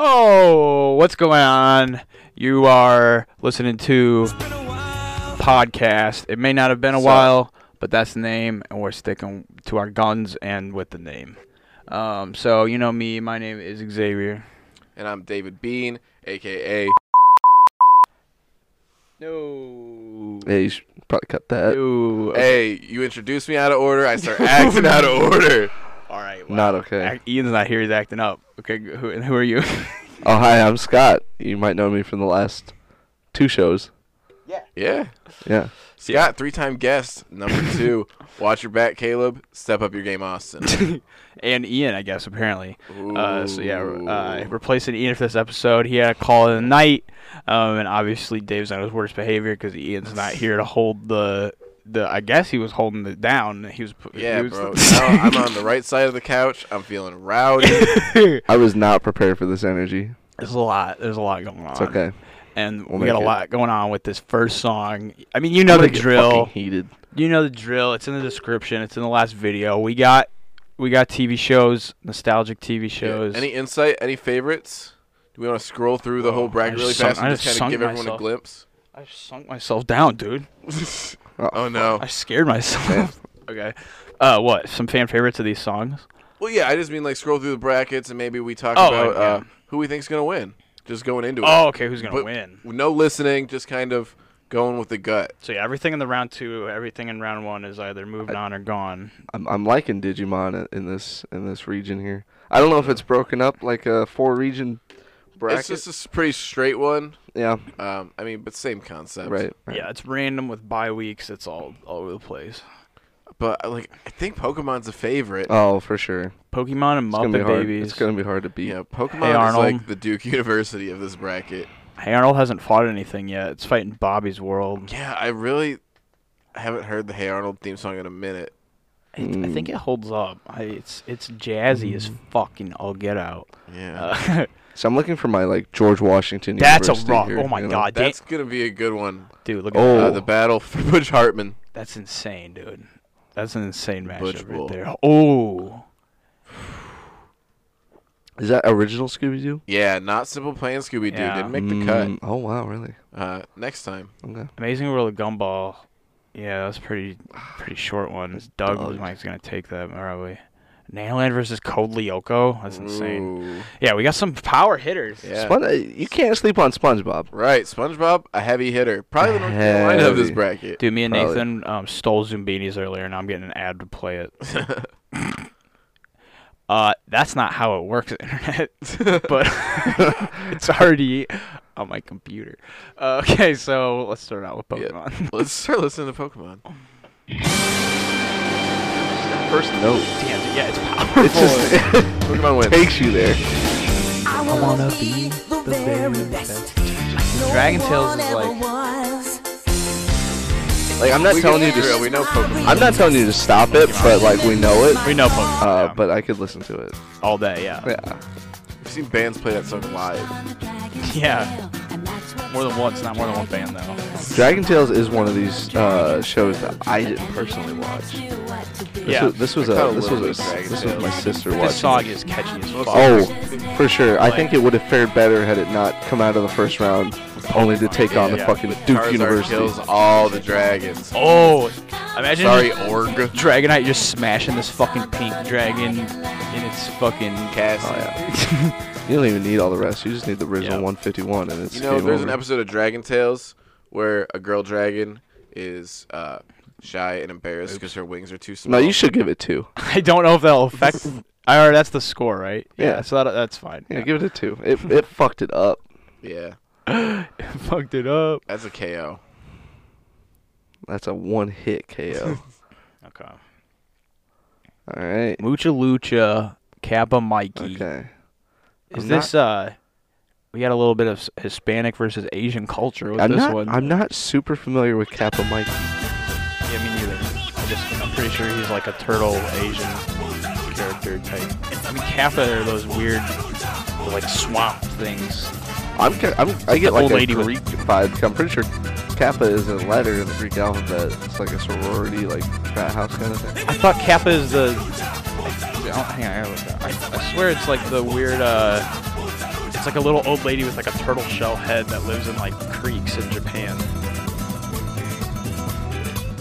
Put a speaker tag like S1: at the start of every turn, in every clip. S1: Oh, what's going on? You are listening to podcast. It may not have been a
S2: So-
S1: while, but that's the name, and we're sticking to our guns and with the name. Um, so you know me. My name is Xavier.
S2: And I'm David Bean, aka.
S1: No.
S3: Yeah, you should probably cut that.
S1: No.
S2: Hey, you introduced me out of order. I start acting out of order.
S1: All right.
S3: Not okay.
S1: Act- Ian's not here. He's acting up. Okay. g- Who, and who are you?
S3: Oh, hi, I'm Scott. You might know me from the last two shows.
S2: Yeah.
S3: Yeah.
S2: Scott, three-time guest number two. Watch your back, Caleb. Step up your game, Austin.
S1: and Ian, I guess apparently. Uh, so yeah,
S2: Ooh.
S1: uh, replacing Ian for this episode. He had a call in the night, um, and obviously Dave's on his worst behavior because Ian's not here to hold the the. I guess he was holding it down. He was. pu-
S2: yeah,
S1: he was
S2: bro. now I'm on the right side of the couch. I'm feeling rowdy.
S3: I was not prepared for this energy.
S1: There's a lot. There's a lot going on.
S3: It's okay.
S1: And we
S3: We'll
S1: got a
S3: make it.
S1: lot going on with this first song. I mean, you know
S3: I'm
S1: the
S3: gonna get
S1: drill.
S3: fucking Heated.
S1: You know the drill. It's in the description. It's in the last video. We got we got TV shows, nostalgic TV
S2: Yeah.
S1: shows.
S2: Any insight? Any favorites? Do we want to scroll through the whole bracket
S1: just
S2: really
S1: sunk-
S2: fast
S1: I
S2: and just,
S1: just
S2: kind
S1: sunk
S2: of give everyone
S1: myself.
S2: a glimpse?
S1: I sunk myself down, dude.
S2: Oh no.
S1: I scared myself. okay. Uh, what? Some fan favorites of these songs?
S2: Well, yeah. I just mean like scroll through the brackets and maybe we talk
S1: Oh,
S2: about
S1: yeah.
S2: uh, who we think's gonna win. Just going into it.
S1: Oh, okay. Who's gonna
S2: But-
S1: win?
S2: No listening. Just kind of going with the gut.
S1: So yeah, everything in the round two, everything in round one is either moved on or gone.
S3: I'm, I'm liking Digimon i- in this in this region here. I don't know if it's broken up like a four region bracket.
S2: It's just a pretty straight one.
S3: yeah.
S2: Um, I mean, but same concept.
S3: Right. right.
S1: Yeah, it's random with bye weeks. It's all all over the place.
S2: But uh, like, I think Pokemon's a favorite.
S3: Oh, for sure.
S1: Pokemon and
S3: It's gonna be
S1: Muppet
S3: hard.
S1: Babies.
S3: It's gonna be hard to beat.
S2: yeah, Pokemon is
S1: Arnold.
S2: like the Duke University of this bracket.
S1: Hey Arnold hasn't fought anything yet. It's fighting Bobby's World.
S2: Yeah, I really haven't heard the Hey Arnold theme song in a minute.
S1: I- I think it holds up. I, it's it's jazzy as fucking all get out.
S2: Yeah,
S1: Uh,
S3: So I'm looking for my like George Washington.
S1: that's a
S3: University
S1: rock.
S3: here,
S1: Oh my
S3: you know?
S1: god, Dan-
S2: that's gonna be a good one.
S1: dude! Look at
S3: Oh.
S1: that.
S2: Uh, the battle for Butch Hartman.
S1: That's insane, dude. That's an insane
S2: Butch
S1: matchup right
S2: Bull.
S1: there. Oh,
S3: Is that original Scooby Doo?
S2: Yeah, not simple playing Scooby Doo.
S1: Yeah. Mm.
S2: Didn't make the cut.
S3: Oh wow, really?
S2: Uh, next time.
S3: Okay.
S1: Amazing World of Gumball. Yeah, that's pretty pretty short one. Doug was
S3: Doug.
S1: Mike's gonna take that probably. Nanoland versus Cold Lyoko. That's insane.
S2: Ooh.
S1: Yeah, we got some power hitters.
S2: Yeah.
S3: Spon- uh, you can't sleep on SpongeBob.
S2: Right, SpongeBob, a heavy hitter. Probably the North Carolina of this
S3: Heavy.
S2: bracket.
S1: Dude, me and
S3: Probably.
S1: Nathan um, stole Zumbinis earlier, and I'm getting an ad to play it. uh, that's not how it works, internet. but it's already on my computer. Uh, okay, so let's start out with
S2: Yeah.
S1: Pokemon.
S2: Let's start listening to Pokemon.
S3: First note.
S1: Damn, yeah, it's powerful.
S3: It just
S2: Pokemon wins.
S3: takes you there.
S4: I wanna be the very best.
S1: Dragon Tales is like-
S3: Like I'm not
S2: We
S3: telling
S2: can
S3: you to.
S2: drill,
S3: s-
S2: we know Pokemon.
S3: I'm not telling you to stop it, but like we know it.
S1: we know Pokemon
S3: Uh,
S1: now.
S3: But I could listen to it.
S1: all day, yeah.
S3: Yeah.
S2: I've seen bands play that song live.
S1: Yeah. More than once, not more than one band though.
S3: Dragon Tales is one of these uh, shows that I didn't personally watch. This
S1: Yeah.
S3: was, this was
S2: I caught
S3: a
S2: a
S3: this was
S2: little
S3: a
S2: bit of Dragon
S3: this was my
S2: Tales.
S3: sister
S1: This
S3: watching.
S1: song is catchy as fuck.
S3: Oh, for sure. I think it would have fared better had it not come out of the first round, only to take on the
S1: Yeah.
S3: fucking
S2: Charizard
S3: Duke University.
S2: kills all the dragons.
S1: Oh, imagine
S2: Sorry, Org.
S1: Dragonite just smashing this fucking pink dragon in its fucking.
S2: Cass.
S3: Oh, yeah. you don't even need all the rest. You just need the original
S1: Yeah.
S3: 151, and it's
S2: You know,
S3: game
S2: there's
S3: over.
S2: an episode of Dragon Tales where a girl dragon is uh, shy and embarrassed because her wings are too small.
S3: No, you should give it two.
S1: I don't know if that'll affect. I already that's the score, right?
S3: Yeah.
S1: so that, that's fine.
S3: Yeah, give it a two. It it fucked it up.
S2: Yeah,
S1: Fucked it up.
S2: that's a KO.
S3: That's a one hit KO.
S1: Okay.
S3: All right.
S1: Mucha Lucha, Kappa Mikey.
S3: Okay.
S1: Is
S3: I'm
S1: this uh? We got a little bit of s- Hispanic versus Asian culture with
S3: I'm
S1: this
S3: not.
S1: one.
S3: I'm not super familiar with Kappa Mike.
S1: Yeah, me neither. I just, I'm pretty sure he's like a turtle Asian character type. I mean, Kappa are those weird, like swamp things.
S3: I'm. ca- I'm I get
S1: The
S3: like
S1: old
S3: a
S1: lady with-
S3: Greek vibe. I'm pretty sure Kappa is a letter in the Greek alphabet. It's like a sorority, like frat house kind of thing.
S1: I thought Kappa is oh, the. I, I don't- hang on, I, gotta look it up. I, I swear it's like the weird, uh, It's like a little old lady with like a turtle shell head that lives in like creeks in Japan.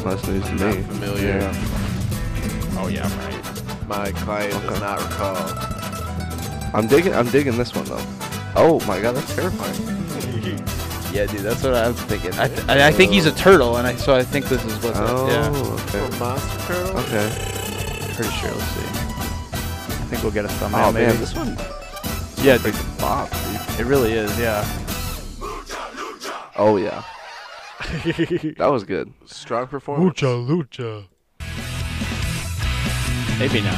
S3: That's news to
S2: Not
S3: me.
S2: familiar.
S3: Yeah.
S1: Oh yeah, I'm right.
S2: My client
S3: Okay.
S2: does not recall.
S3: I'm digging. I'm digging this one though. Oh my god, that's terrifying.
S1: Yeah, dude, that's what I'm thinking. I, th- I I think he's a turtle, and I so I think this is what's
S3: Oh,
S1: up. Yeah,
S3: okay.
S2: Monster Curl?
S3: Okay.
S1: pretty sure. Let's see. I think we'll get a thumbnail.
S3: Oh
S1: maybe.
S3: man, this one.
S1: yeah, dude,
S3: Bob, dude.
S1: it really is. Yeah.
S3: Oh yeah, that was good.
S2: Strong performance.
S1: Maybe not.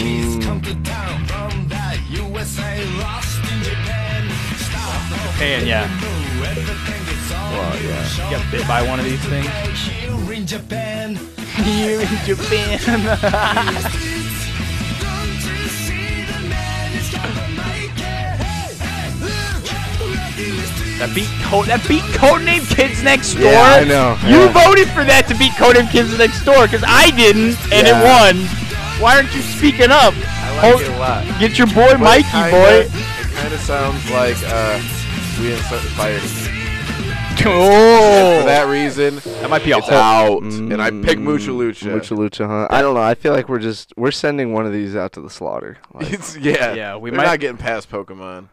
S3: Mm.
S1: Japan, yeah.
S3: Well, yeah.
S1: You got bit by one of these things. Here in Japan. Here in Japan. that beat code. That beat codename Kids Next Door.
S3: Yeah, I know.
S1: You
S3: Yeah.
S1: voted for that to beat codename Kids Next Door because I didn't, and
S3: Yeah.
S1: it won. Why aren't you speaking up?
S2: I like
S1: Hold-
S2: it a lot.
S1: Get your boy
S2: But
S1: Mikey,
S2: kinda-
S1: boy.
S2: It kind of sounds like uh, we insert fire.
S1: Oh,
S3: Oh.
S2: For that reason,
S1: that might be a
S2: it's
S1: whole.
S2: out. And I pick Mucha Lucha.
S3: Mm. Mucha Mm-hmm. Lucha, huh? I don't know. I feel like we're just we're sending one of these out to the slaughter. Like,
S2: It's, yeah.
S1: Yeah, we
S2: They're
S1: might-
S2: not getting past Pokemon.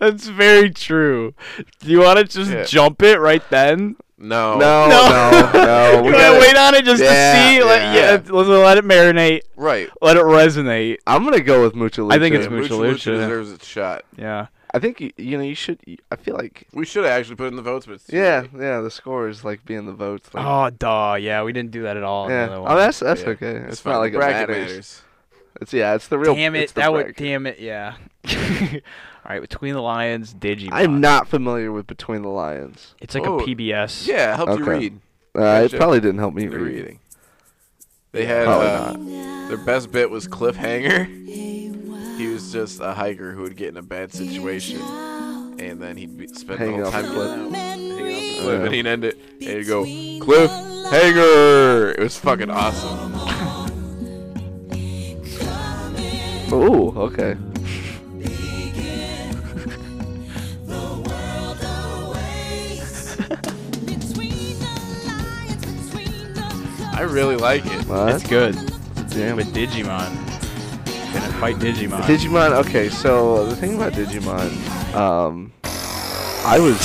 S1: That's very true. Do you want to just
S2: Yeah.
S1: jump it right then?
S2: No.
S3: no,
S1: No.
S3: no, no.
S1: You
S3: we
S1: want
S3: gotta-
S1: to wait on it just
S3: Yeah,
S1: to see? Let,
S3: yeah.
S1: yeah, let's let it marinate.
S2: Right.
S1: Let it resonate.
S3: I'm gonna go with Mucha Lucha.
S1: I think it's
S2: Yeah,
S1: Mucha
S2: Mucha
S1: Lucha.
S2: Lucha deserves its shot.
S1: Yeah.
S3: I think you, you know you should. I feel like.
S2: We should have actually put in the votes, but it's too
S3: Yeah,
S2: late.
S3: yeah. The score is like being the votes. Like,
S1: Oh, duh. Yeah, we didn't do that at all. on the
S3: yeah.
S1: other one.
S3: Oh, that's that's
S2: Yeah.
S3: okay. It's,
S2: It's
S3: not
S2: fine.
S3: like it
S2: bracket
S3: matters. It's yeah. It's the real.
S1: damn
S3: it's
S1: it.
S3: the
S1: That would.
S3: bracket.
S1: Damn it. Yeah. all right. Between the Lions, Digimon.
S3: I'm not familiar with Between the Lions.
S1: It's like
S2: Oh,
S1: a PBS.
S2: Yeah, it helped you
S3: Okay.
S2: read.
S3: Uh, it
S2: Gotcha.
S3: probably didn't help me
S2: The
S3: read.
S2: reading. They had
S3: Probably
S2: uh, their best bit was cliffhanger. He was just a hiker who would get in a bad situation, and then he'd be, spend
S3: Hanging
S2: the whole
S3: off a
S2: time
S3: cliff.
S2: hanging off a
S3: Yeah.
S2: cliff, and he'd end it. And he'd go cliffhanger. It was fucking awesome.
S3: Ooh, okay.
S2: I really like it.
S3: Well,
S1: It's
S3: that's-
S1: good.
S3: Damn.
S1: With Digimon. Gonna fight Digimon.
S3: Digimon. Okay, so the thing about Digimon, um, I was,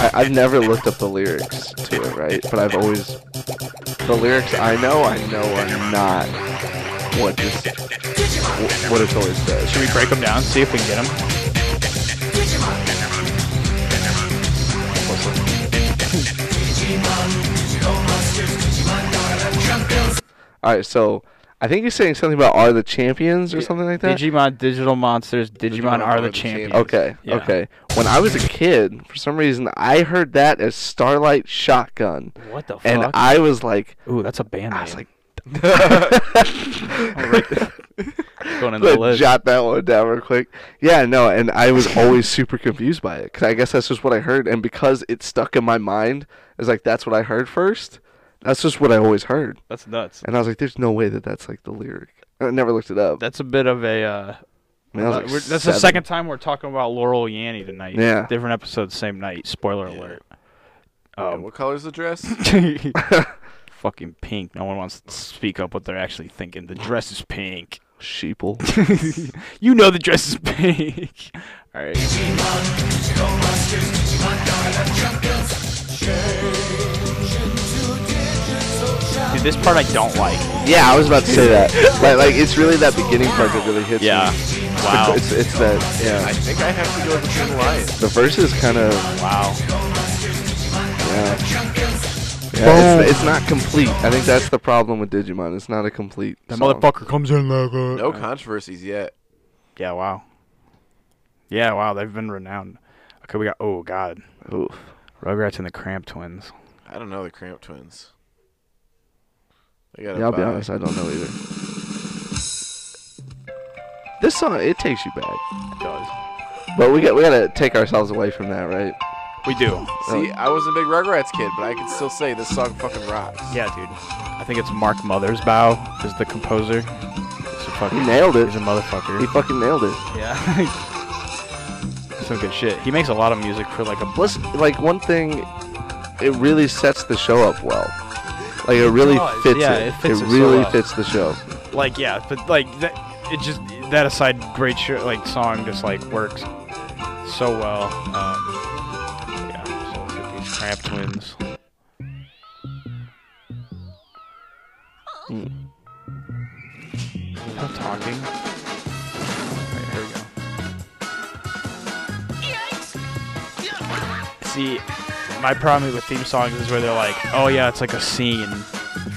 S3: I, I've never looked up the lyrics to it, right? But I've always, the lyrics I know, I know are not what this, wh- what it's always says.
S1: Should we break them down? See if we can get them.
S3: All right, so I think you're saying something about are the champions or something like that.
S1: Digimon Digital Monsters. Digimon,
S2: Digimon
S1: are the champions.
S3: Okay,
S1: Yeah.
S3: okay. When I was a kid, for some reason, I heard that as Starlight Shotgun,
S1: What the fuck?
S3: and I was like,
S1: Ooh, that's a band name.
S3: I was like.
S1: going in the
S3: Let's
S1: list.
S3: jot that one down real quick. Yeah, no, and I was always super confused by it because I guess that's just what I heard, and because it stuck in my mind, it's like that's what I heard first. That's just what I always heard,
S1: That's nuts.
S3: and I was like, "There's no way that that's like the lyric." And I never looked it up.
S1: That's a bit of a. Uh,
S3: I mean, I was
S1: uh,
S3: like
S1: we're- that's the
S3: seven.
S1: second time we're talking about Laurel Yanni tonight.
S3: Yeah.
S1: Different episode, same night. Spoiler alert.
S2: And
S1: Um,
S2: what color's the dress?
S1: fucking pink. No one wants to speak up what they're actually thinking. The dress is pink.
S3: sheeple.
S1: you know the dress is pink. All right. Dude, this part I don't like.
S3: yeah, I was about to say that. Like, like it's really that beginning part that really hits. me.
S1: Yeah. Wow.
S3: It's, it's that.
S2: I
S3: Yeah.
S2: think I have to go with the Tin Lion.
S3: The verse is kind of.
S1: Wow.
S3: Yeah. Yeah, it's, it's not complete. I think that's the problem with Digimon. It's not a complete.
S1: That
S3: song.
S1: motherfucker comes in like a.
S2: No controversies yet.
S1: Yeah, wow. Yeah, wow, they've been renowned. Okay, we got oh god.
S3: Oof.
S1: Rugrats and the Cramp Twins.
S2: I don't know the Cramp Twins. I gotta
S3: Yeah, I'll be
S2: buy.
S3: honest, I don't know either. This song it takes you back,
S1: It does.
S3: but we got we gotta take ourselves away from that, right?
S1: We do.
S2: See, I was a big Rugrats kid, but I can still say this song fucking rocks.
S1: Yeah, dude. I think it's Mark Mothersbaugh is the composer. He's a fucking,
S3: He nailed it.
S1: He's a motherfucker.
S3: He fucking nailed it.
S1: Yeah. Some good shit. He makes a lot of music for like a
S3: Listen, like one thing, it really sets the show up well. Like it really
S1: does,
S3: fits
S1: yeah,
S3: it.
S1: it fits it so
S3: really
S1: well.
S3: fits the show.
S1: like yeah, but like that it just that aside, great sh- like song just like works so well. Um, yeah, so let's get these cramp twins. Stop Hmm. talking. Alright, here we go. See, my problem with theme songs is where they're like, oh yeah, it's like a scene.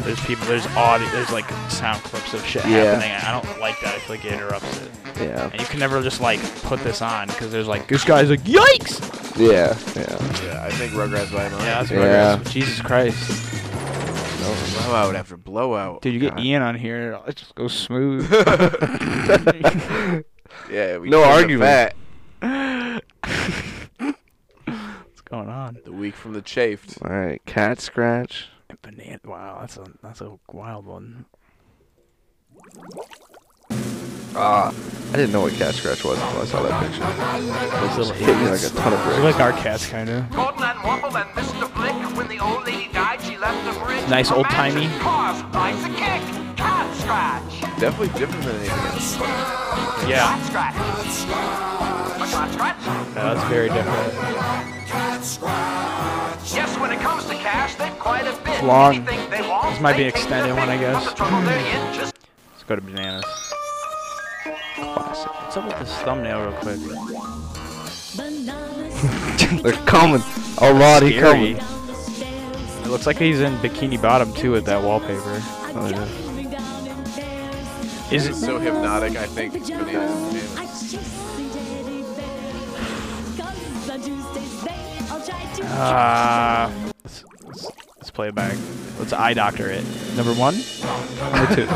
S1: There's people, there's audio, there's like sound clips of shit
S3: Yeah.
S1: happening. I don't like that. I feel like it interrupts it.
S3: Yeah.
S1: And you can never just like put this on because there's like this guy's like yikes.
S3: Yeah. Yeah.
S2: Yeah, I think Rugrats by my
S1: Yeah, that's
S3: Yeah.
S1: what it is. Jesus Christ,
S2: blowout after blowout.
S1: dude, you get
S3: God.
S1: Ian on here, it just goes smooth.
S2: Yeah, we
S3: No
S2: killed the
S3: argument.
S2: fat,
S1: What's going on?
S2: The weak from the chafed.
S3: All right. Cat scratch.
S1: Banana. Wow, that's a that's a wild one.
S3: Ah. I didn't know what cat scratch was until I saw that picture.
S1: It's
S3: It hit me like a ton of bricks.
S1: like our cats, kind of.
S5: Gordon and Wumble and Mr. Flick, when the old lady died, she left them rich.
S1: Nice
S5: A
S1: old-timey.
S5: mansion, Cars, bites a kick, cat scratch,
S2: Definitely different than anything else.
S1: Yeah,
S5: cat scratch. A cat scratch?
S1: that's very different.
S5: Yes, when it comes to cash, they've quite a bit. It's
S1: long.
S5: Anything they want,
S1: This might be
S5: they take
S1: extended
S5: their
S1: one, I
S5: pick. But
S1: guess.
S5: the trouble they're in just
S1: Let's go to bananas. What's up with this thumbnail, real quick?
S3: They're coming. A lot. He
S1: Scary.
S3: coming.
S1: It looks like he's in Bikini Bottom too with that wallpaper.
S3: Oh, yeah.
S1: Is
S2: It's
S1: it?
S2: so hypnotic, I think. Bananas and bananas.
S1: Uh, let's, let's, let's play it back. Let's eye doctor it. Number one, number two,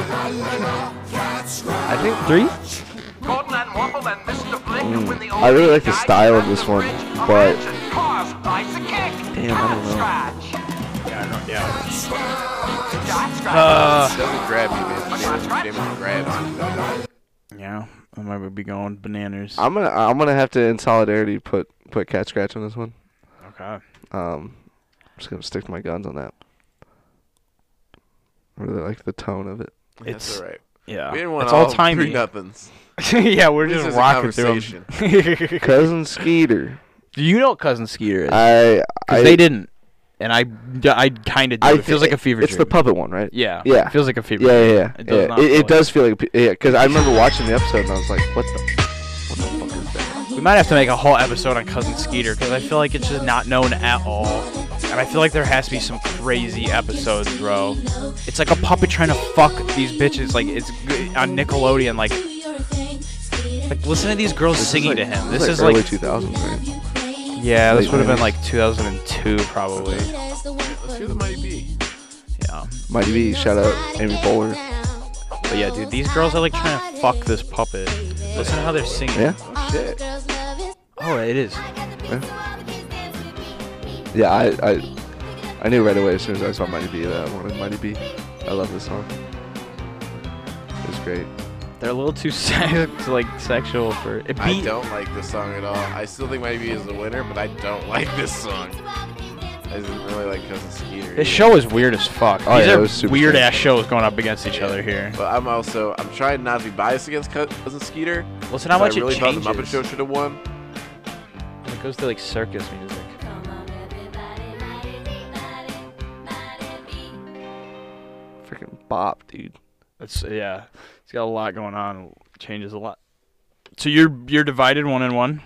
S3: I think
S1: three.
S5: Gordon and Waffle and Mr. Flick, when the old
S3: Mm. I really
S5: lady
S3: like the
S5: died,
S3: style of
S5: left
S3: this
S5: the
S3: one,
S5: rich a
S3: but-
S5: mansion, cars, bites a kick,
S3: Damn, I
S5: cat
S3: don't know.
S5: scratch,
S1: Yeah, no, yeah.
S5: cat scratch.
S1: Uh.
S2: It doesn't grab you, man. Bananas, bananas grabs you.
S1: Yeah, I might be going bananas.
S3: I'm gonna I'm gonna have to in solidarity put put cat scratch on this one.
S1: Okay.
S3: Um, I'm just gonna stick to my guns on that. I really like the tone of it.
S1: It's-
S2: That's alright.
S1: Yeah.
S2: We didn't want
S1: it's
S2: to
S1: all
S2: all
S1: timey.
S2: three nothings.
S1: yeah, we're
S2: This
S1: just
S2: is a
S1: rocking through 'em.
S3: Cousin Skeeter.
S1: Do you know what cousin Skeeter is?
S3: I, I
S1: 'Cause they didn't, and I, I kind of do.
S3: I
S1: it feels
S3: thi-
S1: like a fever
S3: It's
S1: dream.
S3: the puppet one, right?
S1: yeah.
S3: Yeah.
S1: It feels like a fever.
S3: Yeah, yeah,
S1: It
S3: yeah. It
S1: does
S3: does,
S1: not
S3: yeah. It,
S1: feel
S3: it does feel like a, pe- yeah, because I remember watching the episode and I was like, what the, what the fuck is that?
S1: We might have to make a whole episode on cousin Skeeter because I feel like it's just not known at all, and I feel like there has to be some crazy episodes, bro. It's like a puppet trying to fuck these bitches. Like it's g- on Nickelodeon. Like, like listen to these girls
S3: This is
S1: singing
S3: like-
S1: to him. This is
S3: early
S1: like,
S3: 2000s, right?
S1: yeah, this
S3: late
S1: would have been
S3: 90s.
S1: like 2002 probably.
S2: Let's hear the Mighty B.
S1: Yeah.
S3: Mighty B, shout out Amy Poehler.
S1: But yeah, dude, these girls are like trying to fuck this puppet. Listen to how they're singing.
S3: Yeah?
S2: Oh shit.
S1: Oh, it is.
S3: Yeah, I, I, I knew right away as soon as I saw Mighty B that I wanted Mighty B. I love this song. It's great.
S1: They're a little too sex, like sexual for it.
S2: I
S1: Beat,
S2: don't like this song at all. I still think Mighty B is the winner, but I don't like this song. I didn't really like Cousin Skeeter. either.
S1: This show is weird as fuck.
S3: Oh,
S1: These
S3: yeah, it
S1: are
S3: was super
S1: weird ass
S3: strange.
S1: shows going up against each other here.
S2: But I'm also I'm trying not to be biased against Cou- Cousin Skeeter.
S1: Listen how
S2: 'cause
S1: much
S2: I really
S1: it
S2: thought the
S1: changes.
S2: Muppet Show should have won.
S1: It goes to like circus music.
S3: Freaking bop, dude.
S1: It's yeah, it's got a lot going on. Changes a lot. So you're you're divided one and one.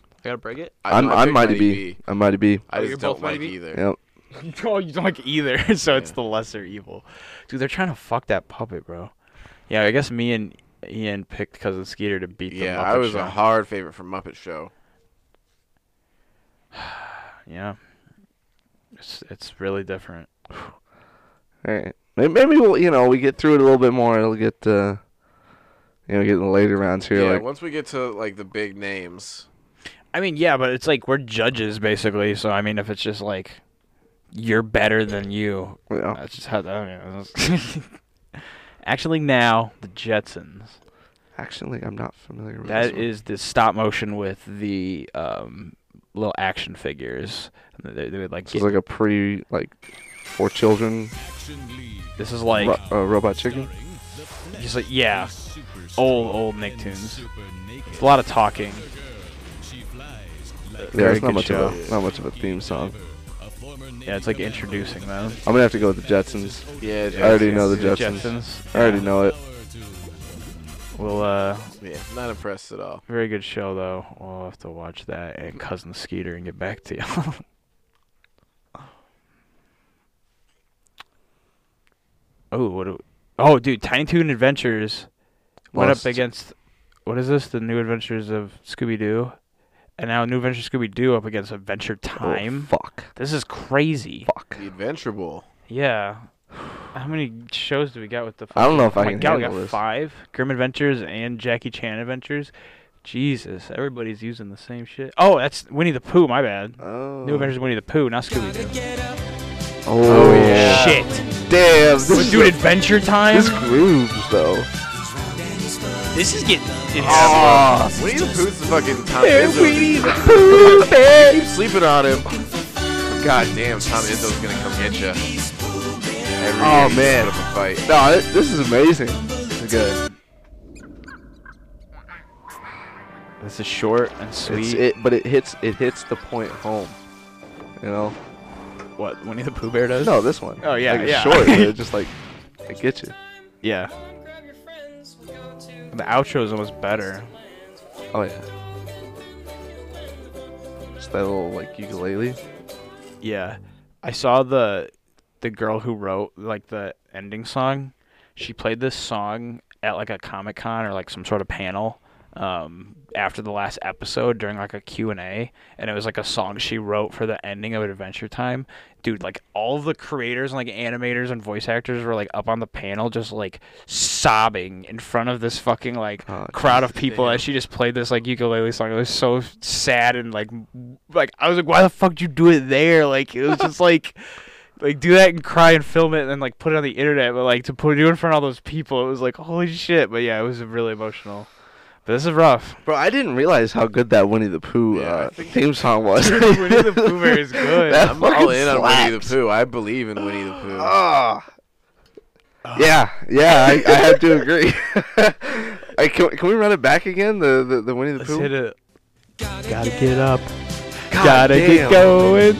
S1: I gotta break it.
S2: I,
S3: I'm,
S2: I
S3: I'm
S2: picked
S3: Mighty B. I'm Mighty B.
S2: I
S1: Oh,
S2: just
S1: you're
S2: don't
S1: both Mighty
S2: like
S1: B?
S2: either.
S3: Yep.
S1: oh, you don't like either, so it's the lesser evil. Dude, they're trying to fuck that puppet, bro. Yeah, I guess me and Ian picked cousin Skeeter to beat the
S2: Yeah,
S1: Muppet
S2: I was
S1: Show.
S2: a hard favorite for Muppet Show.
S1: yeah. It's it's really different.
S3: All right. May- Maybe we'll, you know, we get through it a little bit more. It'll get, uh, you know, get in the later rounds here.
S2: yeah,
S3: like,
S2: once we get to like the big names,
S1: I mean, yeah, but it's like we're judges basically. So I mean, if it's just like you're better than you,
S3: Yeah.
S1: that's just how. I mean, that's- Actually, now the Jetsons.
S3: Actually, I'm not familiar with
S1: That
S3: this one.
S1: is the stop motion with the um, little action figures. They, they would like.
S3: This is
S1: get-
S3: like a pre like for children
S1: this is like.
S3: ro- uh, robot chicken.
S1: Just like yeah, old old Nicktoons. It's a lot of talking.
S3: Yeah,
S1: Very
S3: it's not
S1: good
S3: much
S1: show.
S3: of a not much of a theme song.
S1: Yeah, it's like introducing them.
S3: I'm gonna have to go with the Jetsons.
S2: Yeah,
S3: I already know the
S1: The
S3: Jetsons.
S1: Jetsons.
S3: I already know it.
S1: Well, uh,
S2: Yeah, not impressed at all.
S1: very good show though. We'll have to watch that and cousin Skeeter and get back to you. oh, what? Do, oh, dude, Tiny Toon Adventures went
S3: Lost.
S1: up against what is this? The New Adventures of Scooby Doo, and now New Adventures Scooby Doo up against Adventure
S3: Oh,
S1: Time.
S3: fuck.
S1: This is crazy.
S3: Fuck.
S2: The Adventure Bowl.
S1: Yeah. How many shows do we got with the?
S3: I don't know if
S1: fucking- oh my
S3: I can
S1: God, we
S3: handle
S1: got
S3: this.
S1: five Grim Adventures and Jackie Chan Adventures. Jesus, everybody's using the same shit. Oh, that's Winnie the Pooh. My bad.
S3: Oh.
S1: New Adventures of Winnie the Pooh, not Scooby Doo.
S3: Oh, yeah.
S1: Shit,
S3: Damn. This
S1: but
S3: is
S1: dude,
S3: a-
S1: Adventure Time.
S3: this grooves though.
S1: This is getting intense. Ah.
S2: Winnie the Pooh's the fucking Tom Izzo. Winnie the Keep sleeping on him. God damn, Tom Izzo's gonna come get you. Every
S3: Oh,
S2: year he
S3: man.
S2: put up a fight.
S3: No, thi- this is amazing. This is good.
S1: This is short and sweet.
S3: It's it, but it hits it hits the point home. You know.
S1: What Winnie the Pooh Bear does?
S3: No, this one.
S1: Oh, yeah,
S3: Like, it's
S1: yeah.
S3: Short. but it just like it gets you.
S1: Yeah. The outro is almost better.
S3: Oh yeah. It's that little like ukulele.
S1: Yeah. I saw the the girl who wrote like the ending song. She played this song at like a Comic Con or like some sort of panel um after the last episode during like a Q&A and it was like a song she wrote for the ending of Adventure Time. Dude, like all the creators and like animators and voice actors were like up on the panel just like sobbing in front of this fucking like
S3: Oh,
S1: crowd of people as she just played this like ukulele song. It was so sad and like like I was like, why the fuck did you do it there? Like it was just like like do that and cry and film it and then like put it on the internet. But like to put you in front of all those people, it was like holy shit. But yeah, it was really emotional. But this is rough.
S3: Bro, I didn't realize how good that Winnie the Pooh
S2: Yeah, I
S3: uh, theme song was.
S1: Winnie the Pooh Bear is good.
S3: That
S2: I'm all
S3: fucking
S2: in on Winnie the
S3: slaps.
S2: Pooh. I believe in Winnie the Pooh.
S3: Ah. Yeah, yeah, I, I have to agree. I, can, can we run it back again? The the, the Winnie the
S1: Let's
S3: Pooh.
S1: hit it. Gotta get up.
S3: God
S1: Gotta
S3: damn.
S1: get going.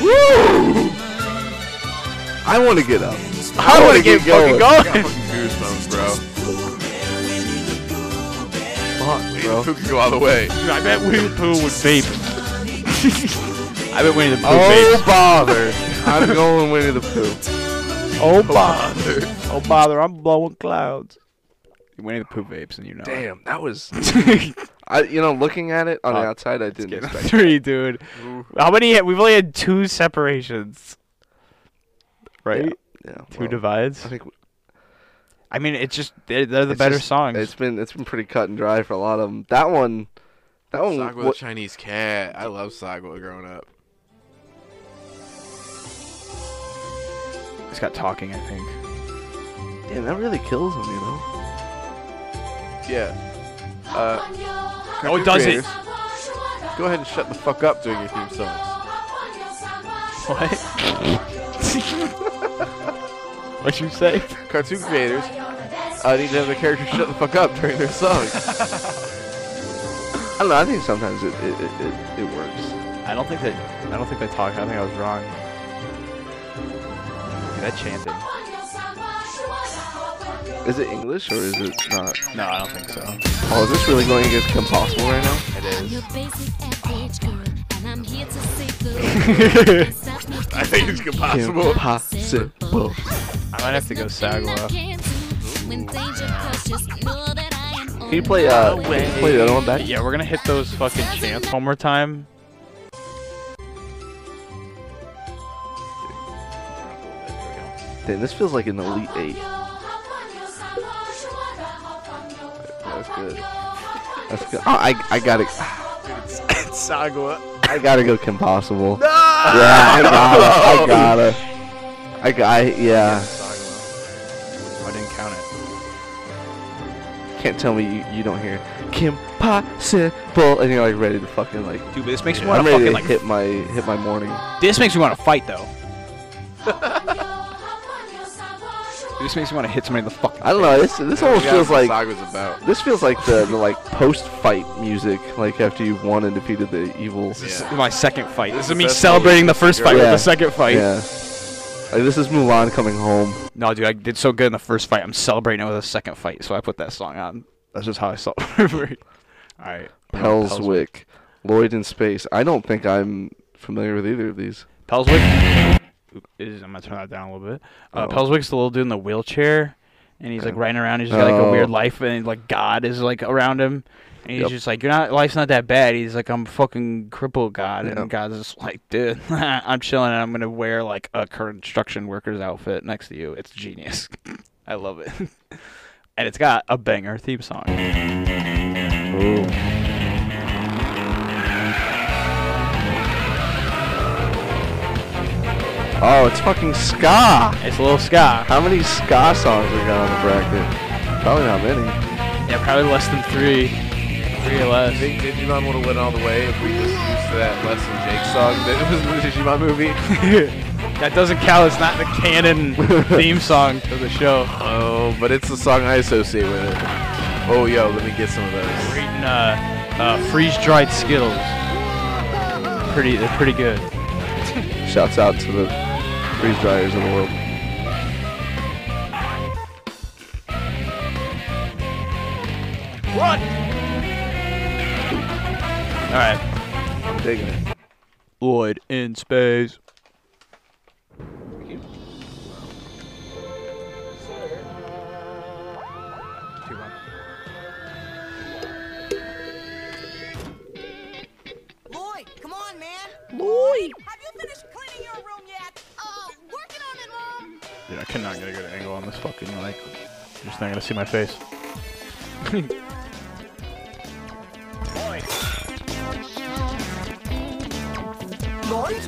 S3: Woo! I want to get up. I, want to get,
S1: fucking going.
S3: going.
S2: Goosebumps, bro.
S3: Fuck,
S2: Winnie the
S3: bro.
S2: Pooh can go all the way.
S1: Dude, I bet Winnie the Pooh would vape. I bet Winnie the Pooh
S3: Oh bother! I'm going Winnie the Pooh.
S1: vapes. Oh bother. Oh bother, I'm blowing clouds. Winnie the Pooh vapes and you know it.
S3: Damn, that was. I you know looking at it on the
S1: Oh,
S3: outside, I didn't
S1: Get
S3: expect.
S1: three, dude. How many? We've only had two separations, right?
S3: Yeah,
S1: Two
S3: well,
S1: divides.
S3: I think
S1: I mean, it's just they're, they're the
S3: It's
S1: better
S3: just-
S1: songs.
S3: It's been it's been pretty cut and dry for a lot of them. That one, that one.
S2: Sagwa the
S3: what-
S2: Chinese cat. I love Sagwa growing up.
S1: it's got talking, I think.
S3: damn, that really kills him, you know.
S2: Yeah. Uh,
S1: Oh, it does it.
S2: creators, Go ahead and shut the fuck up during your theme songs.
S1: What? what you say?
S2: Cartoon creators uh, need to have their characters shut the fuck up during their songs.
S3: I don't know. I think sometimes it it, it, it, it works.
S1: I don't think they. I don't think they talk. I think I was wrong. Look at that chanting.
S3: Is it English or is it not?
S1: No, I don't think so.
S3: Oh, is this really going against Impossible right now?
S1: It is.
S2: I think it's impossible.
S3: Impossible.
S1: I might have to go Sagwa.
S3: Can you play uh? Can you play the other one back?
S1: Yeah, we're gonna hit those fucking chants one more time.
S3: Damn, this feels like an elite eight. That's good. That's good. Oh, I I got it.
S2: Sagwa.
S3: I gotta go Kim Possible.
S2: No!
S3: Yeah, I gotta. I gotta. I, g- I- yeah.
S2: Sagwa.
S1: Oh, I didn't count it.
S3: Can't tell me you, you don't hear Kim Possible and you're like ready to fucking like.
S1: Dude, but this makes me
S3: I'm
S1: want to
S3: ready to
S1: fucking like.
S3: hit my hit my morning.
S1: This makes me want to fight though. This makes me want to hit somebody in the fucking.
S3: I don't know. This this
S2: Yeah,
S3: almost feels
S2: that's what
S3: like
S2: Sagwa's about.
S3: this feels like the, the like post fight music, like after you won and defeated the evil.
S2: Yeah.
S1: my second fight. This is me
S2: That's
S1: celebrating the
S2: what-
S1: first fight
S3: Yeah.
S1: with the second fight.
S3: Yeah. Like this is Mulan coming home.
S1: No, dude, I did so good in the first fight. I'm celebrating it with a second fight, so I put that song on. That's just how I celebrate. All right.
S3: Pelswick, Lloyd in space. I don't think I'm familiar with either of these.
S1: Pelswick is. I'm gonna turn that down a little bit. Uh,
S3: Oh.
S1: Pelswick's the little dude in the wheelchair, and he's like
S3: Okay.
S1: riding around. He's just got like a
S3: Oh.
S1: weird life, and like God is like around him, and he's
S3: Yep.
S1: just like, "You're not. Life's not that bad." He's like, "I'm fucking crippled, God,"
S3: Yep.
S1: and God's just like, "Dude, I'm chilling, and I'm gonna wear like a construction worker's outfit next to you. It's genius. I love it." And it's got a banger theme song.
S3: Ooh. Oh, it's fucking ska.
S1: It's a little ska.
S3: How many ska songs we got on the bracket? Probably not many.
S1: Yeah, probably less than three, three or
S2: I
S1: less.
S2: think Digimon would have went all the way if we just used that Less Than Jake song that was in the Digimon movie.
S1: that doesn't count. It's not the canon theme song to the show.
S2: Oh, but it's the song I associate with it. Oh, yo, let me get some of those.
S1: We're eating uh, uh, freeze-dried Skittles. Pretty, they're pretty good.
S3: Shouts out to the freeze dryers in the world.
S1: What? All right,
S3: Digging it.
S1: Lloyd in space.
S6: Lloyd, come on, man.
S1: Lloyd.
S6: Have you finished cleaning your room yet? Uh, working on it, Mom.
S1: Dude, I cannot get a good angle on this fucking like. I'm just not gonna see my face.
S6: Lloyd,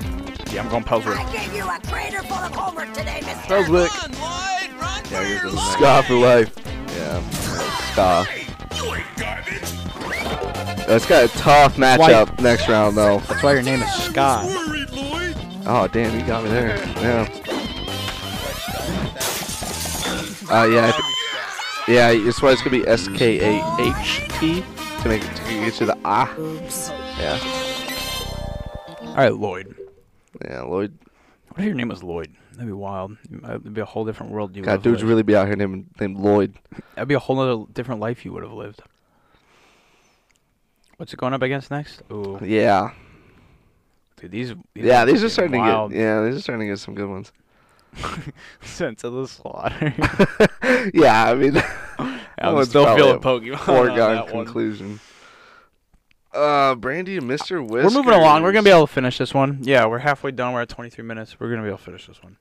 S1: Yeah, I'm going Pelswick.
S6: I gave you a crater full of homework today, Mr.
S3: Pelswick.
S6: Run, Lloyd, run for your life.
S3: Ska for life. Yeah. Ska. It's got a tough matchup next round though.
S1: That's why your name is Scott.
S3: Oh damn, you got me there. Yeah. Uh, yeah, I th- yeah. It's why it's gonna be S K A H T to make it to get you the ah. Yeah,
S1: All right, Lloyd.
S3: yeah. Lloyd,
S1: What if your name was Lloyd? That'd be wild. That'd be a whole different world you would
S3: God,
S1: have
S3: dudes
S1: lived.
S3: really be out here named named Lloyd.
S1: That'd be a whole other different life you would have lived. What's it going up against next? Ooh,
S3: Yeah,
S1: dude, these. these
S3: yeah.
S1: are
S3: These are
S1: getting
S3: starting
S1: wild.
S3: to get. Yeah, these are starting to get some good ones.
S1: sent to the slaughter.
S3: yeah, I mean,
S1: I'm
S3: one's
S1: still
S3: probably
S1: feeling
S3: a
S1: Pokemon. on
S3: foregone
S1: that one.
S3: conclusion. Uh, Brandy and Mister
S1: We're
S3: Whiskers.
S1: moving along. We're gonna be able to finish this one. Yeah, we're halfway done. We're at 23 minutes. We're gonna be able to finish this one.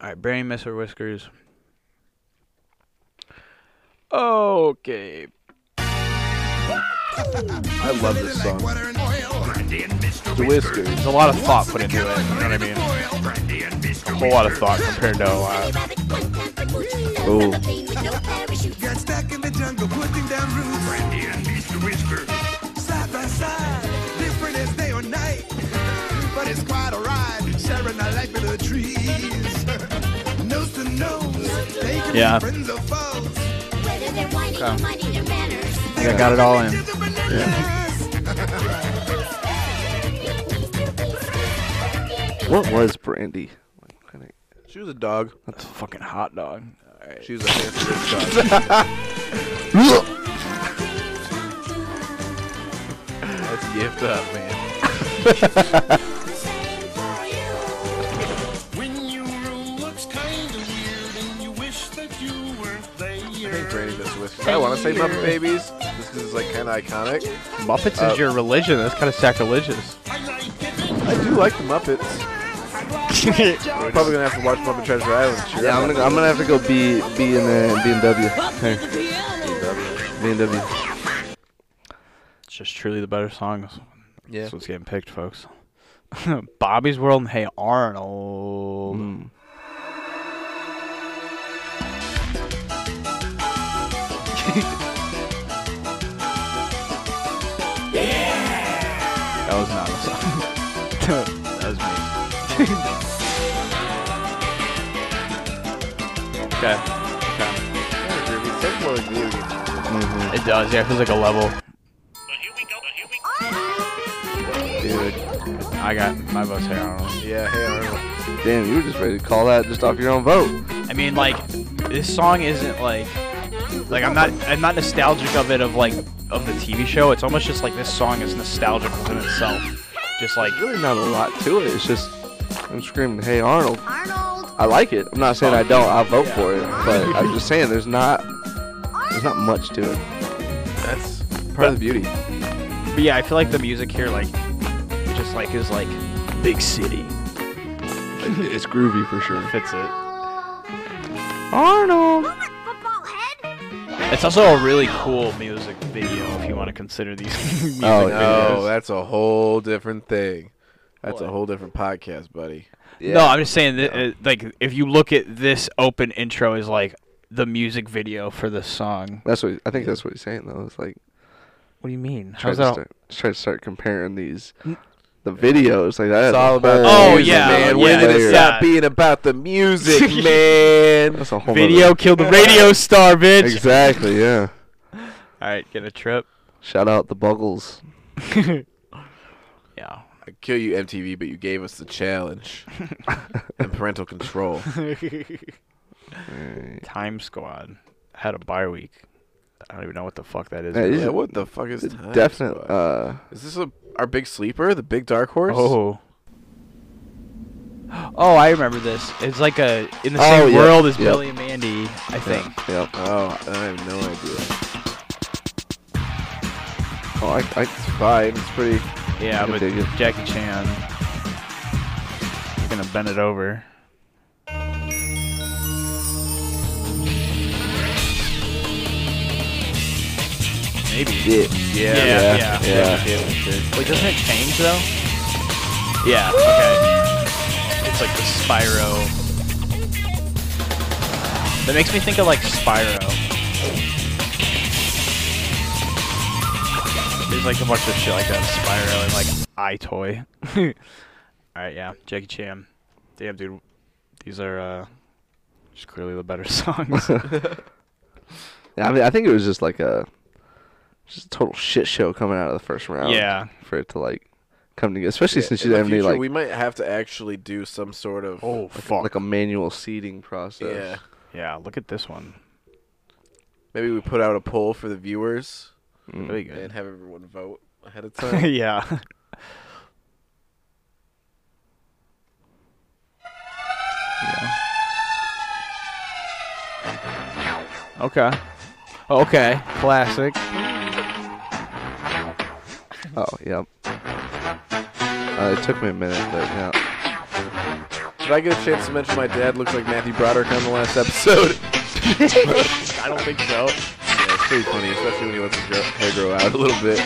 S1: All right, Barry Mister Whiskers. Okay,
S2: I love this song. The Whiskers.
S1: there's a lot of thought put into it. You know what I mean? A whole lot of thought compared to uh,
S3: Oh.
S7: Got stuck in the jungle, putting down roots. Brandy and Mr. Whisker. Side by side, different as day or night. But it's quite a ride, sharing a life with the trees. nose to nose, they can
S1: Yeah.
S7: be friends or foes.
S1: I think I got it all in.
S7: Peaches or bananas.
S3: What was Brandy?
S2: She was a dog.
S1: That's a fucking hot dog.
S2: She was a handsome dog. Let's gift up, man. I think Brady does Whiskers. I want to say Muppet Babies. This is like kind of iconic.
S1: Muppets
S2: Uh,
S1: is your religion. That's kind of sacrilegious.
S2: I do like the Muppets. We're probably gonna have to watch Muppet Treasure Island. Sure.
S3: Yeah, I'm gonna, I'm gonna have to go B B and uh, B and W. Here, B and W.
S1: It's just truly the better songs.
S2: Yeah.
S1: That's what's getting picked, folks. Bobby's World and Hey Arnold.
S3: Mm.
S1: That was not a song. that was me. okay.
S2: It's like more like video games.
S1: Okay. It does, yeah, it feels like a level. Dude, I got my vote's Hey Arnold.
S2: Yeah, hey Arnold.
S3: Damn, you were just ready to call that just off your own vote.
S1: I mean, like, this song isn't like, like I'm not, I'm not nostalgic of it of like, of the TV show. It's almost just like this song is nostalgic within itself. Just like,
S3: Really, not a lot to it. It's just I'm screaming, "Hey Arnold!"
S6: Arnold,
S3: I like it. I'm not saying I don't. I'll vote for it, but I'm just saying there's not there's not much to it.
S2: That's
S3: Part of the beauty.
S1: but yeah, I feel like the music here, like, just like is like, big city
S3: It's groovy for sure.
S1: fits it.
S3: Arnold.
S6: Robert Football Head.
S1: It's also a really cool music video if you want to consider these music
S3: Oh,
S2: no,
S1: videos.
S2: that's a whole different thing. That's a
S1: What?
S2: whole different podcast, buddy.
S3: Yeah.
S1: No, I'm just saying that, uh, like, if you look at this open intro is like the music video for this song.
S3: that's what I think. That's what he's saying though. It's like
S1: What do you mean?
S3: try
S1: How's
S3: to
S1: that?
S3: start, try to start comparing these the videos like that.
S2: It's all about the
S1: Oh,
S2: music,
S1: yeah,
S2: man.
S1: yeah,
S2: When did
S1: yeah.
S2: it stop being about the music, man?
S3: That's a whole
S1: Video
S3: nother-
S1: killed the radio star, bitch.
S3: Exactly. Yeah.
S1: All right, get a trip.
S3: Shout out the Buggles.
S1: Yeah.
S2: I kill you, MTV, but you gave us the challenge and parental control.
S1: Time Squad had a bye week. I don't even know what the fuck that is.
S3: That is
S2: Yeah, what the fuck is time?
S3: Definitely.
S2: Squad?
S3: Uh,
S2: is this a, our big sleeper, the big dark horse?
S1: oh. Oh, I remember this. It's like a in the
S3: Oh,
S1: same
S3: yeah,
S1: world as
S3: yeah.
S1: Billy and Mandy, I think.
S3: yep.
S2: Oh, I have no idea.
S3: Oh, I, I
S2: It's fine. It's pretty.
S1: Yeah,
S3: I can
S1: but
S3: dig it.
S1: Jackie Chan gonna bend it over. Maybe.
S3: Yeah.
S1: Yeah. Yeah. yeah. Wait, doesn't it change though? Yeah. Okay. It's like the Spyro. That makes me think of like Spyro. There's like a bunch of shit like that, Spyro and like iToy. All right, yeah, Jackie Chan. Damn, dude, these are uh, just clearly the better songs.
S3: I mean, I think it was just like a just a total shit show coming out of the first round.
S1: yeah.
S3: For it to like come together, especially since you
S2: In the
S3: didn't have any
S2: future,
S3: like
S2: we might have to actually do some sort of.
S1: Oh fuck.
S3: like a manual seeding process.
S2: yeah.
S1: yeah, look at this one.
S2: Maybe we put out a poll for the viewers
S3: Mm. Hmm.
S1: Really
S2: and
S1: good.
S2: have everyone vote ahead of time.
S1: yeah. Okay. Okay. Classic.
S3: Oh, yep. Uh, it took me a minute, but yeah.
S2: Did I get a chance to mention my dad looks like Matthew Broderick on the last episode?
S1: I don't think so.
S2: Yeah, it's pretty funny, especially when he lets his gro- hair grow out a little bit.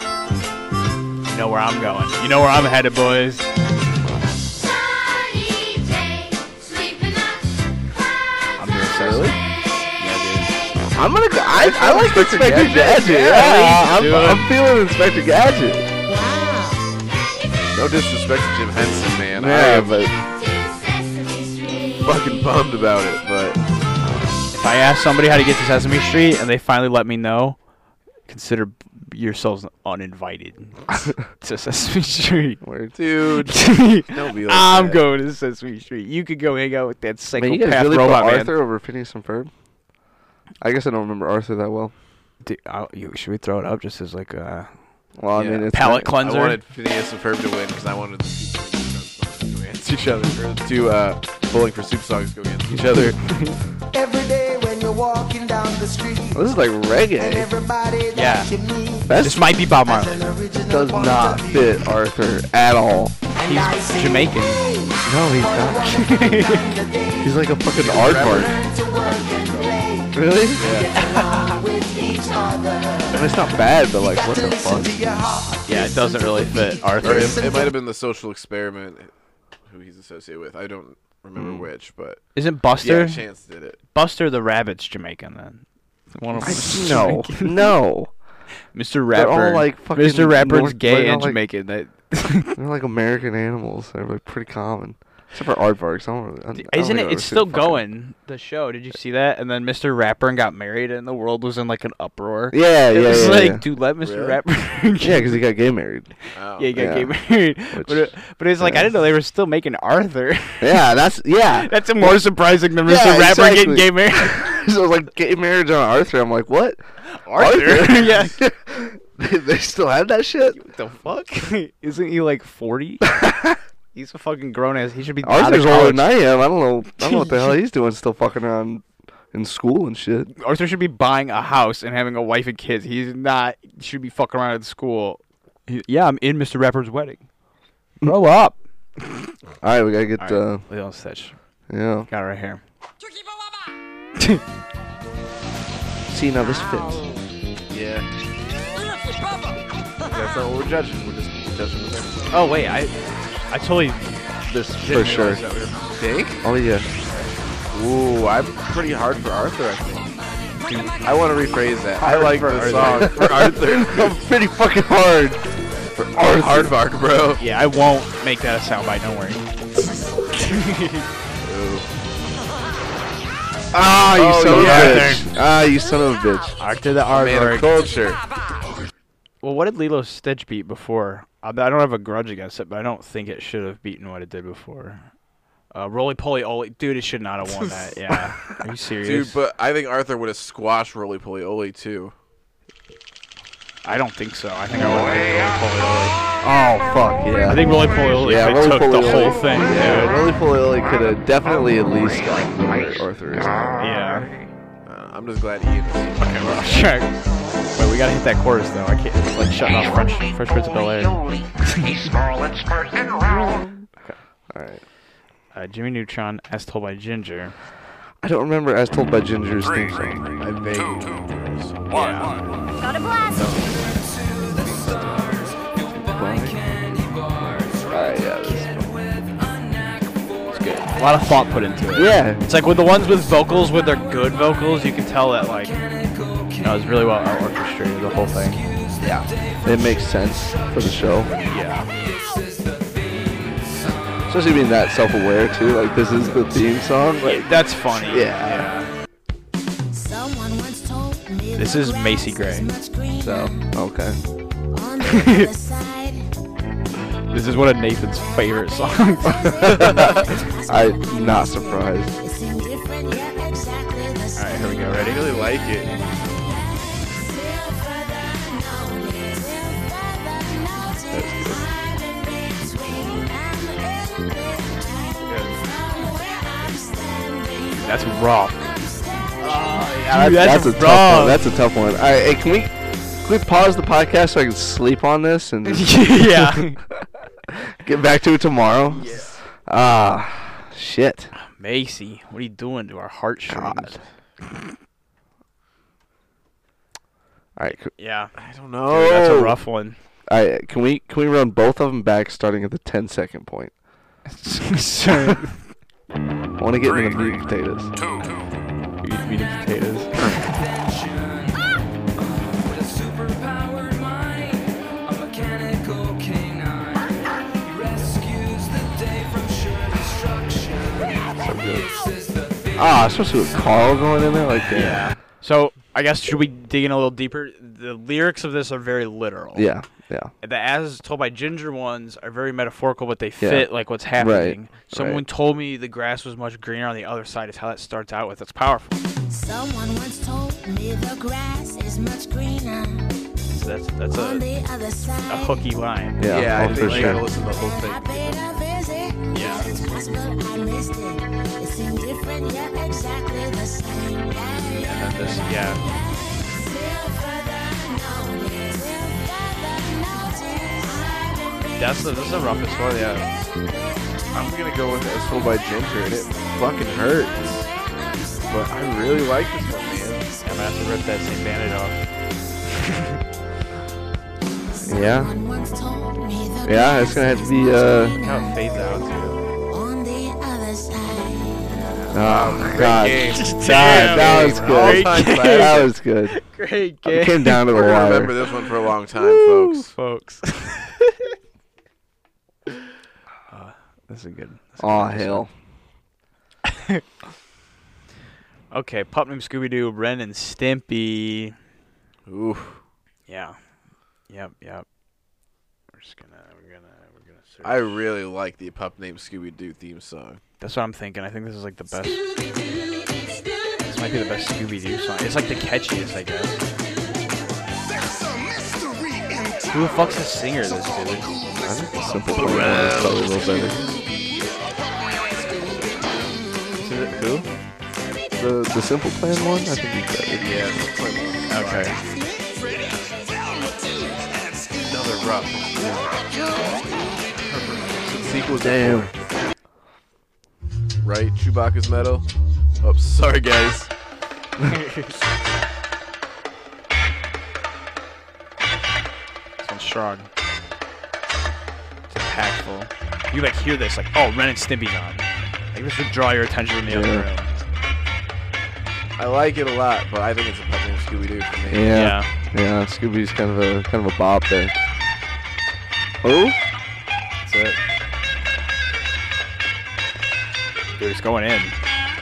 S1: You know where I'm going. You know where I'm headed, boys. I'm doing really?
S3: I'm gonna go. I, I like Inspector Gadget.
S1: Yeah,
S3: Yeah, I'm, I'm feeling Inspector Gadget.
S2: No disrespect to Jim Henson, man. I
S3: Yeah,
S2: am
S3: but
S2: fucking bummed about it, but
S1: If I ask somebody how to get to Sesame Street and they finally let me know, consider b- yourselves uninvited to Sesame Street.
S3: weird.
S2: dude, don't be like
S1: I'm
S2: that.
S1: going to Sesame Street. You could go hang out with that
S3: I mean,
S1: psychopath
S3: you guys really put
S1: robot man.
S3: Arthur over Phineas and Ferb. I guess I don't remember Arthur that well.
S1: Dude,
S3: oh,
S1: I'll- you- should we throw it up just as like a
S3: Well, I
S2: Yeah.
S3: mean, it's
S1: palate
S3: not-
S2: I
S1: cleanser?
S2: wanted Phineas and Ferb to win because I wanted the two to go against each other. Or the two uh, bowling for soup songs to go against each other.
S7: Every day when you you're walking down the street.
S3: This is like
S7: And
S3: reggae.
S7: everybody
S1: Yeah.
S7: that you meet
S3: That
S1: This might be Bob
S7: has
S1: Marley.
S7: an original
S3: does
S7: point
S3: not
S7: of view.
S3: fit Arthur at all.
S7: And I
S1: He's
S7: say,
S1: Jamaican.
S3: No, he's not. He's like a fucking aardvark.
S7: Learn to work and play
S3: Really?
S7: with each other.
S3: And it's not bad, but like, what the
S7: Listen
S3: fuck?
S7: to your heart.
S1: Yeah, it doesn't really fit
S2: Or
S1: Arthur.
S2: it, it might have been the social experiment who he's associated with. I don't remember which, but
S1: Isn't
S2: yeah,
S1: Buster
S2: Chance did it.
S1: Buster the Rabbit's Jamaican then? One of them.
S3: No, no.
S1: Mr. Rapper.
S3: all, like, fucking
S1: Mr. Rapper's
S3: North-
S1: gay
S3: they're all,
S1: and
S3: like-
S1: Jamaican. That
S3: They're like American animals. They're like pretty common, except for aardvarks. I don't really. I don't
S1: Isn't
S3: think I've
S1: it?
S3: ever
S1: It's
S3: seen
S1: still
S3: a fucking-
S1: going. The show. Did you see that? And then Mr. Rapper and got married, and the world was in like an uproar.
S3: Yeah, yeah,
S1: it was
S3: yeah.
S1: like,
S3: yeah.
S1: dude, let Mr.
S2: Really?
S1: Rapper.
S3: Yeah, because he got gay married.
S2: Wow.
S1: yeah, he got
S3: Yeah.
S1: gay married. but, it, but it's like I
S3: yeah.
S1: didn't know they were still making Arthur.
S3: Yeah, that's yeah.
S1: That's more surprising than Mr.
S3: Yeah,
S1: Rapper getting
S3: exactly.
S1: gay married.
S3: so like gay marriage on Arthur. I'm like, what?
S1: Arthur? yeah.
S3: they, they still have that shit.
S1: What the fuck? Isn't he like forty? He's a fucking grown ass. He should be out of
S3: Arthur's older
S1: college.
S3: than I am. I don't know. I don't know what the hell he's doing, still fucking around in school and shit.
S1: Arthur should be buying a house and having a wife and kids. He's not should be fucking around at school. He- yeah, I'm in Mr. Rapper's wedding. Grow up.
S3: All right, we gotta get. Uh,
S1: Lilo and Stitch.
S3: yeah.
S1: Got it right here.
S3: See now this fits.
S2: Yeah. That's not what we're judging. We're just judging the person.
S1: Oh wait, I I totally
S3: This for sure.
S2: Think?
S3: Oh yeah.
S2: Ooh, I'm pretty hard for Arthur, I think. I want to rephrase that. I like the song for
S3: I'm
S2: Arthur.
S3: pretty fucking hard.
S2: for Arthur. Hardvark, bro.
S1: Yeah, I won't make that a soundbite, don't worry.
S3: Ah, you
S2: Oh,
S3: son
S2: yeah.
S3: of a bitch. Ah, you son of a bitch.
S1: Arthur the
S2: Man of
S1: Aardvark.
S2: culture.
S1: Well, what did Lilo Stitch beat before? I I don't have a grudge against it, but I don't think it should have beaten what it did before. Uh, Roly Poly Oly. Dude, it should not have won that. Yeah. Are you serious?
S2: Dude, but I think Arthur would have squashed Roly Poly Oly, too.
S1: I don't think so. I think I would have Roly Poly Oly.
S3: Oh fuck yeah.
S1: I think Roly Poly Oly
S3: yeah,
S1: took
S3: Roly
S1: the
S3: Poly
S1: whole
S3: Oly-
S1: thing.
S3: Yeah,
S1: dude.
S3: Roly Poly Oly could have definitely at least gotten where Arthur is. now.
S1: Yeah.
S2: Uh, I'm just glad Ian was
S1: Okay, well, sure. Wait, we gotta hit that chorus though. I can't it's like shutting off French French Prince of Bel Air.
S5: He's small and smart and round.
S3: Alright.
S1: Uh, Jimmy Neutron, as told by Ginger.
S3: I don't remember as told by Ginger's theme song.
S2: I think.
S1: Yeah.
S6: Got a blast.
S3: Alright, yeah, this is fun.
S1: A lot of thought put into it.
S3: Yeah.
S1: It's like with the ones with vocals, with their good vocals, you can tell that like you know, it's really well orchestrated the whole thing.
S3: It makes sense for the show.
S1: Yeah.
S3: Especially being that self aware too. Like this is the theme song. Like
S1: That's funny.
S3: Yeah.
S1: yeah.
S4: Someone once told me
S1: This
S4: the
S1: is
S4: grass
S1: Macy Gray.
S4: much greener
S3: so okay.
S4: on the other side.
S1: This is one of Nathan's favorite songs.
S3: I'm not surprised.
S4: It seemed different, yet exactly the same.
S1: Alright, here we go,
S2: I
S1: ready?
S2: really like it.
S1: That's raw.
S3: Yeah,
S1: Dude, that's
S3: that's, that's a
S1: rough.
S3: tough one. That's a tough one. All right, hey, can we can we pause the podcast so I can sleep on this and just
S1: yeah.
S3: get back to it tomorrow? Yeah. Ah, shit.
S1: Macy, what are you doing to our heartstrings?
S3: God. All right, c-
S1: Yeah.
S2: I don't
S1: Dude,
S2: know.
S1: That's a rough one.
S3: all right, can we can we run both of them back starting at the 10 second point?
S1: Sorry.
S3: I want to get into the meat and potatoes.
S1: Eat meat and potatoes.
S3: Ah, especially with Carl going in there like that.
S1: So I guess should we dig in a little deeper? The lyrics of this are very literal.
S3: Yeah, yeah,
S1: The as told by Ginger ones are very metaphorical, but they fit like what's happening. Someone
S3: right.
S1: told me the grass was much greener on the other side. Is how that starts out with. That's powerful.
S4: Someone once told me the grass is much greener
S1: So that's that's
S4: on
S1: a,
S4: the other
S1: a
S4: side.
S1: hooky line.
S3: yeah.
S2: Yeah, I
S3: oh,
S2: think
S3: for
S2: you gotta
S3: sure.
S2: listen to the whole
S4: I
S2: thing.
S4: paid a visit.
S1: Yeah.
S4: It's possible I missed it. It's Nothing different, yeah, exactly the same. Yeah, yeah.
S1: And then this, yeah. That's the, this is the roughest one, yeah.
S2: I'm gonna go with as told by Ginger, and it fucking hurts. But I really like this one, man.
S1: I'm gonna have to rip that same bandit off.
S3: Yeah. Yeah, it's gonna have to be, uh,
S1: Kind of fades out too.
S2: Um,
S3: oh, God.
S1: Damn,
S3: God, that
S1: Great
S3: was good.
S1: game.
S3: That was good.
S1: Great
S3: It
S1: game,
S3: came down to the
S2: We're gonna remember
S3: wire.
S2: this one for a long time, folks.
S1: folks. Uh, this is good.
S3: Aw, hell.
S1: Okay, pup named Scooby Doo, Ren and Stimpy.
S2: Ooh,
S1: Yeah. Yep, yep. We're just gonna, we're gonna, we're gonna. Search.
S2: I really like the pup named Scooby Doo theme song.
S1: That's what I'm thinking. I think this is like the best. This might be the best Scooby Doo song. It's like the catchiest, I guess.
S7: There's a mystery in
S1: Who the fuck's the singer of this dude?
S3: I think the simple plan is probably a little better.
S1: Is it who?
S3: The, the simple plan one, I think it's better.
S2: Yeah,
S1: Okay.
S2: another rough. Sequel,
S3: Damn.
S2: right? Chewbacca's metal. Oh, sorry guys.
S1: This one's strong. It's impactful. You like hear this, like, oh, Ren and Stimpy's on. Like this would draw your attention from the other
S3: Yeah.
S1: room.
S2: I like it a lot, but I think it's a pup named Scooby Doo for me.
S3: Yeah. Yeah, Scooby's kind of a kind of a bop there. Oh,
S2: That's it.
S1: Dude, he's going in.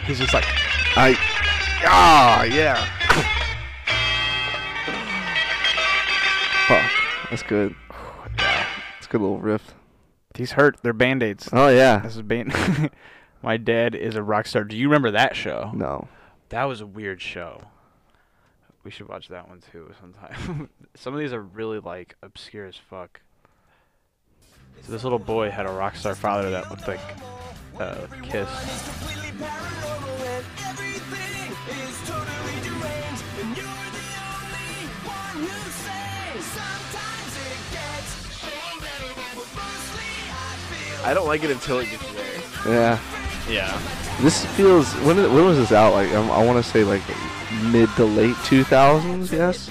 S1: He's just like,
S3: I. Ah, yeah. Fuck, that's good. It's a good little riff.
S1: these hurt. They're band aids.
S3: Oh yeah.
S1: This is band. My dad is a rock star. Do you remember that show?
S3: No.
S1: That was a weird show. We should watch that one too sometime. Some of these are really like obscure as fuck. So this little boy had a rock star father that looked like uh, Kiss.
S2: I don't like it until it gets there.
S3: Yeah.
S1: Yeah.
S3: This feels. When did- when was this out? Like um, I want to say like mid to late 2000s. Yes.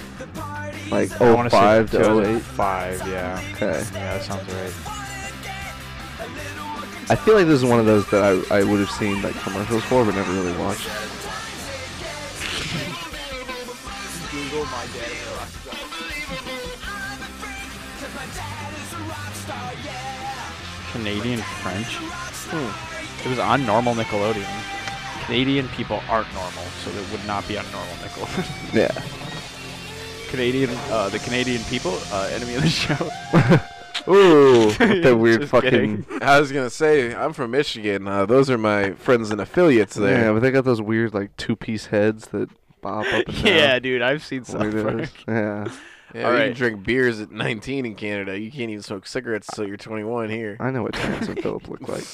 S3: Like
S1: I wanna say
S3: 05 to 08.
S1: 2005, yeah.
S3: Okay.
S1: Yeah, that sounds right.
S3: I feel like this is one of those that I, I would have seen like commercials for but never really watched.
S1: Canadian French?
S3: Hmm.
S1: It was on normal Nickelodeon. Canadian people aren't normal, so it would not be on normal Nickelodeon.
S3: Yeah.
S1: Canadian, uh, the Canadian people, uh, enemy of the show.
S3: Ooh, what that weird
S1: Just
S3: fucking.
S1: kidding.
S2: I was gonna say I'm from Michigan. Uh, those are my friends and affiliates there.
S3: Yeah, but they got those weird like two-piece heads that bob up and down.
S1: yeah, dude, I've seen South
S3: Weirdos.
S1: Park.
S2: Yeah,
S3: Yeah,
S1: All
S2: you can
S1: right.
S2: drink beers at 19 in Canada. You can't even smoke cigarettes until you're 21 here.
S3: I know what Terrence and Phillip look like.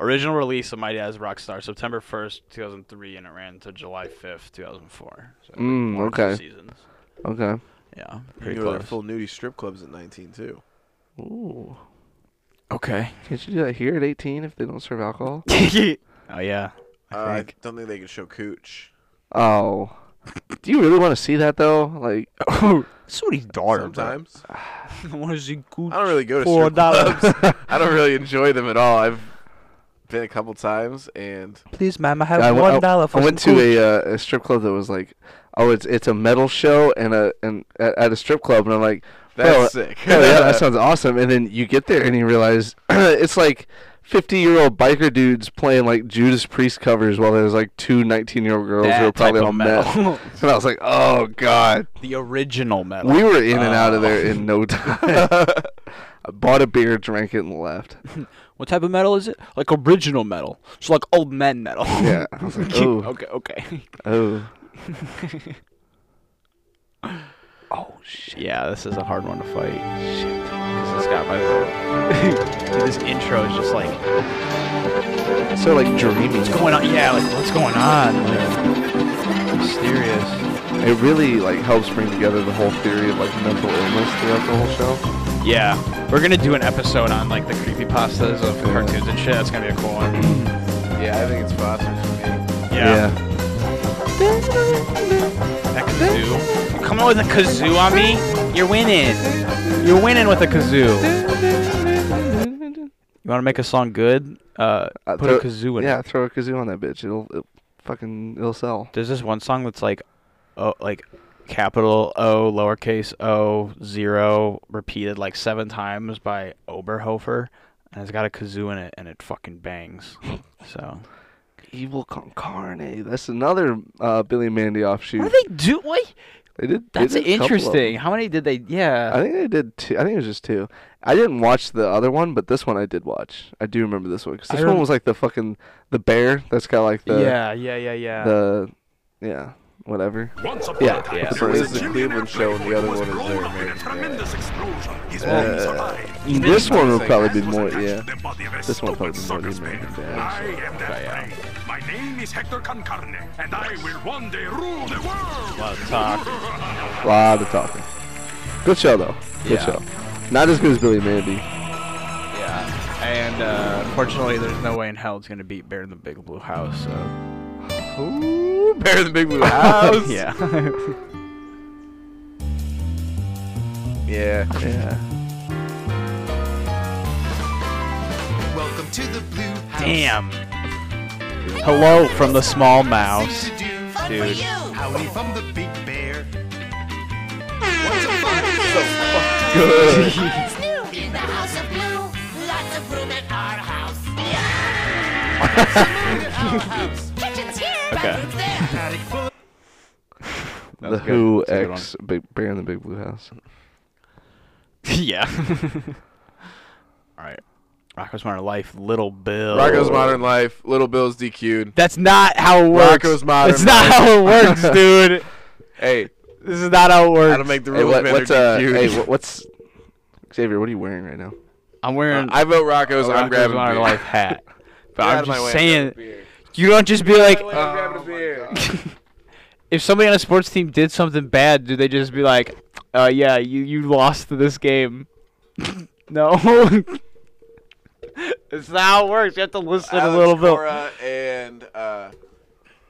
S1: Original release of My Dad's Rockstar, September 1st, 2003, and it ran to July 5th, 2004. So
S3: Mm,
S1: one or two
S3: okay.
S1: seasons.
S3: Okay.
S1: Yeah,
S2: You
S1: pretty
S2: know, there are
S1: close.
S2: full nudie strip clubs at 19 too.
S3: Ooh,
S1: Okay.
S3: can't you do that here at 18 if they don't serve alcohol?
S1: oh, yeah.
S2: I, uh, I don't think they can show cooch.
S3: Oh, do you really want to see that though? Like,
S1: Somebody's daughter.
S2: Sometimes
S1: I want to see
S2: I don't really go to
S1: Four
S2: strip
S1: dollars.
S2: clubs. I don't really enjoy them at all. I've been a couple times, and
S1: Please, ma'am, I
S3: I
S1: have
S3: went- I-
S1: one dollar for
S3: I went to a, uh, a strip club that was like, oh, it's it's a metal show and a and at, at a strip club, and I'm like,
S2: that's
S3: bro,
S2: sick.
S3: Oh yeah, that sounds awesome. And then you get there and you realize it's like 50 year old biker dudes playing like Judas Priest covers while there's like two 19 year old girls who are probably on meth. And I was like, oh god,
S1: the original metal.
S3: we were in and out of there in
S2: Oh.
S3: no time. I bought a beer, drank it, and left.
S1: what type of metal is it? Like original metal. It's like old men metal.
S3: Yeah, I was like, oh,
S1: okay, okay.
S3: oh,
S1: Oh, Yeah, this is a hard one to fight. Shit. 'Cause it's got my vote. Dude, this intro is just like,
S3: So like dreamy.
S1: what's going on? Yeah, like what's going on? Like, mysterious.
S3: It really like helps bring together the whole theory of like mental illness throughout the whole show.
S1: Yeah, we're gonna do an episode on like the creepy pastas of cartoons and shit. That's gonna be a cool one.
S2: Yeah, I think it's Foster's for me.
S1: Yeah. That kazoo. You coming with a kazoo on me? You're winning. You're winning with a kazoo. You want to make a song good? Uh,
S3: Uh,
S1: put a kazoo in
S3: Yeah,
S1: it.
S3: throw a kazoo on that bitch. It'll it fucking it'll sell.
S1: There's this one song that's like, oh, like capital O, lowercase o, zero, repeated like seven times by Oberhofer, and it's got a kazoo in it, and it fucking bangs. So.
S3: Evil Concarne. That's another uh, Billy Mandy offshoot.
S1: What do they do? What?
S3: They did. they
S1: That's
S3: did a couple of
S1: interesting. How many did they?
S3: them. I
S1: Yeah.
S3: think they did two. I think it was just two. I didn't watch the other one, but this one I did watch. I do remember this one because
S1: I
S3: this one
S1: rem-
S3: was like the fucking the bear that's got like the
S1: yeah, yeah, yeah, yeah.
S3: the yeah whatever. Yeah,
S1: Yeah.
S3: with the
S2: So
S3: birds.
S2: this is the Cleveland show, and the other one is their American Dad.
S3: Uh, this one would probably be more yeah. This one probably more than American Dad.
S8: I am that prey. My name is Hector Concarne, and I will one day rule the world.
S1: Lot of talk.
S3: A lot of talking. Good show though. Good
S1: Yeah.
S3: show. Not as good as Billy Mandy.
S1: Yeah. And uh, fortunately, there's no way in hell it's gonna beat Bear in the Big Blue House. So.
S2: Ooh, Bear in the Big Blue House.
S1: Yeah.
S2: Yeah.
S3: Yeah.
S7: Welcome to the Blue House.
S1: Damn. Hello from the small mouse.
S7: Thing to do.
S1: Dude.
S7: Howdy from the Big Bear.
S3: Good.
S6: What's new in the House of Blue? Lots of room at our house. Kitchen's here, bathroom's there.
S7: Attic full of
S3: the Who X Big Bear in the Big Blue House.
S1: yeah. All right. Rocco's Modern Life, Little Bill.
S2: Rocco's Modern Life, Little Bill's DQ'd.
S1: That's not how it works.
S2: Rocco's Modern
S1: It's not
S2: Life.
S1: how it works, dude.
S2: Hey,
S1: This is not how it works.
S2: how to make the
S3: Hey,
S2: rules
S3: what,
S2: better
S3: what's uh?
S2: DQ'd.
S3: Hey, what, what's Xavier? What are you wearing right now?
S1: I'm wearing.
S2: I vote Rocco's. I'm
S1: Rocco's
S2: grabbing
S1: Modern
S2: beer.
S1: Life hat. But
S2: Get out
S1: I'm
S2: of my
S1: just
S2: way, I'm
S1: saying, "Oh,
S2: grabbing beer.
S1: you don't just be like,
S2: I'm grabbing a beer.
S1: if somebody on a sports team did something bad, do they just be like, uh, yeah, you, you lost this game? no. It's not how it works. You have to listen
S2: Alex
S1: a little bit.
S2: Cora and uh,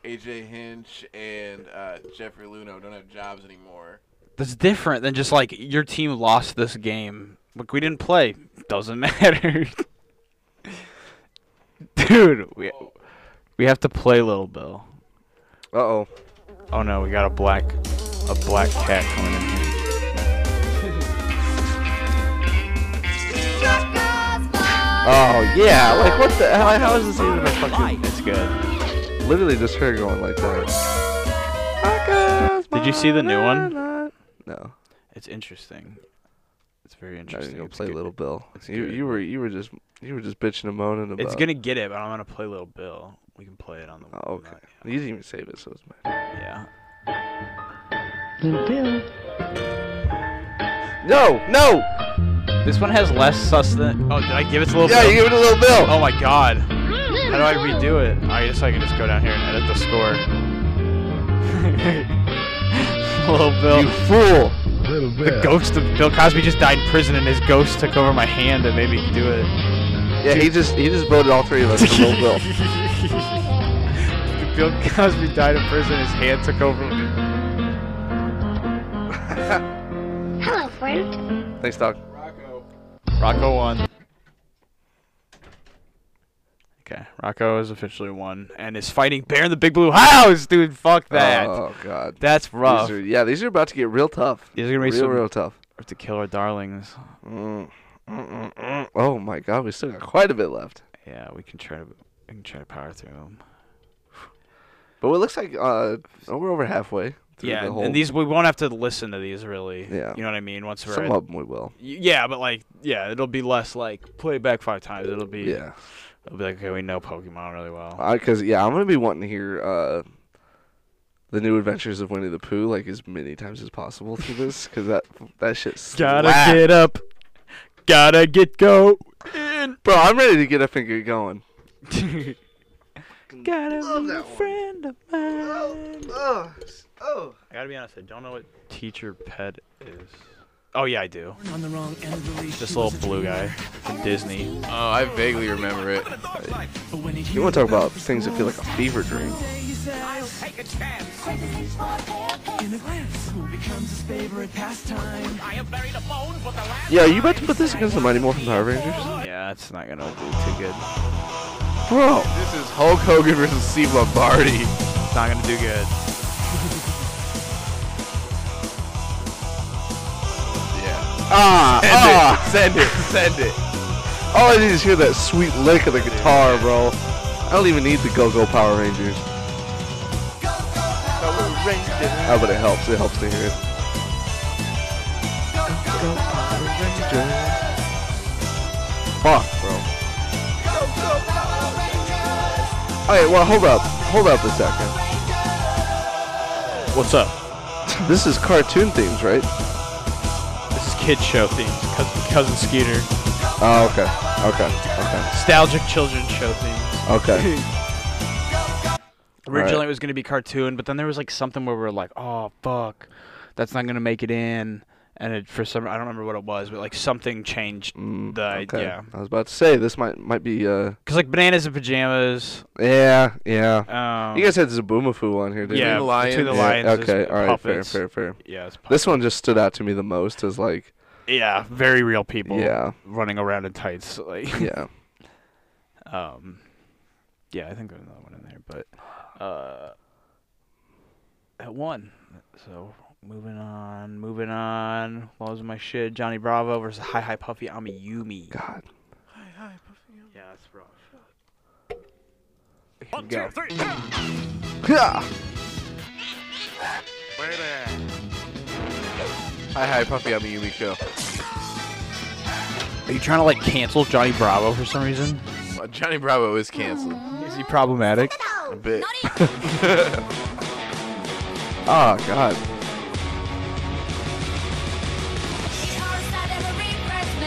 S2: AJ Hinch and uh, Jeffrey Luno don't have jobs anymore.
S1: That's different than just like your team lost this game. Like we didn't play. Doesn't matter. Dude, we we have to play Little Bill.
S3: Uh oh.
S1: Oh no, we got a black a black cat coming in here.
S3: Oh yeah. Like what the hell? How is this even a fucking?
S1: It's good.
S3: Literally just her going like that. Rocco's
S1: Did you see the new one?
S3: Modern Life. No.
S1: It's interesting. It's very
S3: I didn't
S1: interesting.
S3: go
S1: It's
S3: play
S1: good.
S3: Little Bill.
S1: it's
S3: You
S1: good.
S3: you were you were just you were just bitching and moaning about.
S1: It's gonna get it, but I'm gonna play Little Bill. We can play it on the.
S3: Oh, okay. You didn't even save it, so it's mine.
S1: Yeah.
S3: No, no.
S1: This one has less sustenance. Oh, did I give it to Little
S3: Yeah,
S1: Bill?
S3: you give it a little Bill.
S1: Oh my god. How do I redo it? Oh, I guess I can just go down here and edit the score. Little Bill.
S3: You fool.
S1: The ghost of Bill Cosby just died in prison and his ghost took over my hand and made me do it.
S3: Yeah, he just he just voted all three of us for Little Bill.
S1: Bill Cosby died in prison, his hand took over me.
S9: Hello, friend.
S3: Thanks, Doc.
S1: Rocco won. Okay, Rocco has officially won and is fighting Bear in the Big Blue House, dude. Fuck that.
S3: Oh God.
S1: That's rough.
S3: These are, yeah, these are about to get real tough.
S1: These are gonna be
S3: real,
S1: some-
S3: real tough.
S1: have to kill our darlings.
S3: Mm, mm, mm, mm. Oh my God, we still got quite a bit left.
S1: Yeah, we can try to we can try to power through them.
S3: But it looks like uh, oh, we're over halfway. Through
S1: Yeah,
S3: the
S1: and-
S3: whole,
S1: and these we won't have to listen to these really.
S3: Yeah.
S1: you know what I mean. Once we're
S3: Some
S1: at-
S3: of them we will.
S1: Y- yeah, but like yeah, it'll be less like play it back five times. It'll be
S3: Yeah.
S1: It'll be like okay, we know Pokemon really well.
S3: Because yeah, I'm gonna be wanting to hear uh, the new adventures of Winnie the Pooh like as many times as possible through this because that that shit.
S1: Gotta
S3: slaps.
S1: get up, Gotta get go.
S3: Bro, I'm ready to get up and get going.
S1: Gotta
S10: Love that one.
S1: friend of mine.
S10: Oh, oh.
S1: I gotta be honest, I don't know what teacher pet is. Oh yeah, I do.
S4: On the wrong end of the leash,
S1: This little blue guy from Disney.
S2: Oh, I vaguely remember it.
S4: but when it
S3: You want to talk about things that feel like a fever dream?
S5: Take a chance.
S4: in a glance, school becomes his favorite pastime.
S5: I have buried a bone for the last
S3: Yeah, you about to put this against the Mighty Morphin Power Rangers?
S1: Yeah, it's not gonna do too good.
S3: Bro,
S2: This is Hulk Hogan versus Steve Lombardi.
S1: It's not gonna do good.
S2: Yeah.
S3: ah, ah.
S2: Send it. Send it.
S3: All I need is hear that sweet lick of the guitar, bro. I don't even need the Go Go Power Rangers. Oh, but it helps. It helps to hear it. Fuck, bro. Alright, well, hold up. Hold up a second.
S1: What's up?
S3: This is cartoon themes, right?
S1: This is kid show themes. Cousin, cousin Skeeter.
S3: Oh, okay.
S1: Nostalgic children's show themes.
S3: Okay. Okay. Okay.
S1: Originally
S3: Right.
S1: it was gonna be cartoon, but then there was like something where we were like, oh fuck, that's not gonna make it in. And it, for some, I don't remember what it was, but like something changed
S3: Mm,
S1: the
S3: okay.
S1: yeah.
S3: I was about to say this might might be uh
S1: Cause like bananas and pajamas.
S3: yeah, yeah.
S1: Um,
S3: You guys had Zaboomafoo on here, didn't
S1: yeah,
S3: you?
S1: between the
S2: Lions.
S3: Yeah,
S1: lions. is
S3: okay, all right, fair,
S1: puppets.
S3: fair, fair.
S1: Yeah, it's puppets.
S3: This one just stood out to me the most as like,
S1: yeah, very real people.
S3: yeah,
S1: running around in tights. Like,
S3: yeah.
S1: um, yeah, I think there's another one in there, but uh, at one. So moving on, moving on. What was my shit? Johnny Bravo versus Hi Hi Puffy Amiyumi.
S3: God,
S1: Yeah, that's rough.
S8: One, two, three. yeah.
S3: yeah.
S2: Hi, hi, Puffy. I'm a Yumi show.
S1: Are you trying to like cancel Johnny Bravo for some reason?
S2: Well, Johnny Bravo is canceled.
S1: Is he problematic?
S2: A bit.
S3: Oh God,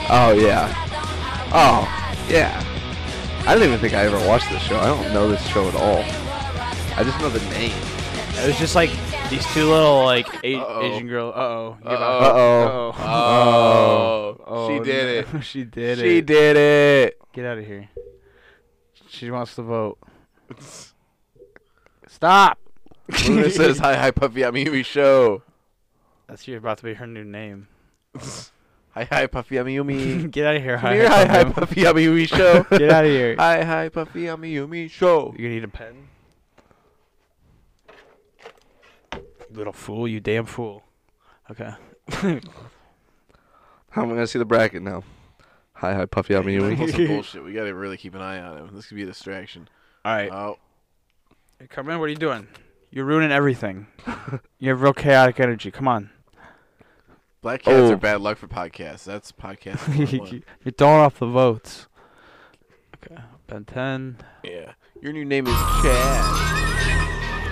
S9: Oh,
S3: yeah.
S9: yeah.
S3: Oh.
S9: Oh.
S3: yeah. I don't even think I ever watched this show. I don't know this show at all. I just know the name.
S1: It was just like these two little like eight
S2: Uh-oh.
S1: Asian girl. Uh oh.
S2: Uh-oh.
S1: Uh-oh.
S3: Uh oh.
S2: Oh, she did it.
S1: she did it.
S2: She did it.
S1: Get out of here. She wants to vote. Stop.
S2: Luna says, "Hi, hi, Puffy. I'm a Yumi show."
S1: That's you about to be her new name.
S2: Hi, hi, Puffy. I'm a Yumi.
S1: Get out of here,
S2: Come here. Hi, hi, Puffy. I'm a Yumi show.
S1: Get out of here.
S2: Hi, hi, Puffy. I'm a Yumi show.
S1: You gonna need a pen? You little fool, you damn fool. Okay.
S3: How am I gonna see the bracket now? Hi, hi, Puffy. I'm
S2: Pull
S3: Yumi.
S2: some bullshit. We gotta really keep an eye on him. This could be a distraction.
S1: Alright.
S2: Oh,
S1: Come in, Uh, what are you doing? You're ruining everything. you have real chaotic energy. Come on.
S2: black cats
S3: Oh.
S2: are bad luck for podcasts. That's podcast.
S1: You're
S2: 101.
S1: throwing off the votes. Okay. Ben 10.
S2: yeah. Your new name is Chad.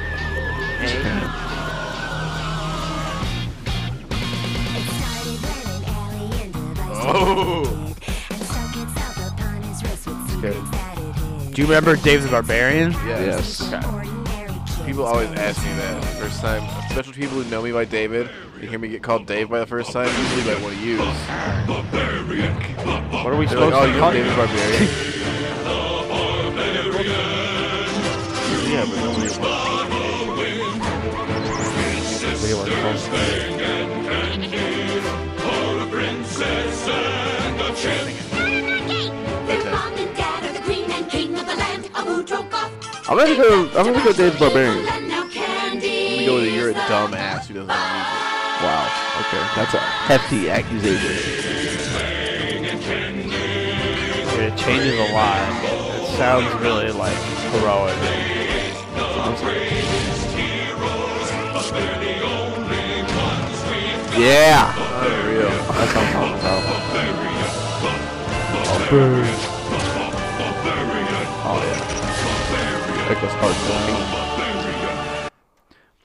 S2: Oh.
S1: Do you remember Dave the Barbarian?
S2: Yes.
S3: Yes.
S2: People always ask me that the first time. Especially people who know me by David. You hear me get called Dave by the first time, usually by one of you. They're
S1: What are we
S2: like,
S1: supposed
S2: oh,
S1: to
S2: you're
S1: call
S2: David Barbarian. yeah, but nobody wants
S3: I'm gonna go. I'm gonna go Dave's Barbarian.
S2: to go with you're a dumbass who doesn't have
S3: Wow. Okay, that's a hefty accusation.
S1: It changes a lot. It sounds really like heroic.
S3: Yeah.
S2: music. Unreal.
S3: That's what I'm talking about. Oh yeah. That goes hard.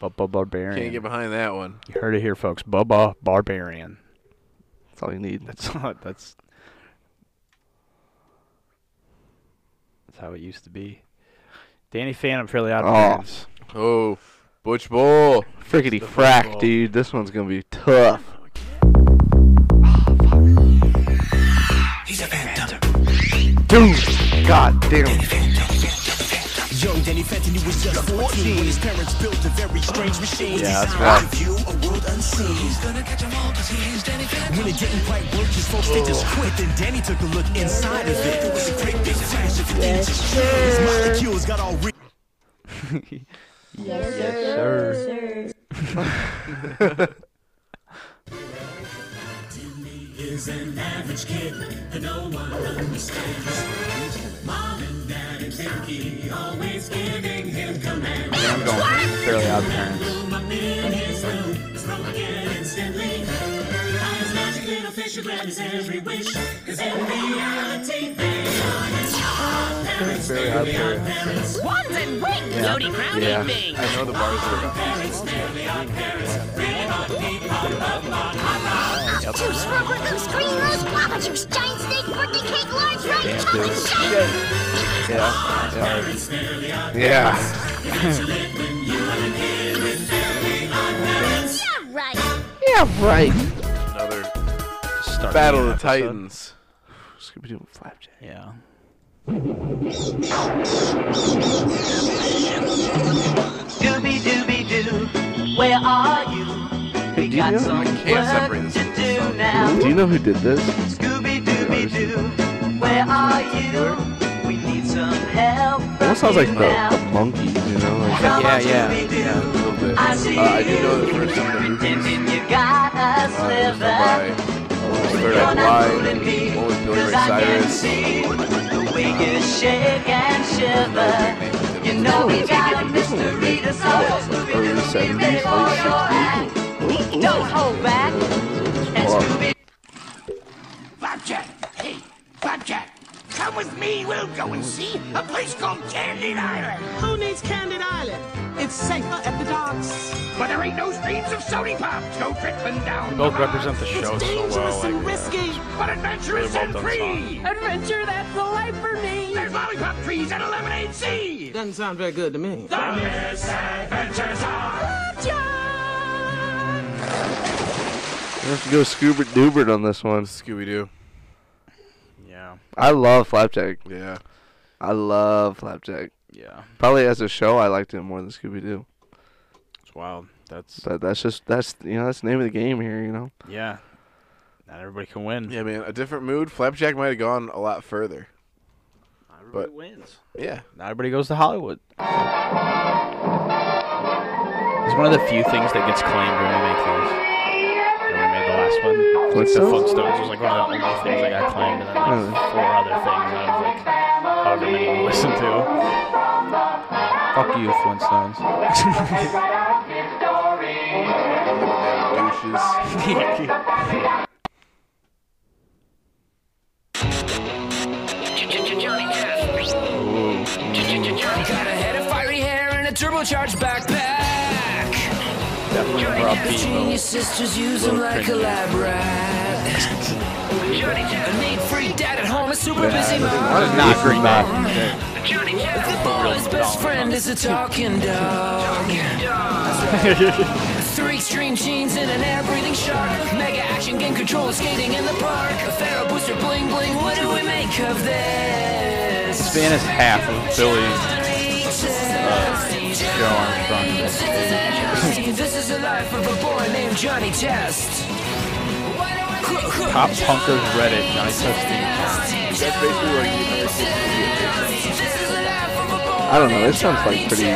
S1: Bubba
S2: Can't
S1: Barbarian.
S2: get behind that one.
S1: you heard it here, folks. Bubba Barbarian.
S3: That's all you need.
S1: That's not. That's That's how it used to be. Danny Phantom fairly odd
S3: Oh,
S1: parents.
S2: Oh, Butch Bull.
S3: Frickety
S1: Stuff
S3: frack,
S1: like that.
S3: dude. This one's gonna be tough.
S7: He's a phantom.
S3: Dude, god damn.
S7: Young Danny Fenton, he was just 14 when his parents built a very strange machine.
S3: Yeah, that's
S7: Designed
S3: right.
S7: to view a world unseen. He's gonna catch 'em all 'cause he's Danny Phantom. When it didn't quite work, his folks, they just quit. Then Danny took a look inside of it. It was a great big flash of things. His molecules got all re-
S1: Yes, sir. I'm going fairly odd parents.
S2: Very hot there.
S6: Swans and wings, Yodi Brown evening.
S2: I know the bars are.
S9: Two scrubber goose, green rose, guava juice, giant snake, birthday cake, large red, chocolate shake.
S2: Yeah.
S9: Yeah, right.
S2: Another
S1: Starting
S2: Battle of the
S1: episode.
S2: Titans.
S3: Scooby Doo flapjack.
S1: Yeah.
S5: Dooby dooby doo, where are you? We
S3: do you know-
S5: some
S2: I can't separate
S5: work
S2: this
S5: to
S2: from
S5: do now.
S3: Do you know who did this?
S5: Scooby dooby doo, where are you? We need some help.
S3: It almost sounds
S5: from
S3: like
S5: you
S3: the,
S5: now.
S3: the monkeys, you know? Like,
S1: Yeah, yeah,
S2: Yeah, a little bit. Uh, I do know the first time the movies.
S5: You got a
S2: Uh, it was by Third Eye Blind. One with Billy Ray Cyrus.
S5: the way you shake and shiver.
S2: Another
S5: You
S2: big name.
S5: know we got a mystery to solve.
S3: early 70s, late 60s.
S5: Don't hold back. And
S3: Or-
S5: Scooby
S7: Flapjack! Hey, Flapjack! Come with me, we'll go and see a place called Candy Island!
S10: Who needs Candid Island? It's safer at the docks.
S7: Where there ain't no streams of sody pop! Go trickling down!
S1: Both represent the show
S10: It's
S1: so
S10: dangerous
S1: well.
S10: and
S1: Like, uh,
S10: risky.
S7: But adventurous
S1: Really
S7: and
S1: well done
S7: free!
S10: Adventure, that's the life for me.
S7: There's lollipop trees and a lemonade sea!
S10: Doesn't sound very good to me.
S7: The misadventures are...
S3: we have to go Scoober Doobert on this one.
S2: Scooby Doo.
S1: yeah.
S3: I love Flapjack.
S2: Yeah.
S3: I love Flapjack.
S1: Yeah.
S3: Probably as a show, I liked it more than Scooby Doo.
S1: It's wild. That's
S3: But that's just, that's, you know, that's the name of the game here, you know?
S1: yeah. Not everybody can win.
S2: Yeah, man. A different mood. Flapjack might have gone a lot further.
S1: Not
S2: but-
S1: wins.
S2: Yeah.
S1: Not everybody goes to Hollywood. It's one of the few things that gets claimed when we make these. And we made the last one. Like the
S3: Flintstones?
S1: Flintstones was like one of the only things that got claimed, and then like
S3: Really?
S1: four other things out of like however many we listened to. Fuck you, Flintstones.
S2: Douches.
S5: Johnny Depp. Johnny got a head of fiery hair and a turbocharged backpack.
S1: Definitely more upbeat,
S5: Your
S1: though.
S5: sisters use him
S1: Little
S5: like a
S1: cringy.
S5: lab rat. Johnny Depp. A neat freak dad at home, a super busy mom.
S1: This is not Green Day.
S5: Johnny Depp. The boy's best friend is a talking dog. Three extreme jeans and an air-breathing shark. Mega action game controller skating in the park. A pharaoh booster bling bling. What do we make of this?
S1: Span is half of uh, Billy's show on
S5: This is the life of a boy named Johnny Test.
S1: Pop Punkers Reddit, Johnny Test.
S2: That's basically like the American Idiot.
S3: I don't know. This sounds like pretty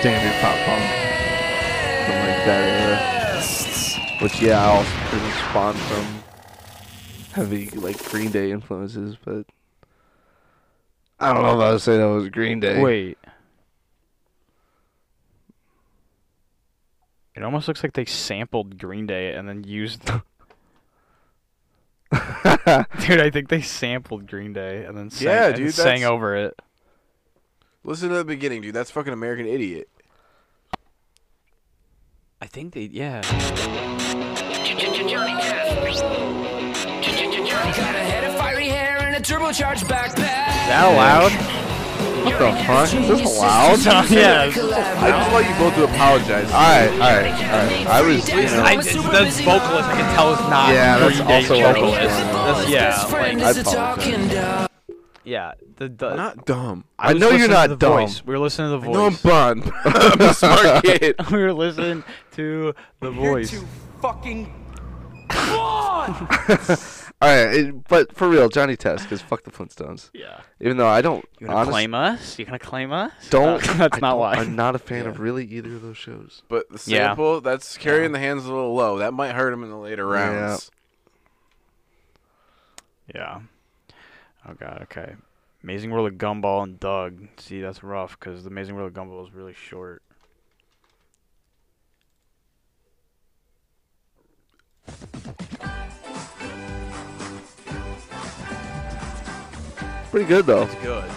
S3: standard pop punk. Something like that era. Which, yeah, I also pretty spawned from heavy, like, Green Day influences, but. I don't know if I would say that was Green Day.
S1: Wait. It almost looks like they sampled Green Day and then used. dude, I think they sampled Green Day and then sang,
S2: Yeah,
S1: and
S2: dude,
S1: sang
S2: that's-
S1: over it.
S2: Listen to the beginning, dude. That's fucking American Idiot.
S1: I think they, yeah.
S5: Johnny got a head of fiery hair and a turbocharged backpack.
S1: Is that allowed?
S3: What the fuck? Is this allowed?
S1: yeah.
S3: I just want you both to apologize. Alright, alright, alright. I was, you know,
S1: I, it's, that's vocalist. I can tell it's not.
S3: Yeah, that's
S1: Green Day's
S3: also what I was
S1: vocalist.
S3: doing.
S1: That's, yeah, like,
S3: I apologize.
S1: yeah. The, the,
S2: Not dumb.
S3: I know
S1: was
S3: you're
S1: listening to
S3: not
S1: the
S3: dumb.
S1: Voice. We were listening to the
S2: I know I'm
S1: voice.
S2: bun. I'm a smart kid.
S1: we were listening to the voice.
S4: fucking
S3: Alright, it- but for real, Johnny Test, because fuck the Flintstones.
S1: Yeah.
S3: Even though I don't,
S1: You gonna
S3: honestly,
S1: claim us? You gonna claim us?
S3: don't.
S1: No,
S3: I
S1: that's not
S3: don't-
S1: why.
S3: I'm not a fan of really either of those shows.
S2: But the
S1: Yeah.
S2: sample, that's carrying the hands a little low. That might hurt him in the later rounds.
S1: Yeah. Oh god. Okay. Amazing World of Gumball and Doug. See, that's rough because the Amazing World of Gumball is really short.
S3: It's pretty good though.
S1: Good.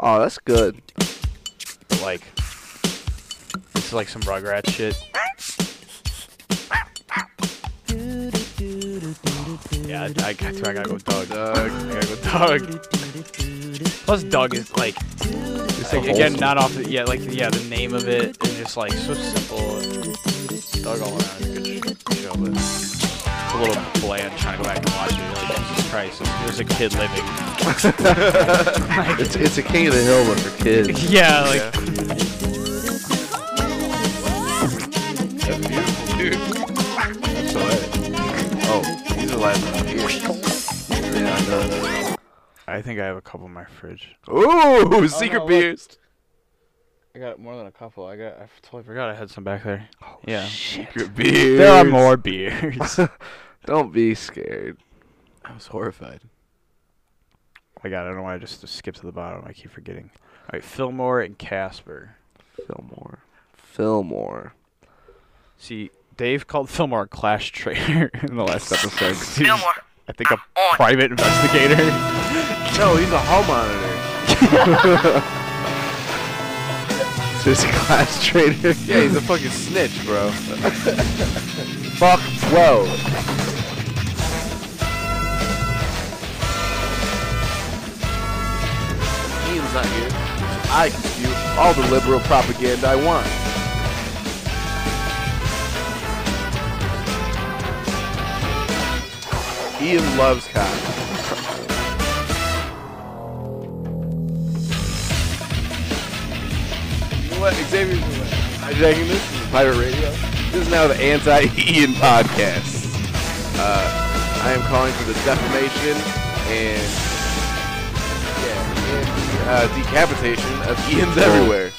S3: Oh, that's good.
S1: Like, this is like some Rugrats shit. Yeah, I, I, I gotta go with Doug.
S2: Doug.
S1: I gotta go with Doug. Plus, Doug is like,
S3: It's
S1: like, again, not off. The, yeah, like yeah, the name of it is just like so simple. Doug all around is a good sh- show, but it's a little bland trying to go back and watch it. You're Like Jesus Christ, there's a kid living.
S3: It's it's a King of the Hill but for kids.
S1: Yeah, like
S2: That's beautiful, dude. That's alright. Oh, he's alive in the
S1: I think I have a couple in my fridge.
S2: Ooh, secret
S1: Oh, look.
S2: beers.
S1: I got more than a couple. I got. I totally forgot I had some back there. yeah.
S2: Secret beers.
S1: There are more beers.
S3: Don't be scared.
S2: I was horrified.
S1: I got. I don't know why I just skipped to the bottom. I keep forgetting. All right, Fillmore and Casper.
S3: Fillmore. Fillmore.
S1: See, Dave called Fillmore a clash traitor in the last episode. 'cause he was,
S5: Fillmore,
S1: I think a private investigator.
S2: No, he's a hall monitor.
S3: Is this class trainer?
S2: Yeah, he's a fucking snitch, bro.
S3: Fuck bro.
S2: Ian's not here. I can view all the liberal propaganda I want. Ian loves cops. You know what? Xavier's hijacking this. This is pirate radio. This is now the anti-Ian podcast. Uh, I am calling for the defamation and yeah, and the, uh, decapitation of Ian's everywhere.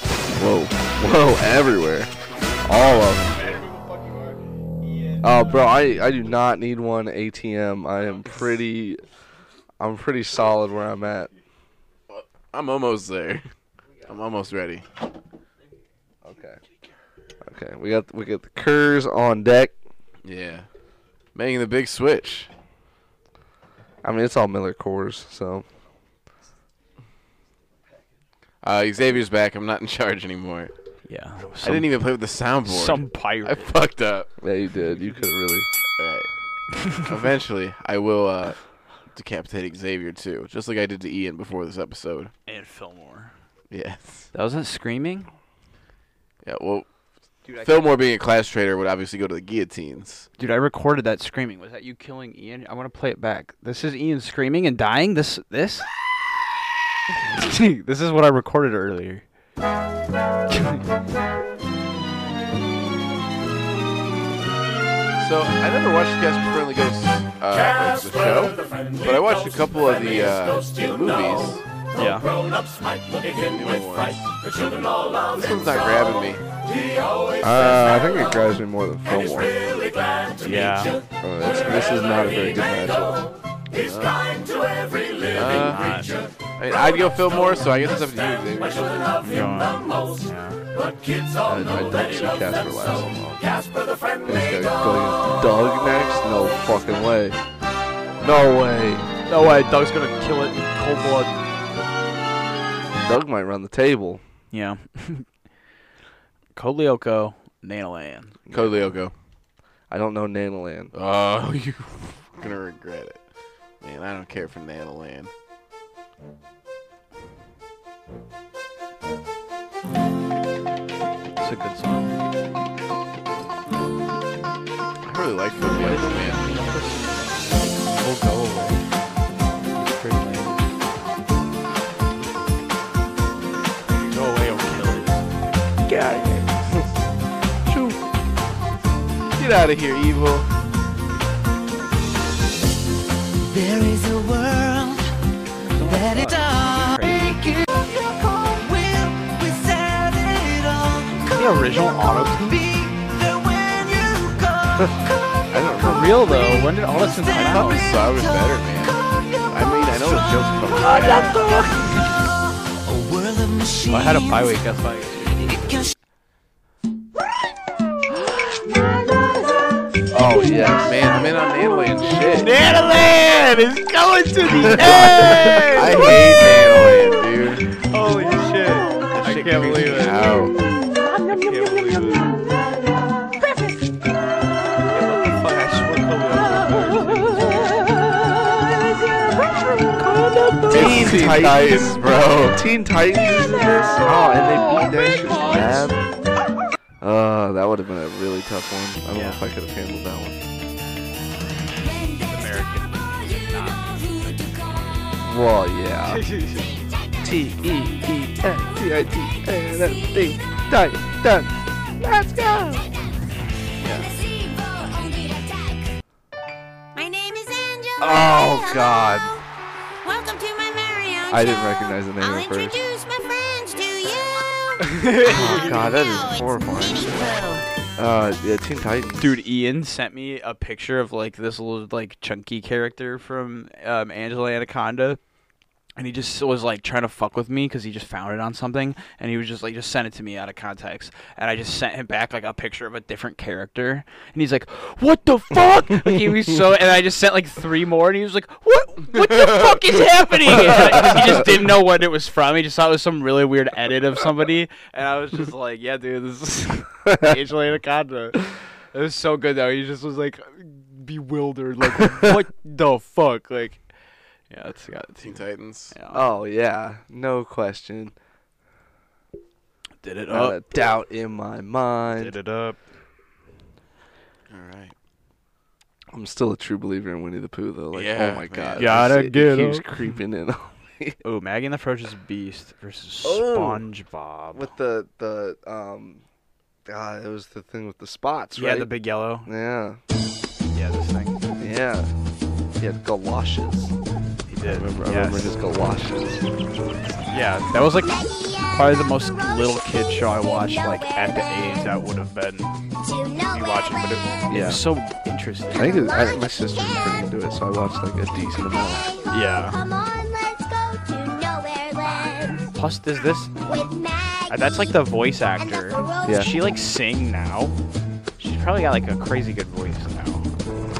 S3: Whoa. Whoa, everywhere. All of them. Oh bro, I, I do not need one ATM. I am pretty I'm pretty solid where I'm at.
S2: I'm almost there. I'm almost ready.
S3: Okay. Okay. We got we got the curs on deck.
S2: Yeah. Making the big switch.
S3: I mean it's all Miller cores, so
S2: Uh, Xavier's back. I'm not in charge anymore.
S1: Yeah.
S2: I didn't even play with the soundboard.
S1: Some
S2: I
S1: pirate.
S2: fucked up.
S3: yeah you did. You could really
S2: Alright. Eventually, I will uh, decapitate Xavier too, just like I did to Ian before this episode.
S1: and Fillmore.
S2: Yes.
S1: That wasn't screaming.
S2: Yeah, well, Fillmore being a class traitor would obviously go to the guillotines.
S1: Dude, I recorded that screaming. Was that you killing Ian? I want to play it back. This is Ian screaming and dying. This, this. this is what I recorded earlier.
S2: So I never watched Casper Friendly Ghost, uh, the show, but I watched a couple of the, uh, the movies.
S1: Yeah.
S2: This one's not grabbing me.
S3: Uh, I think it grabs me more than Fillmore. Uh,
S1: Yeah.
S3: it's, this is not a very good matchup.
S2: Uh, I mean, I'd go Fillmore, so I guess it's up to you, Xavier.
S3: I, I don't see Casper lasting long. Is there going Doug next? No fucking way. No way.
S1: No way. Doug's gonna kill it in cold blood.
S3: Doug might run the table.
S1: Yeah. Code Lyoko, Nanoland.
S2: Code Lyoko.
S3: I don't know Nanoland.
S2: Oh, you're gonna regret it. Man, I don't care for Nanoland.
S1: It's a good song.
S2: I really like Code Lyoko, man.
S1: We'll go away. It's pretty lame.
S2: Go away, O'Kelly.
S3: Get out of here.
S2: Get out of here, evil.
S4: There is a world that it all.
S1: The original auto tune.
S2: I don't
S1: For real though, when did Autotune come
S2: I
S1: out?
S2: thought this song was better, man. I mean, I know the jokes come from
S1: Well, I had a bye week, that's why.
S2: Oh, yeah. Man, I'm in on Nanoland shit.
S1: Nanoland is going to the end!
S2: I hate Nanoland, dude.
S1: Holy shit. I can't believe it.
S2: Ow. Teen Titans, bro.
S3: Teen Titans is this? Oh, and they beat that shit bad. Uh, that would have been a really tough one. I don't know if I could have handled that one. Well, yeah. T E E N T I T A N S T Titan.
S9: My name is Angela.
S3: Oh God,
S9: Welcome to my Marion
S3: I didn't
S9: show.
S3: recognize the name
S9: I'll
S3: at first.
S9: introduce my friends to you.
S3: oh, God, that is horrifying.
S9: horrifying.
S3: Uh, yeah, Teen Titans.
S1: Dude, Ian sent me a picture of like this little like chunky character from um, Angela Anaconda, and he just was like trying to fuck with me because he just found it on something, and he was just like just sent it to me out of context, and I just sent him back like a picture of a different character, and he's like, "What the fuck?" like he was so, and I just sent like three more, and he was like, "What? What the fuck is happening?" And I- he just didn't know what it was from. He just thought it was some really weird edit of somebody, and I was just like, "Yeah, dude, this is." Angel Anaconda. It was so good though. He just was like bewildered, like what the fuck? Like, yeah, it's got it's,
S2: Teen Titans.
S1: yeah.
S3: Oh yeah, no question.
S1: did it
S3: Not
S1: up,
S3: a doubt in my mind.
S1: did it up.
S2: Alright.
S3: I'm still a true believer in Winnie the Pooh though. Like,
S2: Yeah,
S3: oh my
S2: man.
S3: God,
S1: Gotta
S3: this-
S1: get
S3: He's
S1: 'em.
S3: creeping in
S1: Oh, Maggie and the Ferocious Beast versus
S3: Oh.
S1: SpongeBob.
S3: with the the um. Uh, it was the thing with the spots,
S1: yeah,
S3: right?
S1: the big yellow.
S3: yeah,
S1: Yeah, this thing.
S3: yeah. He had galoshes.
S1: He did.
S3: I remember, I
S1: yes.
S3: remember his galoshes.
S1: Yeah, that was like probably the most little kid show I watched. Like at the age that would have been me watching, but it, it
S3: Yeah.
S1: was so interesting.
S3: I think it, I, my sister was pretty into it, so I watched like a decent amount.
S1: Yeah.
S9: Come on, let's go to nowhere land
S1: Plus, does this? uh,
S9: with Maggie.
S1: That's like the voice
S9: and
S1: actor.
S9: Buckaroo.
S3: Yeah.
S1: Does she like sing now? She's probably got like a crazy good voice now.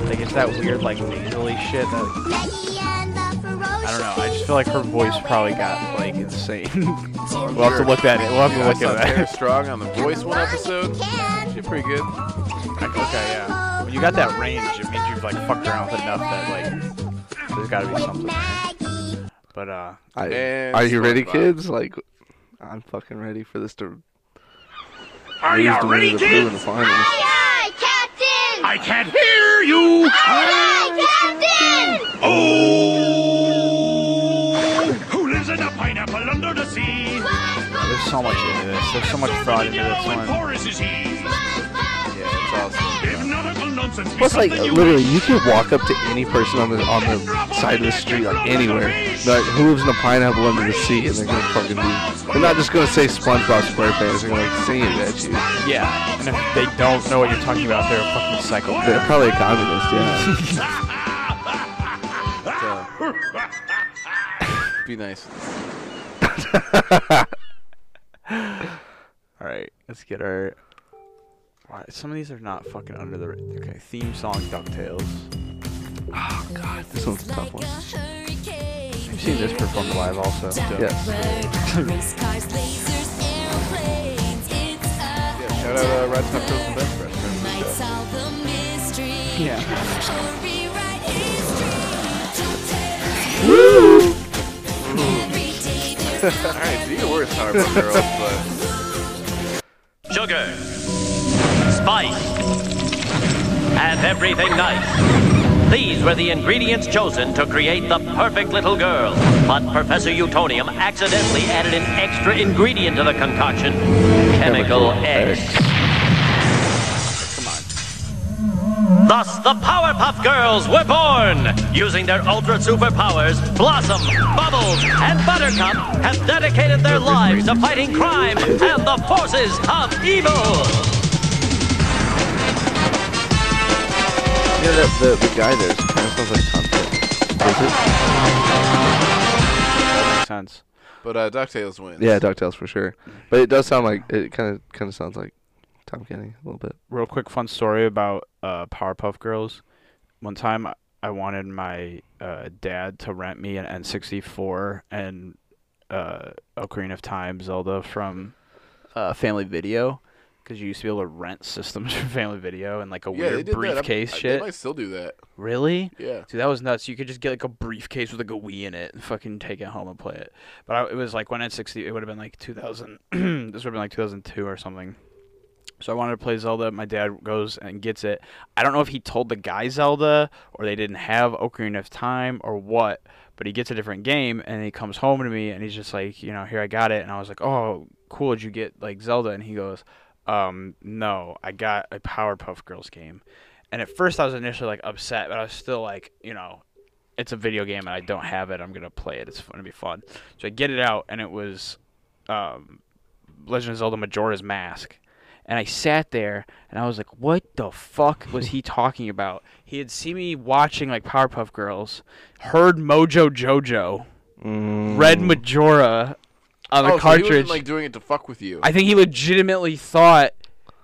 S1: Like it's that weird like nasally shit that
S9: Maggie and the
S1: I don't know.
S9: ferocious
S1: I just feel like her voice probably got like insane. we'll have to
S2: Sure.
S1: look at it. We'll have to
S2: Dude, I saw
S1: look at
S2: Tara
S1: that.
S2: Strong on the Voice one episode.
S9: Can.
S2: She pretty good.
S1: okay, yeah. When you got that range, it means you've like fucked around with enough that like there's got to be something.
S9: Maggie.
S1: But uh,
S3: I,
S2: And
S3: are you ready,
S2: SpongeBob.
S3: kids? Like, I'm fucking ready for this to.
S8: Are
S3: lose
S8: you
S3: to
S8: ready,
S3: Winnie the Pooh in
S8: kids?
S3: the finals.
S9: Aye, aye, Captain.
S8: I can't hear you!
S9: Aye, Captain.
S8: Oh! Who lives in a pineapple under the sea?
S1: there's so much into this. There's so much fraud into this
S8: and
S1: one.
S8: porous is he?
S2: Yeah, it's awesome.
S8: If nautical nonsense be
S3: Plus, like,
S8: something you
S3: literally,
S8: wish-
S3: you could walk up to any person on the on the side of the street, like anywhere, like who lives in a pineapple under the sea, and they're gonna fucking be. They're not just gonna say SpongeBob SquarePants. They're gonna like sing it at you.
S1: Yeah, and if they don't know what you're talking about, they're a fucking psycho.
S3: They're probably a communist, yeah.
S2: Be nice.
S1: All right, let's get our. Why some of these are not fucking under the. ra- Okay, theme song Ducktales. Ah,
S3: This one's a tough one.
S1: I've seen this performed live also.
S3: Yes.
S11: Race cars, lasers, airplanes. It's a
S2: Shout out uh, Red Top Girls the Best Restaurant.
S11: Might solve the mystery.
S2: Yeah.
S11: Or rewrite history.
S2: Woo! Alright, do your worst, Harper Girls, but.
S12: Sugar, spice, and everything nice. These were the ingredients chosen to create the perfect little girl. But Professor Utonium accidentally added an extra ingredient to the concoction Chemical X. Thus, the Powerpuff Girls were born! Using their ultra superpowers, Blossom, Bubbles, and Buttercup have dedicated their lives to fighting crime and the forces of evil!
S3: Yeah, that, the, the guy there is kind of sounds like Tom Hanks.
S1: Sense.
S2: But uh, DuckTales wins.
S3: Yeah, Ducktales for sure. But it does sound like it kind of kind of sounds like Tom Kenny a little bit.
S1: real quick fun story about uh, Powerpuff Girls. One time, I- I wanted my uh, dad to rent me an N64 and uh, Ocarina of Time Zelda from uh, Family Video because you used to be able to rent systems from Family Video and like a
S2: Yeah, they
S1: weird
S2: did that. I'm-
S1: briefcase
S2: I-
S1: shit.
S2: They might still do that.
S1: Really?
S2: Yeah.
S1: Dude, that was nuts. You could just get like a briefcase with like a Wii in it and fucking take it home and play it. But I, it was like when I had 60, it would have been like 2000. this would have been like 2002 or something. So I wanted to play Zelda. My dad goes and gets it. I don't know if he told the guy Zelda or they didn't have Ocarina of Time or what, but he gets a different game and he comes home to me and he's just like, you know, here I got it. And I was like, oh, cool. Did you get like Zelda? And he goes, um, no, I got a Powerpuff Girls game. And at first I was initially like upset, but I was still like, you know, it's a video game and I don't have it. I'm gonna play it. It's gonna be fun. So I get it out, and it was um, Legend of Zelda Majora's Mask. And I sat there and I was like, what the fuck was he talking about? He had seen me watching like Powerpuff Girls, heard Mojo Jojo, read Majora on the
S2: Mm. oh, so he
S1: cartridge.
S2: wasn't, like doing it to fuck with you.
S1: I think he legitimately thought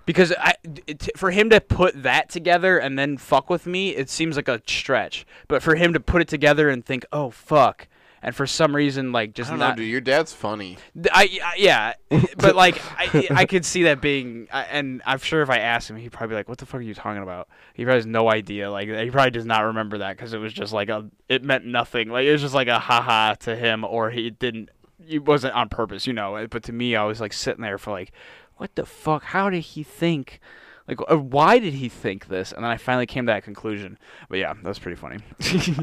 S1: because I it, for him to put that together and then fuck with me, it seems like a stretch. But for him to put it together and think, "Oh fuck." And for some reason, like just
S2: I don't
S1: not,
S2: know, dude. Your dad's funny.
S1: Th- I, I yeah, but like I, I could see that being, I- and I'm sure if I asked him, he'd probably be like, "What the fuck are you talking about?" He probably has no idea. Like he probably does not remember that because it was just like a, it meant nothing. Like it was just like a haha to him, or he didn't, it wasn't on purpose, you know. But to me, I was like sitting there for like, what the fuck? How did he think? Like, uh, why did he think this? And then I finally came to that conclusion. But yeah, that was pretty funny.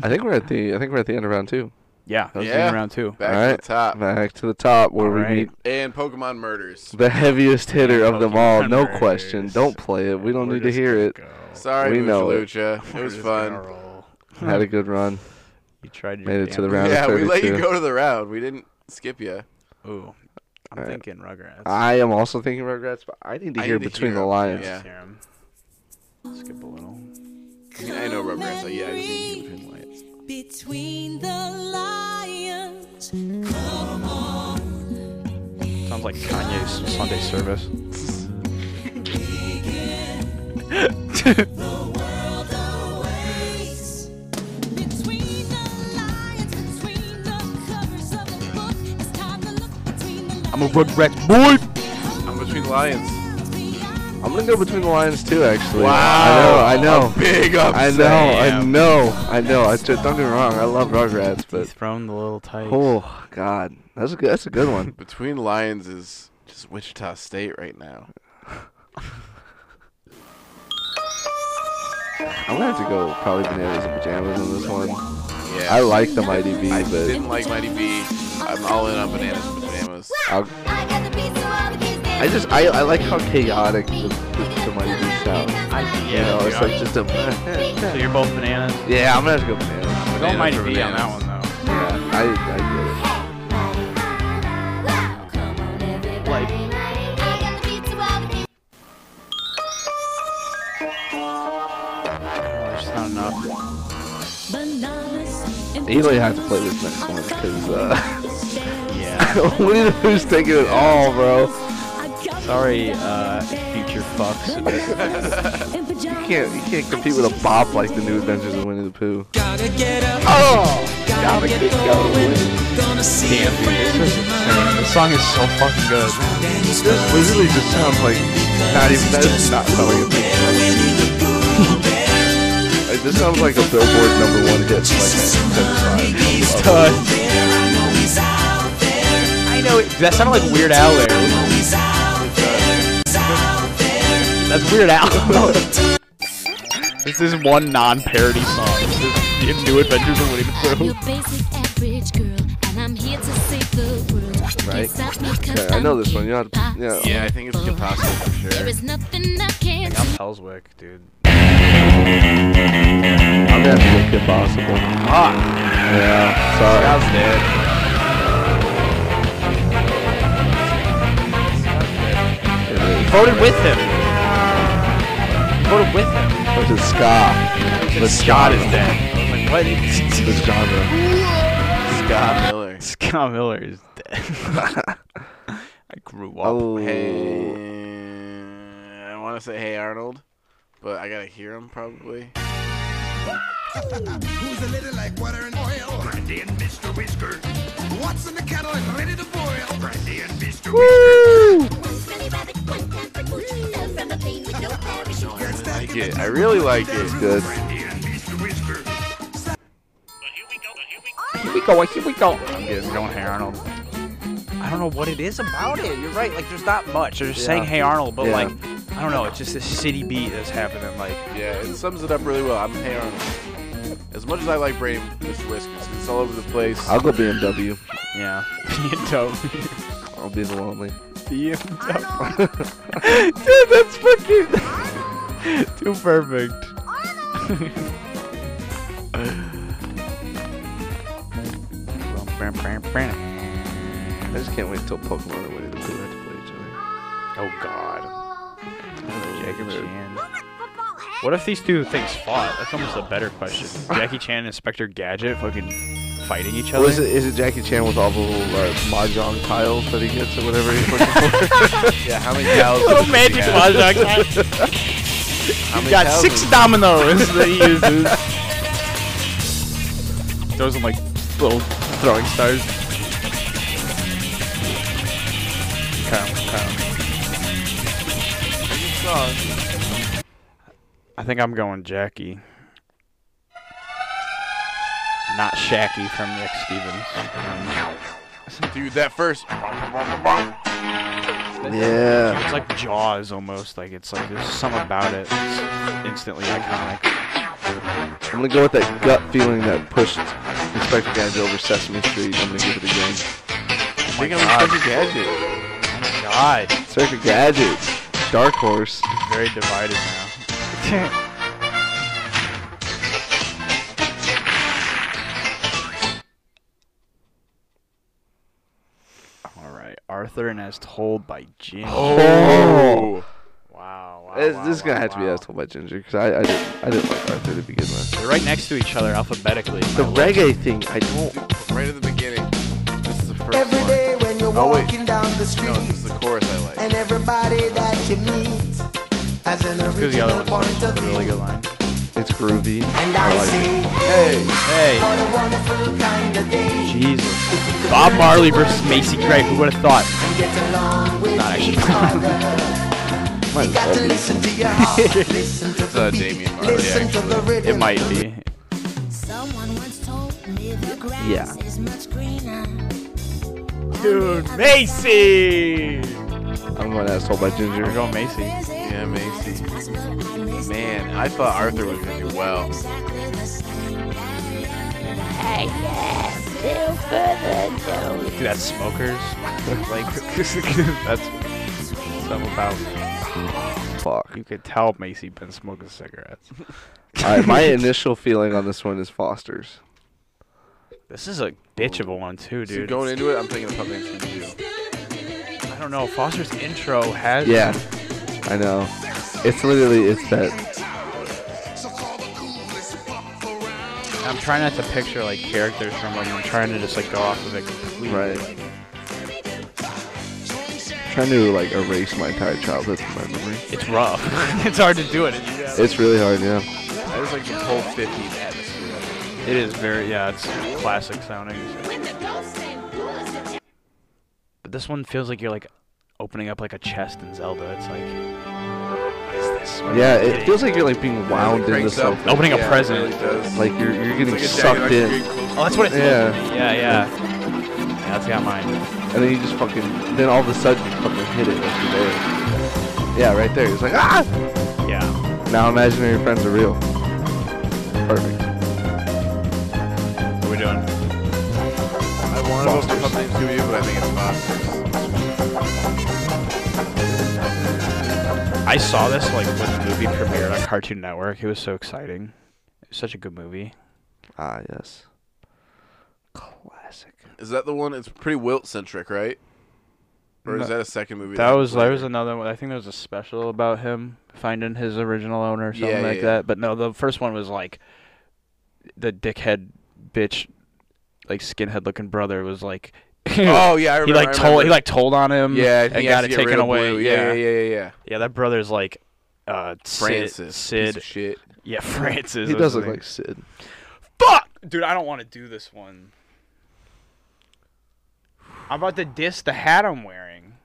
S3: I think we're at the I think we're at the end of round two.
S1: Yeah, that was the end of round two.
S2: Back
S3: All
S2: to
S3: right,
S2: the top.
S3: Back to the top where we meet
S2: And Pokemon Murders.
S3: the heaviest hitter of them all. No question. Don't play it. We don't need to hear it.
S2: Sorry,
S3: we
S2: Lucha
S3: know it.
S2: Lucha. It was fun.
S3: Had a good run.
S1: You tried.
S3: Made it to the round.
S2: Yeah,
S3: of
S2: we let you
S3: 32.
S2: go to the round. We didn't skip you.
S1: Ooh. I'm
S3: Alright. Ah,
S1: thinking Rugrats.
S3: I am also thinking Rugrats, but I need to
S2: I
S3: hear
S2: need to
S3: between
S2: hear
S3: the
S2: it,
S3: lines.
S2: yeah.
S1: Skip a little.
S2: I mean, I know Rugrats. I- Yeah, I just need to hear between the lines.
S11: Between the lions. Come on.
S1: Sounds like Kanye's Sunday service.
S3: I'm a Rugrats boy.
S2: I'm between the lions.
S3: I'm gonna go between the lines too, actually.
S2: Wow,
S3: I know, I know.
S2: a big
S3: I
S2: upset.
S3: know, I know, I know. I just, don't get me wrong. I love Rugrats, but
S1: thrown the little tight.
S3: Oh God, that's a good, that's a good one.
S2: Between Lions is just Wichita State right now.
S3: I'm gonna have to go probably bananas and pajamas on this one.
S2: Yeah.
S3: I like the Mighty Bee,
S2: I
S3: but
S2: didn't like Mighty B. I'm all in on bananas and pajamas.
S3: I'll, I just I, I like how chaotic the, the, the Mighty Bee sounds. you know, it's like just a.
S1: so you're both bananas.
S3: yeah, I'm gonna have to go bananas.
S1: Don't mind be on that one though.
S3: Yeah, I, I
S1: Just Oh, not enough.
S3: get it. Eli has to play this next one because uh,
S1: Yeah.
S3: Winnie the Pooh's taking it all, bro.
S1: Sorry, uh, future fucks.
S3: you can't you can't compete with a bop like the New Adventures of Winnie the Pooh.
S5: Gotta get up.
S3: Oh!
S5: Gotta get going. Gonna see a friend of mine.
S1: This song is so fucking good.
S3: This literally just sounds like not even that is not sounding like a Like this sounds like a Billboard number one hit from like 1975.
S1: I know it. That sounded like Weird Al there. That's Weird Al. this is one non-parody song. This is New Adventures of Winnie the Pooh.
S11: Basic average girl, and I'm here to save the world.
S3: Right?
S11: Can't stop me 'cause
S3: Okay, I
S11: I'm
S3: know this one. You know, how to-
S11: capable.
S3: yeah.
S2: Yeah, I think it's Capacity for
S11: There
S2: sure.
S11: is nothing I can't do.
S1: Hellswick, dude.
S3: I'm gonna have to look impossible. Yeah, sorry.
S1: Sounds dead. Voted with him. Voted with him.
S3: Which is ska. The
S1: Scott is dead. Like, what?
S3: The genre.
S2: Scott Miller.
S1: Scott Miller is dead. I grew up.
S3: Oh,
S2: Hey, I want to say Hey Arnold, but I gotta hear him probably.
S7: Who's a little like water and oil? Brandy and Mr. Whisker. What's in the kettle and ready to boil? Brandy and Mr.
S2: I like it. I really like it.
S3: Good.
S1: Here we go. Here we go. I'm getting going, Hey Arnold. I don't know what it is about it. You're right. Like, there's not much. They're just saying
S2: Yeah.
S1: Hey Arnold, but
S3: Yeah.
S1: like, I don't know. It's just this city beat that's happening. Like,
S2: Yeah, it sums it up really well. I'm Hey Arnold. As much as I like Brady Mr. Whiskers, it's all over the place.
S3: I'll go BMW.
S1: yeah. BMW.
S3: I'll be the lonely.
S1: BMW. Dude, that's fucking too perfect.
S3: I just can't wait till Pokemon and Winnie the Pooh have to play each other.
S1: Oh God. Jackie Chan. What if these two things fought? That's almost a better question. Jackie Chan and Inspector Gadget fucking fighting each
S3: Well,
S1: other.
S3: is it is it Jackie Chan with all the little uh, mahjong tiles that he gets or whatever he's looking for?
S2: Yeah, how many cows?
S1: Little Oh, magic mahjong.
S2: How many
S1: Got
S2: cows
S1: six
S2: does-
S1: dominoes that he uses. Throws them like little throwing stars. Come, come. I think I'm going Jackie. Not Shacky from Nick Stevens. Um,
S2: Dude, that first.
S3: yeah.
S1: It's like Jaws almost. Like it's like there's something about it. It's instantly iconic.
S3: I'm gonna go with that gut feeling that pushed Inspector Gadget over Sesame Street. I'm gonna give it a game.
S2: I think
S1: Oh
S2: I'm Inspector Gadget.
S1: God.
S3: Inspector Gadget, Dark Horse.
S1: very divided now. All right, Arthur and as told by Jim.
S3: Oh.
S1: Wow, wow,
S3: This,
S1: wow,
S3: this is gonna
S1: wow,
S3: have to be
S1: wow.
S3: as told by Ginger because I, I didn't I didn't like Arthur to begin with.
S1: They're right next to each other alphabetically.
S3: The reggae thing, I don't.
S2: Right at the beginning. This is the first
S13: Every
S2: one.
S13: day when you're
S2: Oh, wait.
S13: walking down the
S2: No,
S13: street,
S2: this is the chorus I like.
S13: and everybody that you meet has an
S1: Because the
S13: original
S1: other one's
S13: point of
S1: a
S13: view.
S1: really good line.
S3: It's groovy.
S13: And
S3: I
S13: I
S3: like it.
S13: say,
S2: Hey,
S1: Hey,
S13: what a wonderful kind of day.
S1: Jesus.
S13: You could
S1: Bob
S13: learn
S1: Marley
S13: to
S1: versus
S13: work
S1: Macy Gray. Who would have thought?
S13: and get along with
S1: Not actually.
S13: each other.
S3: Might
S13: You
S3: as
S13: got to
S3: well be.
S13: listen to your heart, listen to
S2: it's uh,
S13: the
S2: Damien
S13: beat,
S2: Marley
S13: listen to the
S2: actually.
S13: rhythm.
S1: It might be.
S11: Someone once told me the grass
S3: Yeah.
S11: is much greener.
S1: Dude, Macy.
S3: I'm going as told by Ginger.
S1: We're going Macy.
S2: Yeah, Macy.
S11: Man,
S2: Man, I thought Arthur was gonna do well.
S1: Dude, that's smokers. like that's something about.
S3: Fuck.
S1: You could tell Macy been smoking cigarettes.
S3: All right, my initial feeling on this one is Foster's.
S1: This is a bitch of a one too,
S2: So
S1: dude.
S2: going into it, I'm thinking of Puppet Named Scooby-Doo.
S1: I don't know. Foster's intro has.
S3: Yeah, I know. It's literally it's that.
S1: I'm trying not to picture like characters from like. I'm trying to just like go off of it completely.
S3: Right.
S1: Like,
S3: trying to like erase my entire childhood from my memory.
S1: It's rough. it's hard to do it.
S3: It's really hard, yeah.
S2: That was like the whole 50s atmosphere.
S1: It is very yeah. It's classic sounding. But this one feels like you're like opening up like a chest in Zelda. It's like what is this? What am
S3: Yeah,
S1: I
S3: it
S1: getting?
S3: feels like you're like being wound into
S1: cranks up.
S3: something.
S1: Opening a Yeah, it present. really does.
S3: like you're you're getting
S1: like a
S3: sucked
S1: jagged,
S3: in.
S1: Oh, that's what it's.
S3: Yeah.
S1: Yeah, yeah. Yeah, that's got mine.
S3: And then you just fucking then all of a sudden you fucking hit it like you're there. Yeah, right there. It's like ah.
S1: Yeah.
S3: Now imaginary friends are real. Perfect.
S1: What are we doing?
S2: I want to vote for something Scooby, but I think it's Foster's.
S1: I saw this like when the movie premiered on Cartoon Network. It was so exciting. It was such a good movie.
S3: Ah, yes.
S2: Is that the one? It's pretty Wilt centric, right? Or is that a second movie?
S1: That was that
S2: later?
S1: was another one. I think there was a special about him finding his original owner or something
S2: Yeah, yeah,
S1: like
S2: yeah.
S1: that. But no, the first one was like the dickhead bitch, like skinhead looking brother was like.
S2: Oh, yeah, I
S1: He
S2: remember,
S1: like
S2: I
S1: told he
S2: remember.
S1: like told on him.
S2: Yeah,
S1: Mm. and
S2: he has
S1: got
S2: to
S1: it
S2: get
S1: taken
S2: rid of
S1: away.
S2: Blue. Yeah, yeah, yeah, yeah, yeah.
S1: Yeah, that brother's like uh Sid-
S2: Francis,
S1: Sid,
S2: piece of shit.
S1: Yeah, Francis.
S3: He
S1: that's
S3: does
S1: the
S3: look
S1: name.
S3: like Sid.
S1: Fuck, dude, I don't want to do this one. I'm about to diss the hat I'm wearing.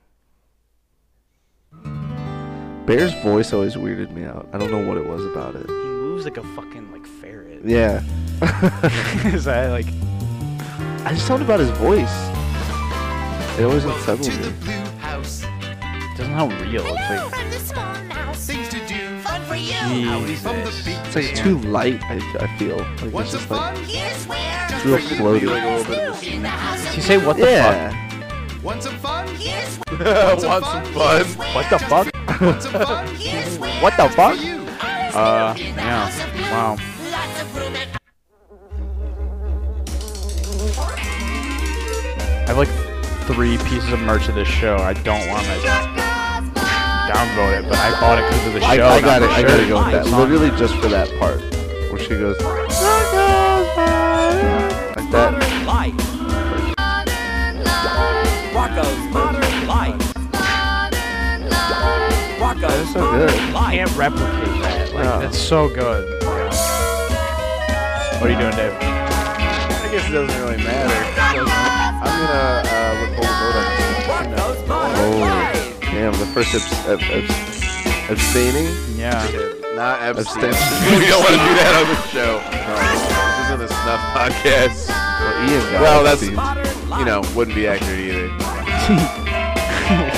S3: Bear's voice always weirded me out. I don't know what it was about it.
S1: He moves like a fucking like ferret.
S3: Yeah.
S1: Is that like?
S3: I just something about his voice. It always unsettled me.
S14: House.
S1: Doesn't sound real. It's like
S14: From the small mouse. Things to do. Fun for you.
S1: Jesus.
S3: It's like too light. I, I feel like
S14: What's
S3: it's
S14: the
S3: just like
S14: fun? Here's where.
S3: it's real floaty.
S14: In the house
S1: Did you say what the
S3: Yeah.
S14: fuck? Want some fun? Here's
S2: Want some fun?
S1: What the fuck?
S14: Want some fun? Here's where.
S1: what the fuck?
S14: Alice
S1: Uh,
S14: Milk in the house of
S1: yeah. Wow.
S14: Lots of room and
S1: I have like three pieces of merch of this show. I don't want to downvote it, but I bought it because of the
S3: I,
S1: show.
S3: I
S1: and I'm
S3: got it. I
S1: sure
S3: gotta go with that.
S1: it's on
S3: Literally just for that part where she goes like that.
S5: Life. Rocco's modern life. Rocco's
S3: so good.
S1: I can't replicate that. Like,
S3: No.
S1: that's so good. What are you doing, Dave?
S2: I guess it doesn't really matter. So, I'm gonna uh, withhold a vote on this.
S3: Oh, damn! The first abs- ab- abs- abstaining.
S1: Yeah.
S2: Not abstain.
S3: Abstention.
S2: we don't want to do that on the show. This isn't a snuff podcast.
S3: Well, Oh, Ian got
S2: Well,
S3: it,
S2: that's
S3: dude.
S2: you know wouldn't be accurate either.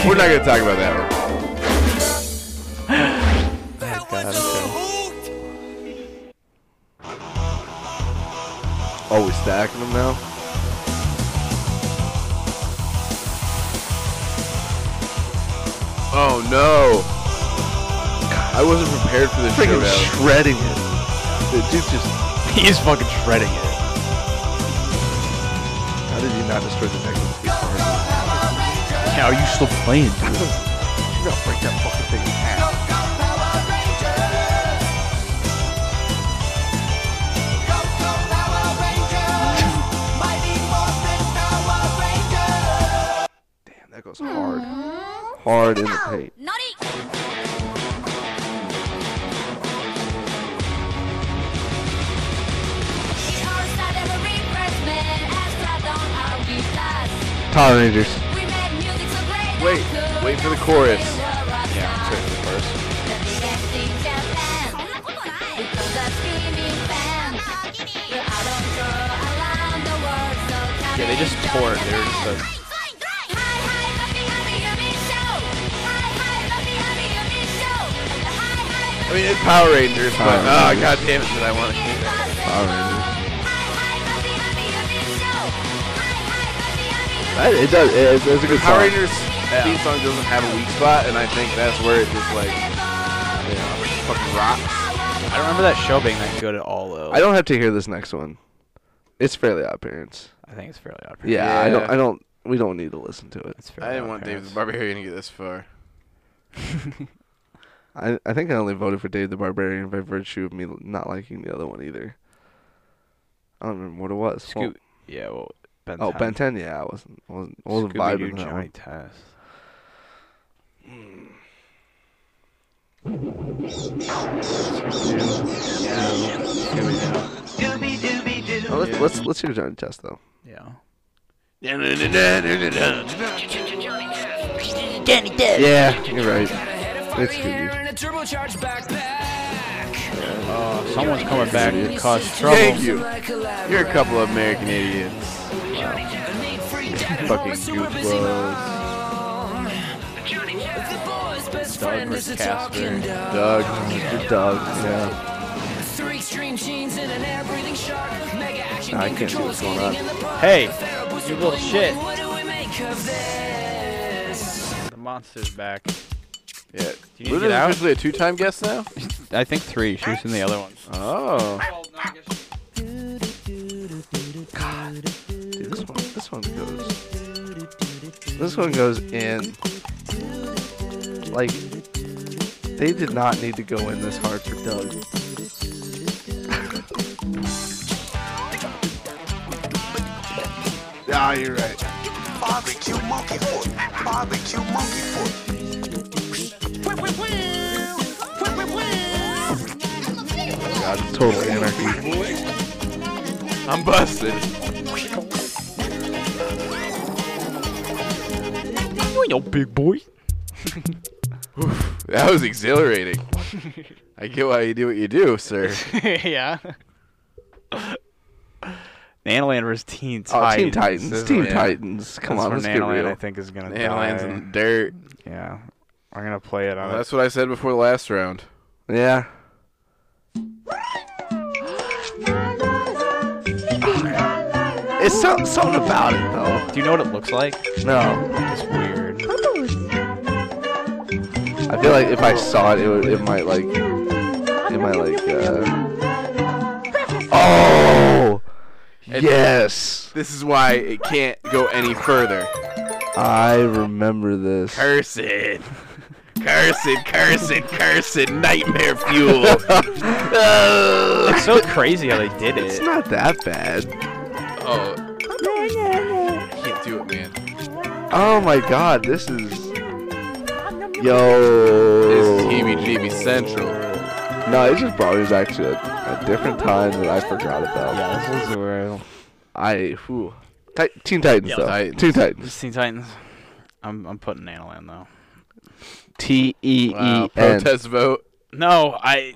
S2: We're not gonna talk about that one.
S3: Oh, we stacking them now.
S2: Oh no! I wasn't prepared for this
S3: Freaking
S2: showdown.
S3: shredding it. The dude just.
S1: He is fucking shredding it.
S3: How did you not destroy the Texas guitar?
S1: Yeah, are you still playing? dude?
S3: You gotta break that fucking thing in half. Damn, that goes hard.
S14: Mm.
S3: Hard in the paint. Power Rangers.
S2: Wait, wait for the chorus.
S1: Yeah, sorry, the first. Yeah, they just poured. They were just like.
S2: I mean, it's Power Rangers, but
S3: Power
S2: ah,
S3: Rangers.
S2: god damn it, did I want to hear that?
S3: Power Rangers. That, it does. It, it's a good
S2: Power
S3: song.
S2: Rangers theme song doesn't have a weak spot, and I think that's where it just like you know, fucking rocks.
S1: I don't remember that show being that good at all, though.
S3: I don't have to hear this next one. It's fairly odd parents.
S1: I think it's fairly odd.
S3: Yeah, I don't.
S2: Yeah.
S3: I don't. We don't need to listen to it.
S1: It's
S2: I
S1: fairly
S2: didn't
S1: Odd
S2: want David
S1: Parents.
S2: the Barbarian to get this far.
S3: I, I think I only voted for Dave the Barbarian by virtue of me not liking the other one either. I don't remember what it was. oh, Well,
S1: Scoot. yeah, well, Ben.
S3: oh, Ben 10. Yeah, I wasn't. wasn't. I wasn't
S1: Scooby-Doo
S3: vibing to that
S1: Johnny
S3: one.
S1: Test.
S3: Oh, let's, let's let's hear Johnny Test though.
S1: Yeah.
S5: Danny Dead.
S3: Yeah, you're right. It's Scooby.
S5: And a turbocharged backpack.
S1: Oh, someone's coming back to cause trouble.
S2: Thank you. You're a couple of American idiots. Fucking goofballs.
S5: Friend is a
S2: Casper.
S5: talking dog.
S2: Doug.
S3: The dog. Yeah.
S5: Three extreme jeans and an air-breathing shark. Mega action
S3: Nah, I
S5: game
S3: can't see
S5: control
S3: what's going on.
S5: skating in the park.
S1: Hey,
S5: Pharaoh booster
S1: you little
S5: bling
S1: shit.
S5: bling, What do we make of this?
S1: The monster's back.
S2: Yeah.
S1: you
S2: Luna's
S1: get out?
S2: usually a two-time guest now.
S1: I think three. She was in the other one.
S2: Oh.
S3: Dude, this one this one goes. This one goes in. Like they did not need to go in this hard for Doug.
S2: Ah, you're right.
S7: Barbecue monkey foot. Barbecue monkey foot.
S3: God, total anarchy.
S2: I'm busted.
S1: Boy, no big boy.
S2: That was exhilarating. I get why you do what you do, sir.
S1: yeah. Nanoland versus Teen Titans.
S3: Oh, Teen Titans.
S1: This is
S3: Teen
S1: where-
S3: Titans. Come
S1: this
S3: on,
S1: is
S3: let's
S1: where
S3: get
S1: Nanoland,
S3: real.
S1: I think is gonna
S2: Nanoland's
S1: die.
S2: in the dirt.
S1: Yeah, I'm gonna play it on.
S3: Oh,
S2: Well, that's what I said before the last round.
S3: Yeah. It's so, something about it though.
S1: Do you know what it looks like?
S3: No,
S1: It's weird.
S3: I feel like if I saw it, it, would, it might like, it might like. Uh... Oh,
S2: And
S3: yes,
S2: This is why it can't go any further.
S3: I remember this.
S2: Curse it. Curse it, curse it, curse it. Nightmare fuel.
S1: Oh. It's so crazy how they did
S3: It's
S1: it.
S3: not that bad.
S2: oh. Can't do it, man.
S3: Oh my God, this is.
S2: This is
S3: Yo.
S2: heebie-jeebie central.
S3: No, it just probably was actually a, a different time that I forgot about.
S1: Yeah, this is where
S3: I who Ti- Teen Titans
S1: Yeah,
S3: though.
S2: Titans.
S3: Teen Titans.
S1: Teen Titans. I'm I'm putting Nanoland though.
S3: T E
S2: Wow,
S3: E N.
S2: protest vote.
S1: No, I.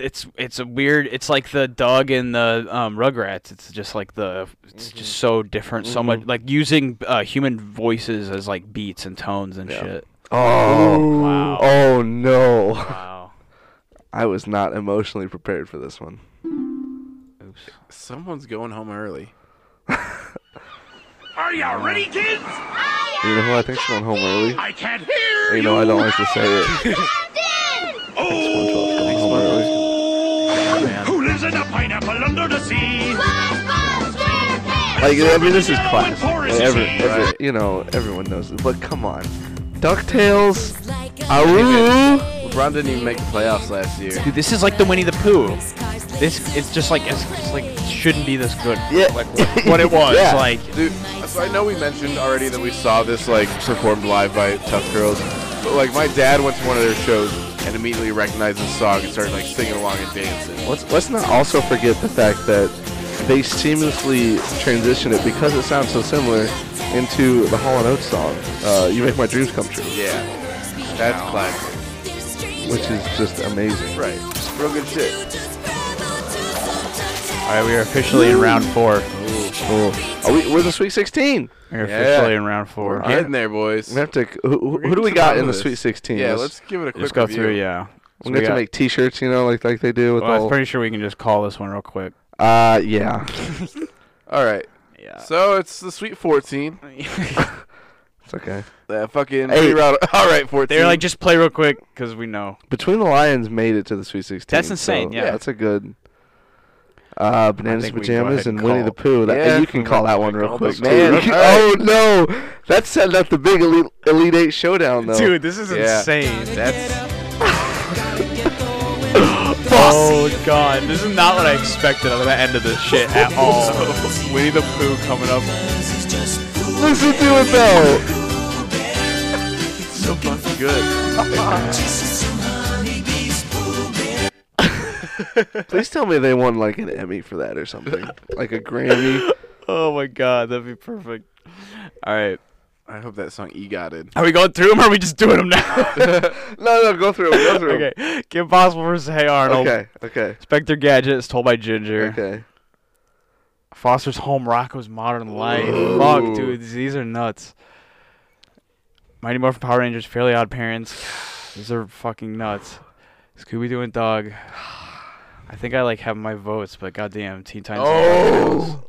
S1: It's it's a weird. It's like the Doug and the um, Rugrats. It's just like the. It's just
S3: Mm-hmm.
S1: so different. So much like using uh, human voices as like beats and tones and shit.
S3: Oh.
S1: Wow.
S3: Oh no.
S1: Wow.
S3: I was not emotionally prepared for this one.
S1: Oops.
S2: Someone's going home early.
S8: Are you ready, kids?
S3: You know who I think's going home early?
S8: I can't hear
S3: You know I don't like to say it. SpongeBob's going home early.
S8: Oh, Who lives in a pineapple under the sea?
S3: Like I mean, this is
S8: Yellow
S3: classic.
S8: and forest
S3: Every,
S8: sea.
S3: every, you know, everyone knows it. But come on, Ducktales. Aroo.
S2: LeBron didn't even make the playoffs last year.
S1: Dude, this is like the Winnie the Pooh. This it's just like it's just like shouldn't be this good.
S3: Yeah.
S1: Like what it was.
S3: Yeah.
S1: Like
S2: Dude, so I know we mentioned already that we saw this like performed live by Tough Girls, but like my dad went to one of their shows and immediately recognized the song and started like singing along and dancing.
S3: Let's let's not also forget the fact that they seamlessly transitioned it because it sounds so similar into the Hall and Oates song, uh, "You Make My Dreams Come True,"
S2: Yeah, that's classic.
S3: which is just amazing.
S2: Right, real good shit.
S1: all right, we are officially in round four.
S3: Cool. Are we, we're the Sweet 16.
S1: We're
S2: Yeah.
S1: officially in round four.
S2: We're getting there, boys.
S3: We have to. Who,
S2: We're
S3: who do we
S2: getting
S3: got
S2: to
S3: in the
S2: this.
S3: Sweet 16?
S2: Yeah, let's give it a quick
S1: Let's go
S2: review.
S1: through. Yeah.
S3: We're
S1: So
S3: gonna have
S1: got-
S3: to make T-shirts, you know, like like they do with
S1: Well, I'm
S3: all.
S1: pretty sure we can just call this one real quick.
S3: Uh, yeah.
S2: All right,
S1: Yeah.
S2: so it's the Sweet 14.
S3: It's okay.
S2: That fucking
S3: Hey.
S2: reroute. All right, 14.
S1: They're like, just play real quick because we know.
S3: Between the Lions made it to the Sweet 16.
S1: That's
S3: so,
S1: insane, yeah.
S3: that's a good. Uh, bananas
S1: think we go
S3: pajamas
S1: ahead
S3: and
S1: and
S3: Winnie
S1: call-
S3: the Pooh. That,
S2: Yeah.
S3: you can call that one real
S2: Call
S3: quick.
S2: this one.
S3: too.
S2: Man,
S3: oh no, that's setting up the big elite, elite eight showdown though.
S1: Dude, this is
S2: Yeah.
S1: insane.
S2: that's
S1: Oh god, this is not what I expected of the end of this shit at all. Winnie the Pooh coming up.
S3: listen to it though.
S2: good.
S3: Please tell me they won like an Emmy for that or something, like a Grammy.
S1: Oh my god, that'd be perfect. All right.
S2: I hope that song egotted.
S1: Are we going through them or are we just doing them now?
S3: no, no, go through, 'em, go through. 'em.
S1: okay. Kim Possible versus Hey Arnold.
S3: Okay, okay.
S1: Spectre Gadget is told by Ginger.
S3: Okay.
S1: Foster's Home, Rocco's Modern Life. Fuck, dude. These are nuts. Mighty Morphin Power Rangers, Fairly Odd Parents. These are fucking nuts. Scooby Doo and Dog. I think I like have my votes, but goddamn, Teen Titans. Go!
S2: Oh,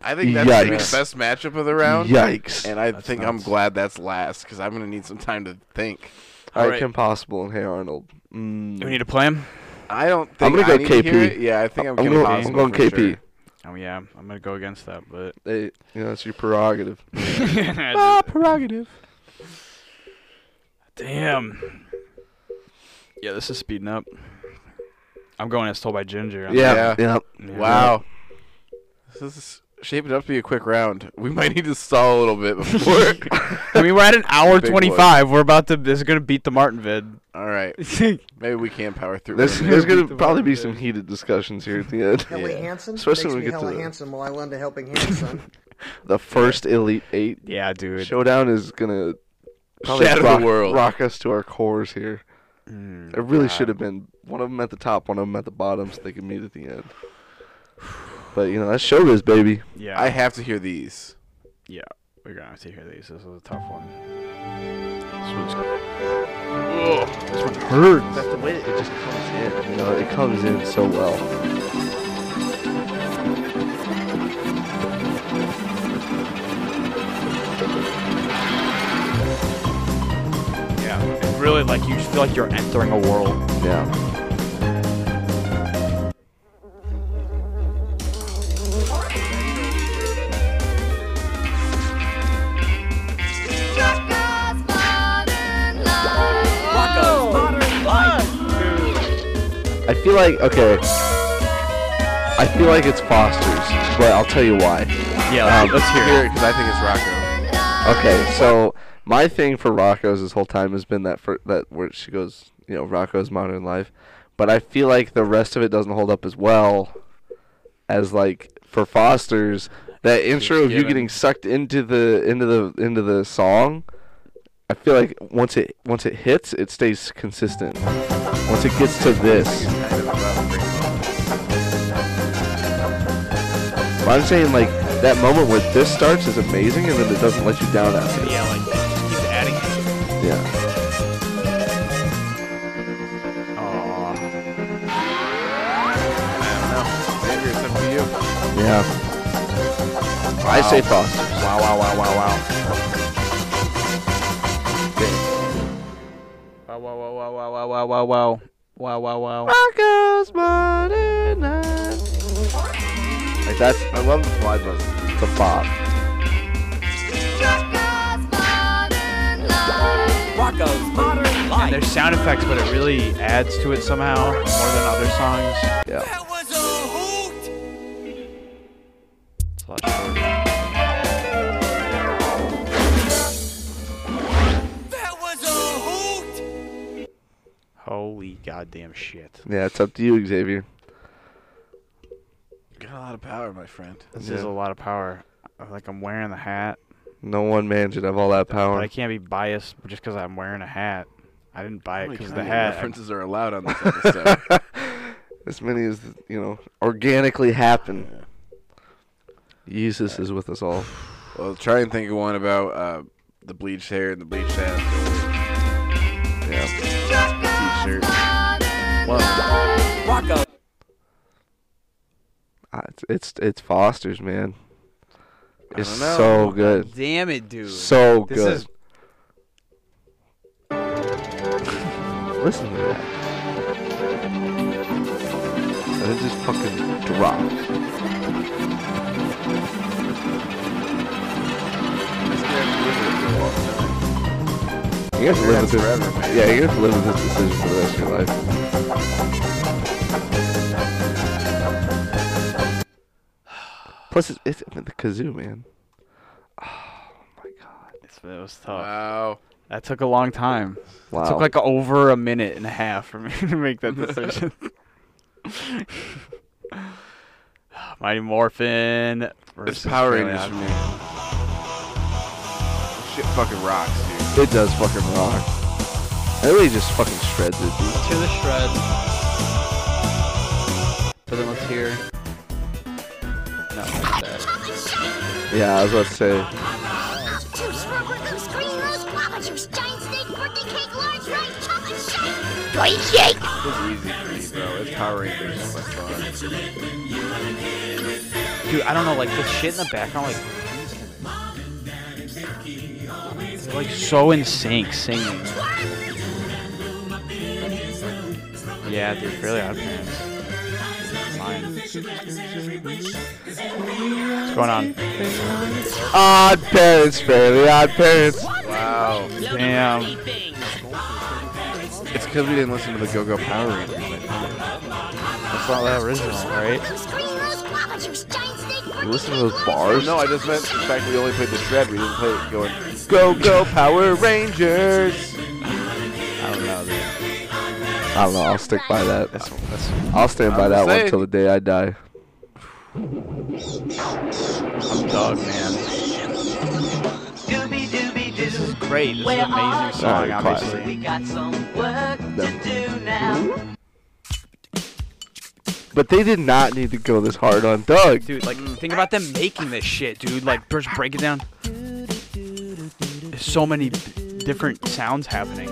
S2: I think that's like,
S3: Yikes.
S2: the best matchup of the round.
S3: Yikes.
S2: And I think I'm glad that's last because I'm gonna need some time to think.
S3: All right, Kim Possible and Hey Arnold. Mm.
S1: Do we need to play him?
S2: I don't think
S3: I'm gonna
S2: I
S3: go
S2: need to hear
S3: KP.
S2: it. Yeah, I think I'm,
S3: I'm
S2: Kim
S3: gonna- I'm
S2: Possible
S3: going
S2: for
S3: KP.
S2: sure.
S1: Oh yeah, I'm gonna go against that, but
S3: They, you know, it's your prerogative.
S1: ah,
S3: prerogative.
S1: Damn. Yeah, this is speeding up. I'm going as told by Ginger. I'm
S3: Yeah, yeah.
S2: Wow. This is shaping up to be a quick round. We might need to stall a little bit before.
S1: I mean, we're at an hour
S2: Big boy.
S1: 25. We're about to. This is gonna beat the Martin vid.
S2: All right. Maybe we can power through.
S3: There's,
S2: it.
S3: there's gonna probably be some heated discussions here at the end.
S15: Helly handsome. Makes
S3: Especially when
S15: me
S3: we get to
S15: hella
S3: the-
S15: handsome. Well, I lend a helping hand, son.
S3: the first Elite Eight.
S1: Yeah, dude.
S3: Showdown is gonna probably
S2: Shatter the
S3: rock,
S2: world. Mm,
S3: rock us to our cores here. it really should have been one of them at the top, one of them at the bottom, so they could meet at the end. But you know that's showbiz, baby.
S1: Yeah.
S2: I have to hear these.
S1: Yeah, we're gonna have to hear these. This is a tough one. This one's This one hurts.
S3: That's the way it just comes in. You know, it comes in so well.
S1: Yeah, it's really like you feel like you're entering a world.
S3: Yeah.
S5: Rocco's Modern Life.
S3: I feel like okay. I feel like it's Foster's, but I'll tell you why.
S1: Yeah, let's hear it.
S2: it because I think it's Rocco.
S3: Okay, so my thing for Rocco's this whole time has been that for that where she goes, you know, Rocco's modern life, but I feel like the rest of it doesn't hold up as well as like for Foster's that intro of you
S1: given.
S3: getting sucked into the into the into the song. I feel like once it once it hits, it stays consistent. Once it gets to this, but I'm saying like that moment where this starts is amazing, and then it doesn't let you down after.
S1: Yeah, like keep adding. it.
S3: Yeah.
S1: Aw.
S2: Maybe it's up to you.
S3: Yeah. I say Foster's.
S2: Wow, wow, wow, wow, wow.
S1: Wow! Wow! Wow! Wow! Wow! Wow! Wow! Wow! Wow! Wow! Wow!
S3: Rocco's modern life. Like that's I love the fly bus. It's a bop.
S5: Rocco's Modern
S1: And there's
S5: Life.
S1: sound effects, but it really adds to it somehow more than other songs.
S3: Yeah.
S1: It's a lot shorter. Holy goddamn shit!
S3: Yeah, it's up to you, Xavier.
S2: Got a lot of power, my friend.
S1: This is a lot of power. I- Like I'm wearing the hat,
S3: No one man should have all that
S1: but I
S3: power.
S1: can't be biased just because I'm wearing a hat. I didn't buy
S2: How
S1: it
S2: many
S1: because
S2: Kanye
S1: the hat. I-
S2: references are allowed on this episode?
S3: As many as you know organically happen. Jesus is with us all.
S2: well, try and think of one about uh, the bleached hair and the bleached ass.
S3: Yeah.
S2: T-shirt. Wow.
S5: Rocco.
S3: Uh, It's it's, it's Foster's man. It's
S2: don't know.
S3: so good.
S1: Damn it, dude!
S3: So
S1: This
S3: good.
S1: is-
S3: Listen to that. And it just fucking drops. You have to live with this. yeah, you have to live with this decision for the rest of your life. Plus, it's, it's the kazoo, man.
S1: It's- It was tough.
S2: Wow.
S1: That took a long time.
S3: Wow.
S1: It took like over a minute and a half for me to make that decision. Mighty Morphin. versus
S2: Power
S1: Crayon.
S2: Rangers for me. Shit fucking rocks, dude.
S3: It does fucking rock. It really just fucking shreds it, dude.
S16: Let's hear the shred. But then let's hear. No, fuck that.
S3: Yeah, I was about to say.
S9: Juice, rubber goose, green rose, guava juice, giant snake, birthday cake, large rice, chocolate shake. Great shake.
S2: This is easy for me, bro. It's Power Rangers by far.
S1: Dude, I don't know, like the shit in the background, like they're like so in sync singing. Yeah, dude, really odd parents. Mine. What's going on?
S3: Odd parents, fairly odd parents.
S2: Wow.
S1: Damn.
S2: It's because we didn't listen to the Go Go Power Rangers. I think.
S1: That's not that original, right?
S9: Green rose, guava juice, giant snake,
S3: You listen to those bars?
S2: No, I just meant the fact we only played the shred. We didn't play it going.
S3: Go, go, Power Rangers!
S1: I don't know, dude.
S3: I don't know, I'll stick by that.
S1: that's-
S3: I'll stand by
S1: I'm
S3: that one
S1: saying.
S3: till the day I die.
S1: I'm dog man. This is great. This is an amazing song,
S3: Alright, class.
S1: obviously.
S5: got some work
S3: to
S5: do now.
S3: But they did not need to go this hard on Doug.
S1: Dude, like,
S2: Mm.
S1: think about them making this shit, dude. Like, just break it down. There's so many d- different sounds happening.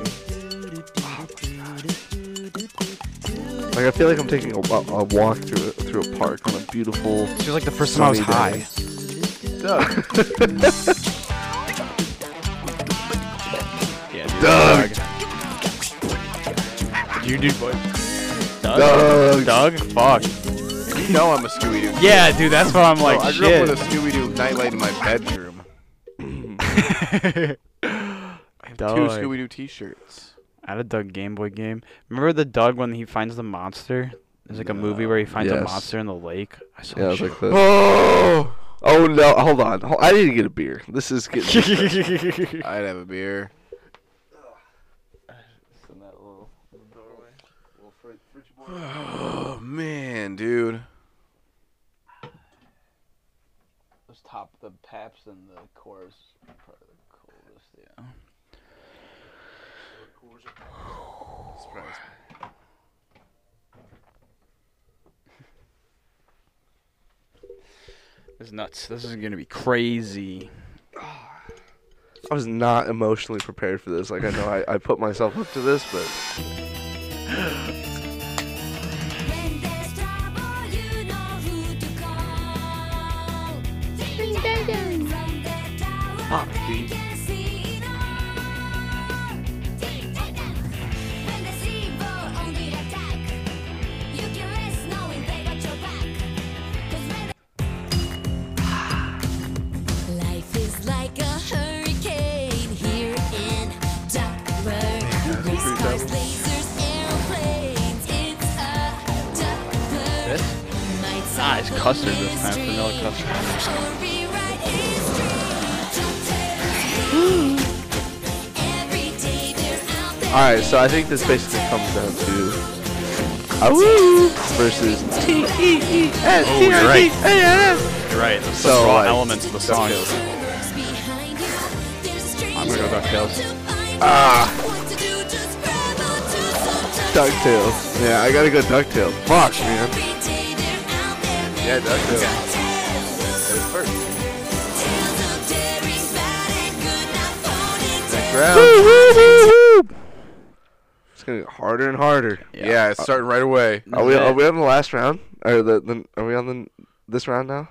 S3: Like, I feel like I'm taking a, a, a walk through a, through a park on a beautiful.
S1: Feels like the first time I was
S3: sunny day.
S1: Yeah, dude.
S3: Doug.
S1: Doug. You do what?
S2: Doug.
S1: Doug? Fuck.
S2: You know I'm a Scooby Doo.
S1: Yeah, dude, that's what I'm like.
S2: I grew
S1: shit.
S2: up with a Scooby Doo nightlight in my bedroom. I have two
S1: Doug.
S2: Scooby Doo T-shirts.
S1: I had a Doug Game Boy game. Remember the Doug when he finds the monster? There's like a movie where he finds a
S3: Yes.
S1: monster in the lake. I saw
S3: Yeah, I
S1: that
S3: was
S1: shit.
S3: like this. Oh, oh no! Hold on. Hol- I need to get a beer. This is getting.
S2: I'd have a beer. Oh man, dude.
S16: Let's top the paps and the cores. Probably the coolest, yeah.
S2: Surprise.
S1: This is nuts. This is gonna be crazy.
S3: I was not emotionally prepared for this. Like I know I, I put myself up to this, but
S16: Fuck, dude.
S11: Life is like a hurricane here in Duckburg. Cars, lasers, airplanes. It's a Duckburg.
S1: This? Ah, it's custard this time. Vanilla custard.
S3: all right. So I think this basically comes down to Awoo versus T E E S
S1: Oh,
S3: T
S1: you're
S3: R
S1: right.
S3: D A N S.
S1: You're right. That's
S3: So,
S1: the raw
S3: like,
S1: elements of the song. I'm gonna go DuckTales.
S3: Ah. Ducktales. Yeah, I gotta go Ducktales. Fuck, man.
S2: Yeah, Ducktales. Hit it first. Next round.
S3: It's gonna get harder and harder.
S2: Yeah, it's starting right away.
S3: Are we? Are we on the last round? Or the? the are we on the this round now?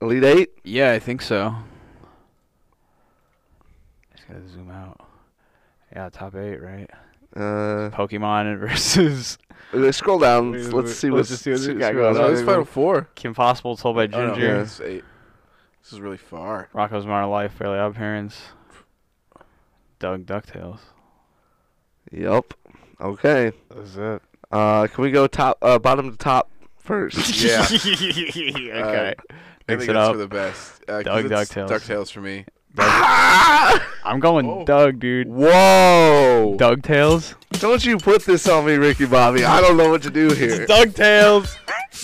S3: Elite eight.
S1: Yeah, I think so. Just gotta zoom out. Yeah, top eight, right?
S3: Uh,
S1: Pokemon versus.
S3: let's scroll down.
S1: Wait,
S3: Let's,
S1: wait,
S3: let's
S1: wait.
S3: see
S1: Let's
S3: what's,
S1: just see what's-
S3: see
S1: yeah,
S3: what's
S1: go
S3: going
S1: down.
S3: on.
S2: Oh, it's final four.
S1: Kim Possible told by
S2: Oh, no,
S1: Ginger.
S2: it's eight. This is really far.
S1: Rocco's Modern Life, Fairly Odd Parents. Doug Ducktales.
S3: Yep. Okay.
S1: That's it.
S3: Uh, can we go top uh, bottom to top first?
S2: Yeah.
S1: okay.
S2: I think
S1: Mix it
S2: that's
S1: up.
S2: for the best. Uh, 'cause
S1: Doug
S2: it's
S1: DuckTales.
S2: DuckTales for me.
S1: I'm going
S2: Oh.
S1: Doug, dude.
S3: Whoa.
S1: Dugtails.
S3: Don't you put this on me, Ricky Bobby. I don't know what to do here.
S1: Dugtails.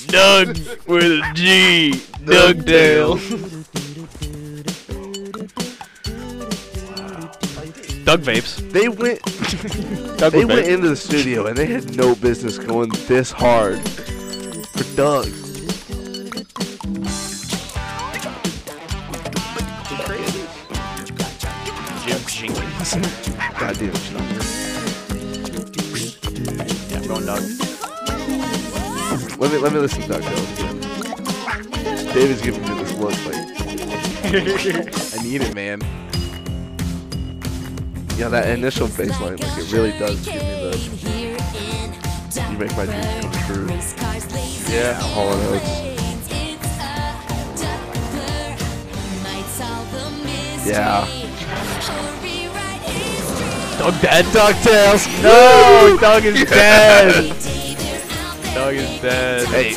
S1: Doug with a G. Dugtails. Doug vapes.
S3: They went.
S1: Doug
S3: they
S1: with
S3: went
S1: vape.
S3: into the studio and they had no business going this hard for Doug.
S1: Jim Jenkins.
S3: Goddamn, shut
S1: Yeah, I'm going Doug.
S3: up. Let me let me listen to Doug. though. David's giving me this look like
S2: I need it, man.
S3: yeah, that initial bass line, like it really does give me the you make my dreams come true.
S2: Yeah.
S3: Hall and Oates. Yeah.
S1: Doug dead.
S3: DuckTales.
S1: No, Doug is
S3: Yes.
S1: dead. Doug is dead.
S3: Hey,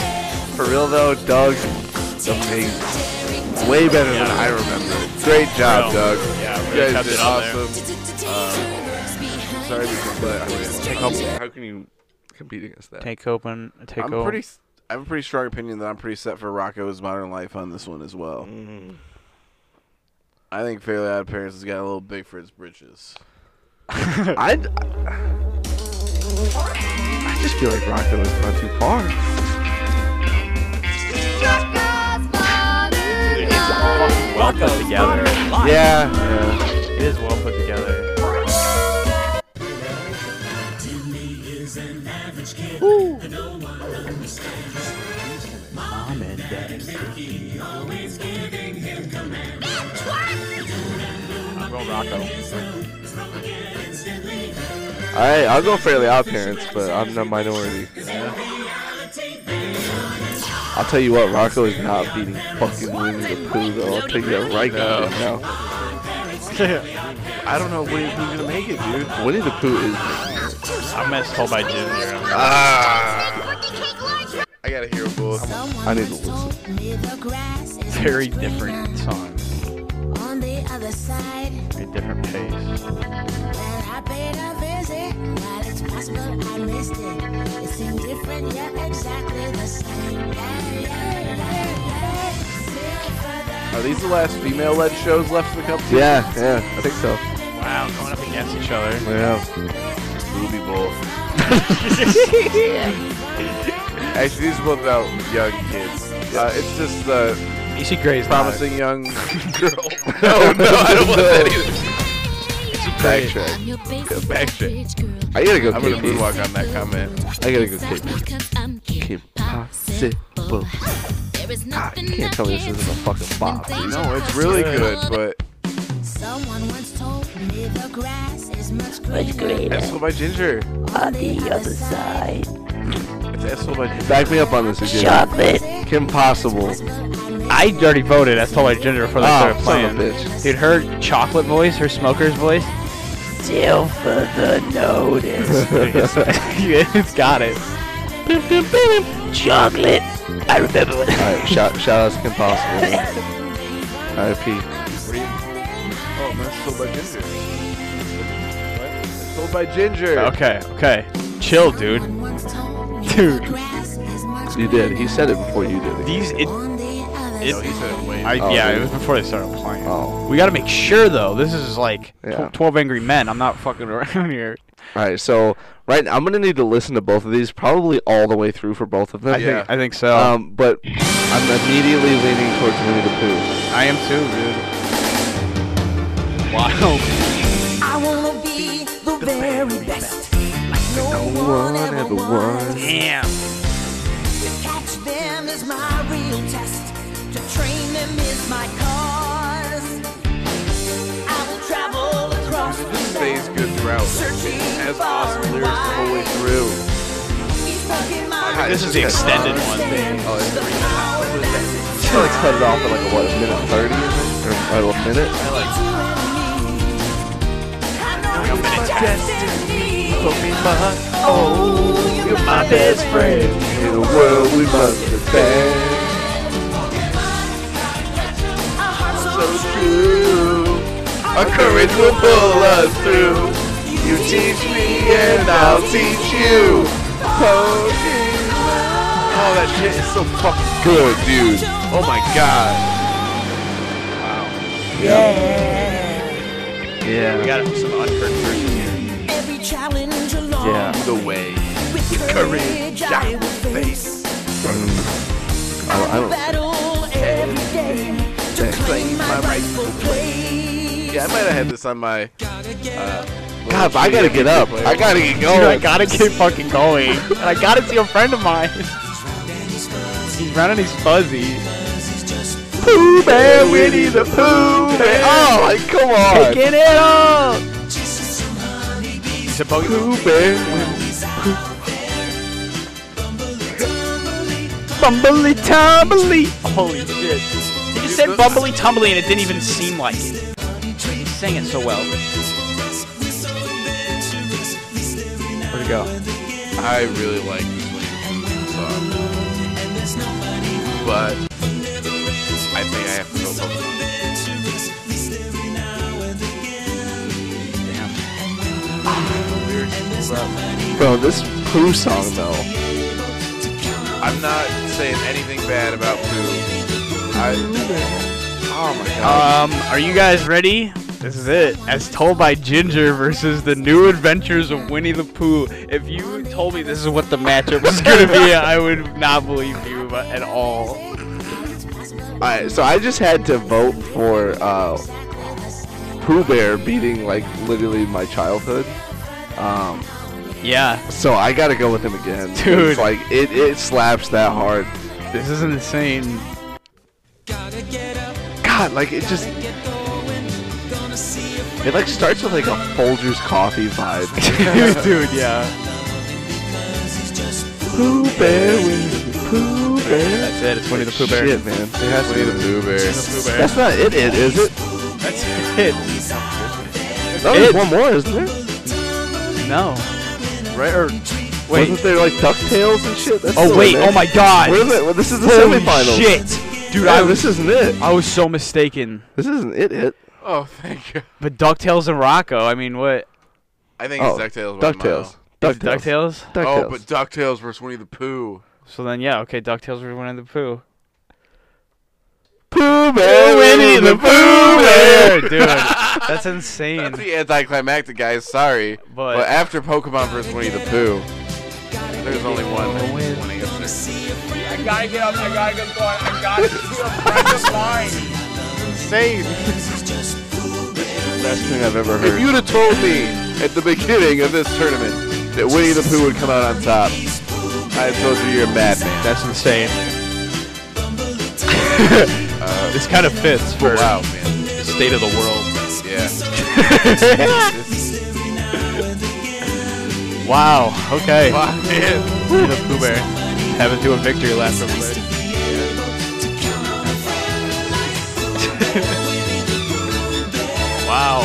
S3: for real though, Doug, amazing. Way better than I remember.
S2: Great job,
S3: No.
S2: Doug.
S3: Yeah,
S2: you
S3: really
S2: guys
S3: kept
S2: did
S3: it up there.
S2: awesome.
S3: Um,
S2: Uh, sorry, we couldn't, but I mean, how, how can you compete against that?
S1: Take open. Take
S2: I'm
S1: over.
S2: pretty. s- I have a pretty strong opinion that I'm pretty set for Rocco's Modern Life on this one as well. I think Fairly Odd Parents has got a little big for its britches.
S3: I, I just feel like Rocco is not too far.
S1: It's fucking well put together.
S3: Yeah.
S1: It is well put together. Mom and I'm going Rocco.
S3: I I'll go fairly out parents, but I'm the minority. I'll tell you what, Rocco is not beating fucking Winnie the Pooh though. I'll take that right
S2: No.
S3: now.
S2: I don't know where, who's gonna make it, dude.
S3: Winnie the Pooh is
S1: I'm miscalled by Jim here.
S2: Ah. I gotta hear both.
S3: I need to listen.
S1: Very different song.
S11: On the other side,
S1: Very different pace.
S11: well, I paid a visit. While it's possible I missed it, it seemed different, yet exactly the same. Yeah, yeah, yeah, yeah. Still further
S2: Are these the last female-led shows left in the company?
S3: Yeah, yeah, I think so.
S1: Wow, going up against each other.
S3: Yeah.
S2: Booby Bowl. Actually, these are both about young kids. Uh, it's just the
S1: Macy Gray's
S2: promising young girl. no, no, I don't want that either.
S3: Backtrack.
S17: Your basic
S2: Yeah, Backtrack.
S3: I gotta go
S2: I'm gonna
S3: KP.
S2: moonwalk on that comment.
S3: I gotta go KP.
S17: cause I'm
S3: Kim Possible.
S17: there is
S3: God,
S17: nothing
S3: you can't tell me this isn't a fucking bop. dude.
S2: No, it's uh, really good, but
S11: Someone once told me the grass is much
S2: Much
S11: greener.
S2: Esco by Ginger.
S11: On the other side.
S2: It's Esco by Ginger.
S3: Back me up on this again.
S11: Chocolate.
S3: Kim Possible.
S1: I already voted. That's all I gender before they
S3: Ah,
S1: started
S3: son
S1: playing.
S3: of a bitch.
S1: Dude, her chocolate voice, her smoker's voice. Still for the notice. it's got it. Chocolate. I remember. What
S3: Alright, shout, shout out to Kim Possible. RIP.
S2: What do you? Oh, man, it's Esco by Ginger. What? Esco by Ginger.
S1: Okay, okay. Chill, dude. Dude.
S3: You did. He said it before you did.
S1: These. It, it,
S2: No, he said it way.
S1: I,
S3: Oh,
S1: Oh, yeah, it
S3: dude.
S1: was before they started playing.
S3: Oh.
S1: We gotta make sure, though. This is like tw-
S3: Yeah.
S1: 12 Angry Men. I'm not fucking around here.
S3: All right. So right, now, I'm gonna need to listen to both of these, probably all the way through for both of them.
S1: I, think, I think so.
S3: Um, but I'm immediately leaning towards Winnie the
S1: I am too, dude. Wow.
S9: I wanna be the very best. Like no
S3: Pooh.
S9: one
S3: One ever
S9: ever
S3: one.
S1: Damn.
S9: To catch them is my real test. To train them is my cause. I will travel across the
S2: Stays good throughout.
S9: Searching
S2: Has awesome lyrics the whole way through.
S9: fucking mind.
S2: God,
S1: This is the extended one.
S2: Oh, it's pretty good.
S3: Pooh. Let's cut it off at like a, what, a minute thirty is it? or a little minute?
S2: I like
S9: Oh, you're my best friend.
S3: In a world we must defend.
S9: A heart so
S2: So true. Our courage will pull us through. You teach me and I'll teach you. Pokemon. Oh, that shit is so fucking good, dude. Oh my god. Wow. Yeah.
S1: Yeah. We got some unheard version here.
S18: Every challenge along
S1: Yeah.
S2: The way.
S18: with courage I will face. Battle every day to claim my rightful place.
S2: Yeah, I might have had this on my. Uh,
S3: God, I gotta get up.
S1: I gotta get going. Dude, I gotta get fucking going. and I gotta see a friend of mine. He's round and he's fuzzy.
S2: Pooh Man, Winnie the Pooh Man. Oh, like, come on.
S1: Taking it all.
S2: He's a Pooh Man.
S1: Bumbly tumbly. Holy shit. They just said bumbly tumbly and it didn't even seem like it. He sang it so well. Where'd it go?
S2: I really like this Winnie song, but I think I have to go Pokemon.
S3: Bro, this poo song though.
S2: I'm not saying anything bad about Pooh. I. Oh my god.
S1: Um, are you guys ready? This is it. As told by Ginger versus the new adventures of Winnie the Pooh. If you told me this is what the matchup was gonna be, I would not believe you but- at all.
S3: Alright, so I just had to vote for uh, Pooh Bear beating like literally my childhood. Um,
S1: Yeah.
S3: so I gotta go with him again, It's
S1: Dude.
S3: Like it, it slaps that hard.
S1: This is insane.
S3: God, like it just it like starts with like a Folgers coffee vibe.
S1: Dude, yeah.
S3: Pooh Bear, Winnie the Pooh Bear.
S1: That's it. It's Winnie the Pooh Bear.
S3: Shit, man. It has to be the
S2: Pooh Bear.
S3: That's not it, it is it?
S1: That's it.
S3: No, there's one more, isn't there?
S1: No.
S2: Right or
S1: Wait.
S3: Wasn't there like Ducktales and shit? That's
S1: Oh
S3: still
S1: wait!
S3: in there.
S1: Oh my God!
S3: What is it? Well, this is the
S1: Holy
S3: semifinals.
S1: Shit, dude!
S3: Yeah,
S1: I was
S3: this isn't it.
S1: I was so mistaken.
S3: This isn't it. It.
S2: Oh, thank you.
S1: But Ducktales and Rocco. I mean, what?
S2: I think it's Oh, DuckTales. by a
S3: Oh. DuckTales.
S2: mile.
S1: It's
S3: DuckTales.
S1: DuckTales.
S2: Oh, but DuckTales versus Winnie the Pooh.
S1: So then, yeah, okay, Ducktales were winning the poo.
S3: Pooh Bear, Winnie the Pooh Bear.
S1: dude, that's insane.
S2: That's the anticlimactic, guys. Sorry,
S1: But-
S2: but, after Pokemon versus Winnie the Pooh, there's only one. one answer.
S16: I gotta get up. I gotta get going. I gotta keep a practice line.
S2: Insane.
S3: Best thing I've ever
S2: If
S3: heard.
S2: you'd have told me at the beginning of this tournament that Winnie the Pooh would come out on top, I told you you're a madman.
S1: That's insane.
S2: Uh,
S1: This kind of fits for
S2: wow, man.
S1: the state of the world.
S2: Yeah. This-
S1: Wow. Okay.
S2: wow, man.
S1: Winnie the Pooh Bear. Having to do a victory lap real quick. wow.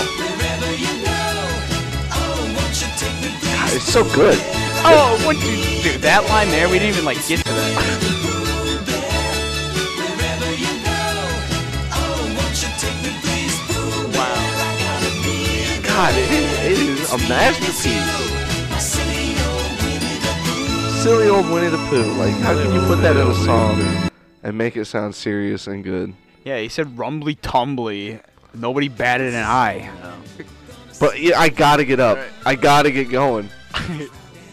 S3: God, it's so good.
S1: Oh, what you do? That line there, we didn't even like get to that. wow.
S3: God, it, it is a masterpiece. Silly old Winnie the Pooh. Like, how can you put that in a song and make it sound serious and good?
S1: Yeah, he said rumbly tumbly. Nobody batted an eye.
S3: But yeah, I gotta get up. I gotta get going.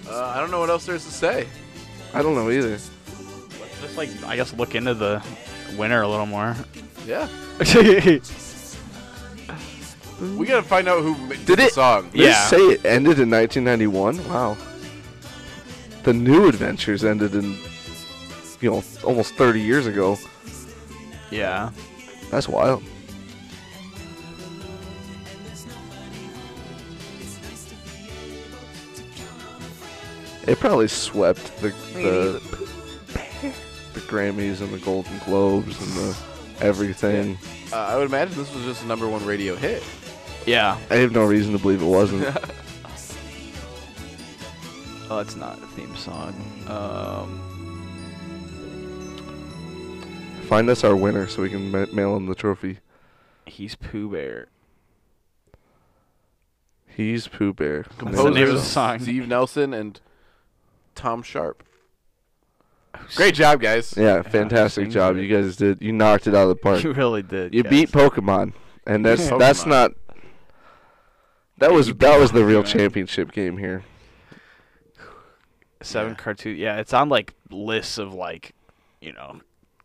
S2: Uh, I don't know what else there is to say.
S3: I don't know either.
S1: Let's just like I guess look into the winner a little more.
S2: Yeah.
S1: yeah.
S2: We gotta find out who ma- did,
S3: Did
S2: the
S3: it-
S2: song.
S3: They say it ended in 1991. Wow. The new adventures ended in, you know, almost 30 years ago.
S1: Yeah.
S3: That's wild. It probably swept the the, the Grammys and the Golden Globes and the everything.
S2: Uh, I would imagine this was just a number one radio hit.
S1: Yeah.
S3: I have no reason to believe it wasn't.
S1: Oh, that's not a theme song. Um.
S3: Find us our winner so we can ma- mail him the trophy.
S1: He's Pooh Bear.
S3: He's Pooh Bear.
S2: Composers, Steve Nelson and Tom Sharp. Great job, guys.
S3: Yeah, fantastic job. You guys did. You knocked it out of the park.
S2: You really did,
S3: You
S2: guys.
S3: beat Pokemon, and that's that's
S2: Pokemon.
S3: not. That was that was the real championship game here.
S1: Seven cartoon. Yeah, it's on like lists of like, you know,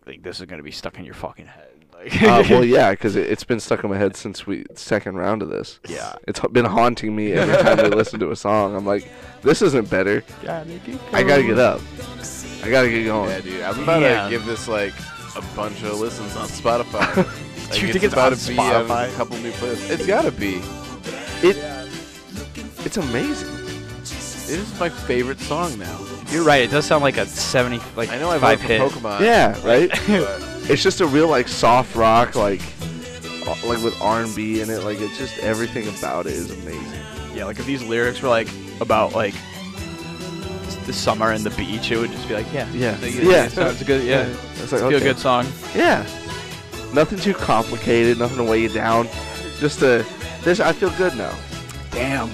S1: like this is gonna be stuck in your fucking head. Like,
S3: uh, well, yeah, because it, it's been stuck in my head since we second round of this.
S1: Yeah.
S3: it's ha- been haunting me every time I listen to a song. I'm like, this isn't better.
S1: Gotta get
S3: I gotta
S2: going.
S3: get up. I gotta get going.
S2: Yeah, dude. I'm about
S3: Yeah.
S2: to give this like a bunch of listens on Spotify.
S3: Do
S2: Like,
S3: you think it's
S2: about
S3: on
S2: to be on a
S3: Spotify?
S2: couple new playlists. It's gotta be.
S3: It. It's amazing.
S2: It is my favorite song now.
S1: You're right. It does sound like a seventy, like I know
S2: I voted
S1: five
S2: for
S1: hit.
S2: Pokemon.
S3: Yeah, right. it's just a real like soft rock, like uh, like with R and B in it. Like it's just everything about it is amazing.
S1: Yeah, like if these lyrics were like about like s- the summer and the beach, it would just be like, yeah,
S3: Yeah.
S1: like,
S3: Yeah.
S1: it sounds good. Yeah,
S3: It's
S1: it's
S3: like,
S1: like feel
S3: okay.
S1: good song.
S3: Yeah, nothing too complicated, nothing to weigh you down. Just a this. I feel good now.
S1: Damn.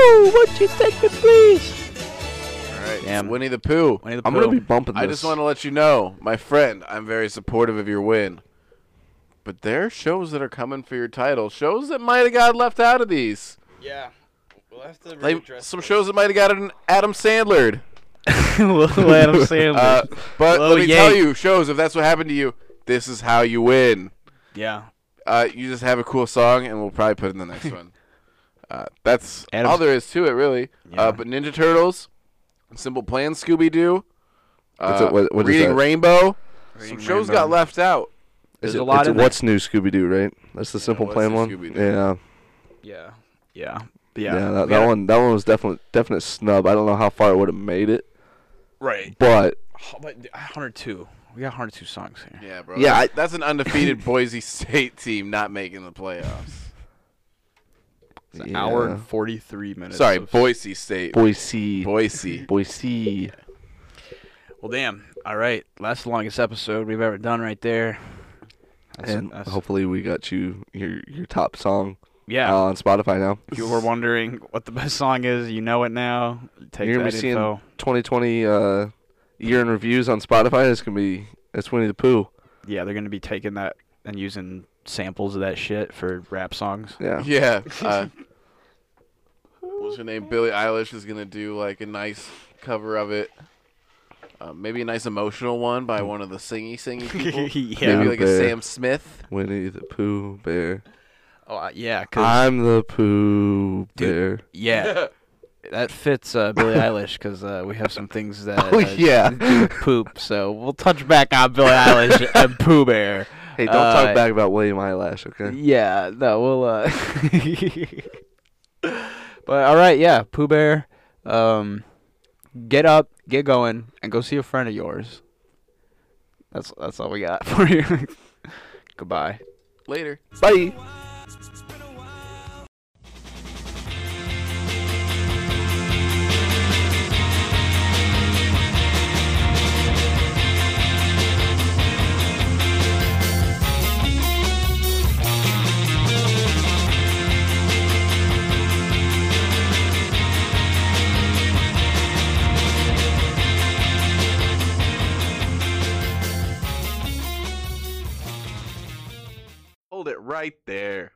S3: Oh, what you take me, please?
S2: All right. Damn. Winnie the Pooh.
S1: Winnie the
S3: I'm gonna Pooh. be bumping
S2: I
S3: this.
S2: just want to let you know, my friend, I'm very supportive of your win. But there are shows that are coming for your title. Shows that might have got left out of these.
S1: Yeah, we'll have to
S2: Like, some shows that might have got an Adam Sandler.
S1: Little Adam Sandler.
S2: Uh, but
S1: Little
S2: let me
S1: Yank.
S2: tell you, shows if that's what happened to you, this is how you win.
S1: Yeah.
S2: Uh, you just have a cool song, and we'll probably put it in the next one. Uh, that's
S1: Adam's-
S2: all there is to it, really. Uh, but Ninja Turtles, Simple Plan, Scooby Doo,
S3: What's it- what- what is
S2: Reading
S3: that?
S2: Rainbow.
S1: Reading
S2: some shows
S1: Rainbow.
S2: got left out.
S1: There's
S3: It's-
S1: a lot
S3: it's
S1: in there.
S3: what's new, Scooby Doo, right? That's the simple
S1: What's
S3: plan
S1: New
S3: one.
S1: Scooby-Doo.
S3: Yeah.
S1: Yeah. Yeah. Yeah.
S3: that,
S1: We
S3: that
S1: gotta-
S3: one. That one was definitely definite snub. I don't know how far it would have made it.
S1: Right.
S3: But
S1: Oh, but 102. We got 102 songs here.
S2: Yeah, bro.
S3: Yeah,
S2: that's,
S3: I-
S2: that's an undefeated Boise State team not making the playoffs.
S1: It's an hour
S3: Yeah.
S1: and 43 minutes.
S2: Sorry,
S1: of-
S2: Boise State.
S3: Boise.
S2: Boise.
S3: Boise.
S1: Well, damn. All right. That's the longest episode we've ever done right there. That's-
S3: and
S1: that's-
S3: hopefully we got you your your top song.
S1: Yeah.
S3: uh, on Spotify now.
S1: if you were wondering what the best song is, you know it now. Take
S3: You're gonna
S1: that
S3: be seeing
S1: info.
S3: 2020 uh, year in reviews on Spotify. It's gonna be it's Winnie the Pooh.
S1: Yeah, they're going to be taking that and using samples of that shit for rap songs.
S3: Yeah.
S2: Yeah. Uh, what's her name? Billie Eilish is gonna do like a nice cover of it. Uh, maybe a nice emotional one by one of the singy singy people.
S1: Yeah.
S2: Maybe like
S3: Bear.
S2: a Sam Smith.
S3: Winnie the Pooh Bear.
S1: Oh, uh, yeah. Cause,
S3: I'm the Pooh Bear.
S1: yeah. That fits uh, Billie Eilish because uh, we have some things that
S3: Oh,
S1: uh,
S3: yeah.
S1: do poop. So we'll touch back on Billie Eilish and Pooh Bear.
S3: Hey, don't
S1: Uh,
S3: talk back about William Eyelash, okay?
S1: Yeah, no, we'll. Uh... but all right, yeah, Pooh Bear, um, get up, get going, and go see a friend of yours. That's that's all we got for you. Goodbye.
S2: Later.
S3: Bye.
S2: Hold it right there.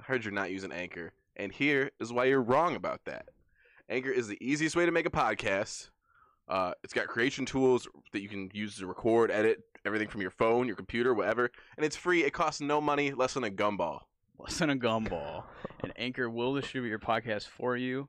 S2: I heard you're not using Anchor, and here is why you're wrong about that. Anchor is the easiest way to make a podcast. Uh, it's got creation tools that you can use to record, edit everything from your phone, your computer, whatever, and it's free. It costs no money, less than a gumball.
S1: Less than a gumball. And Anchor will distribute your podcast for you.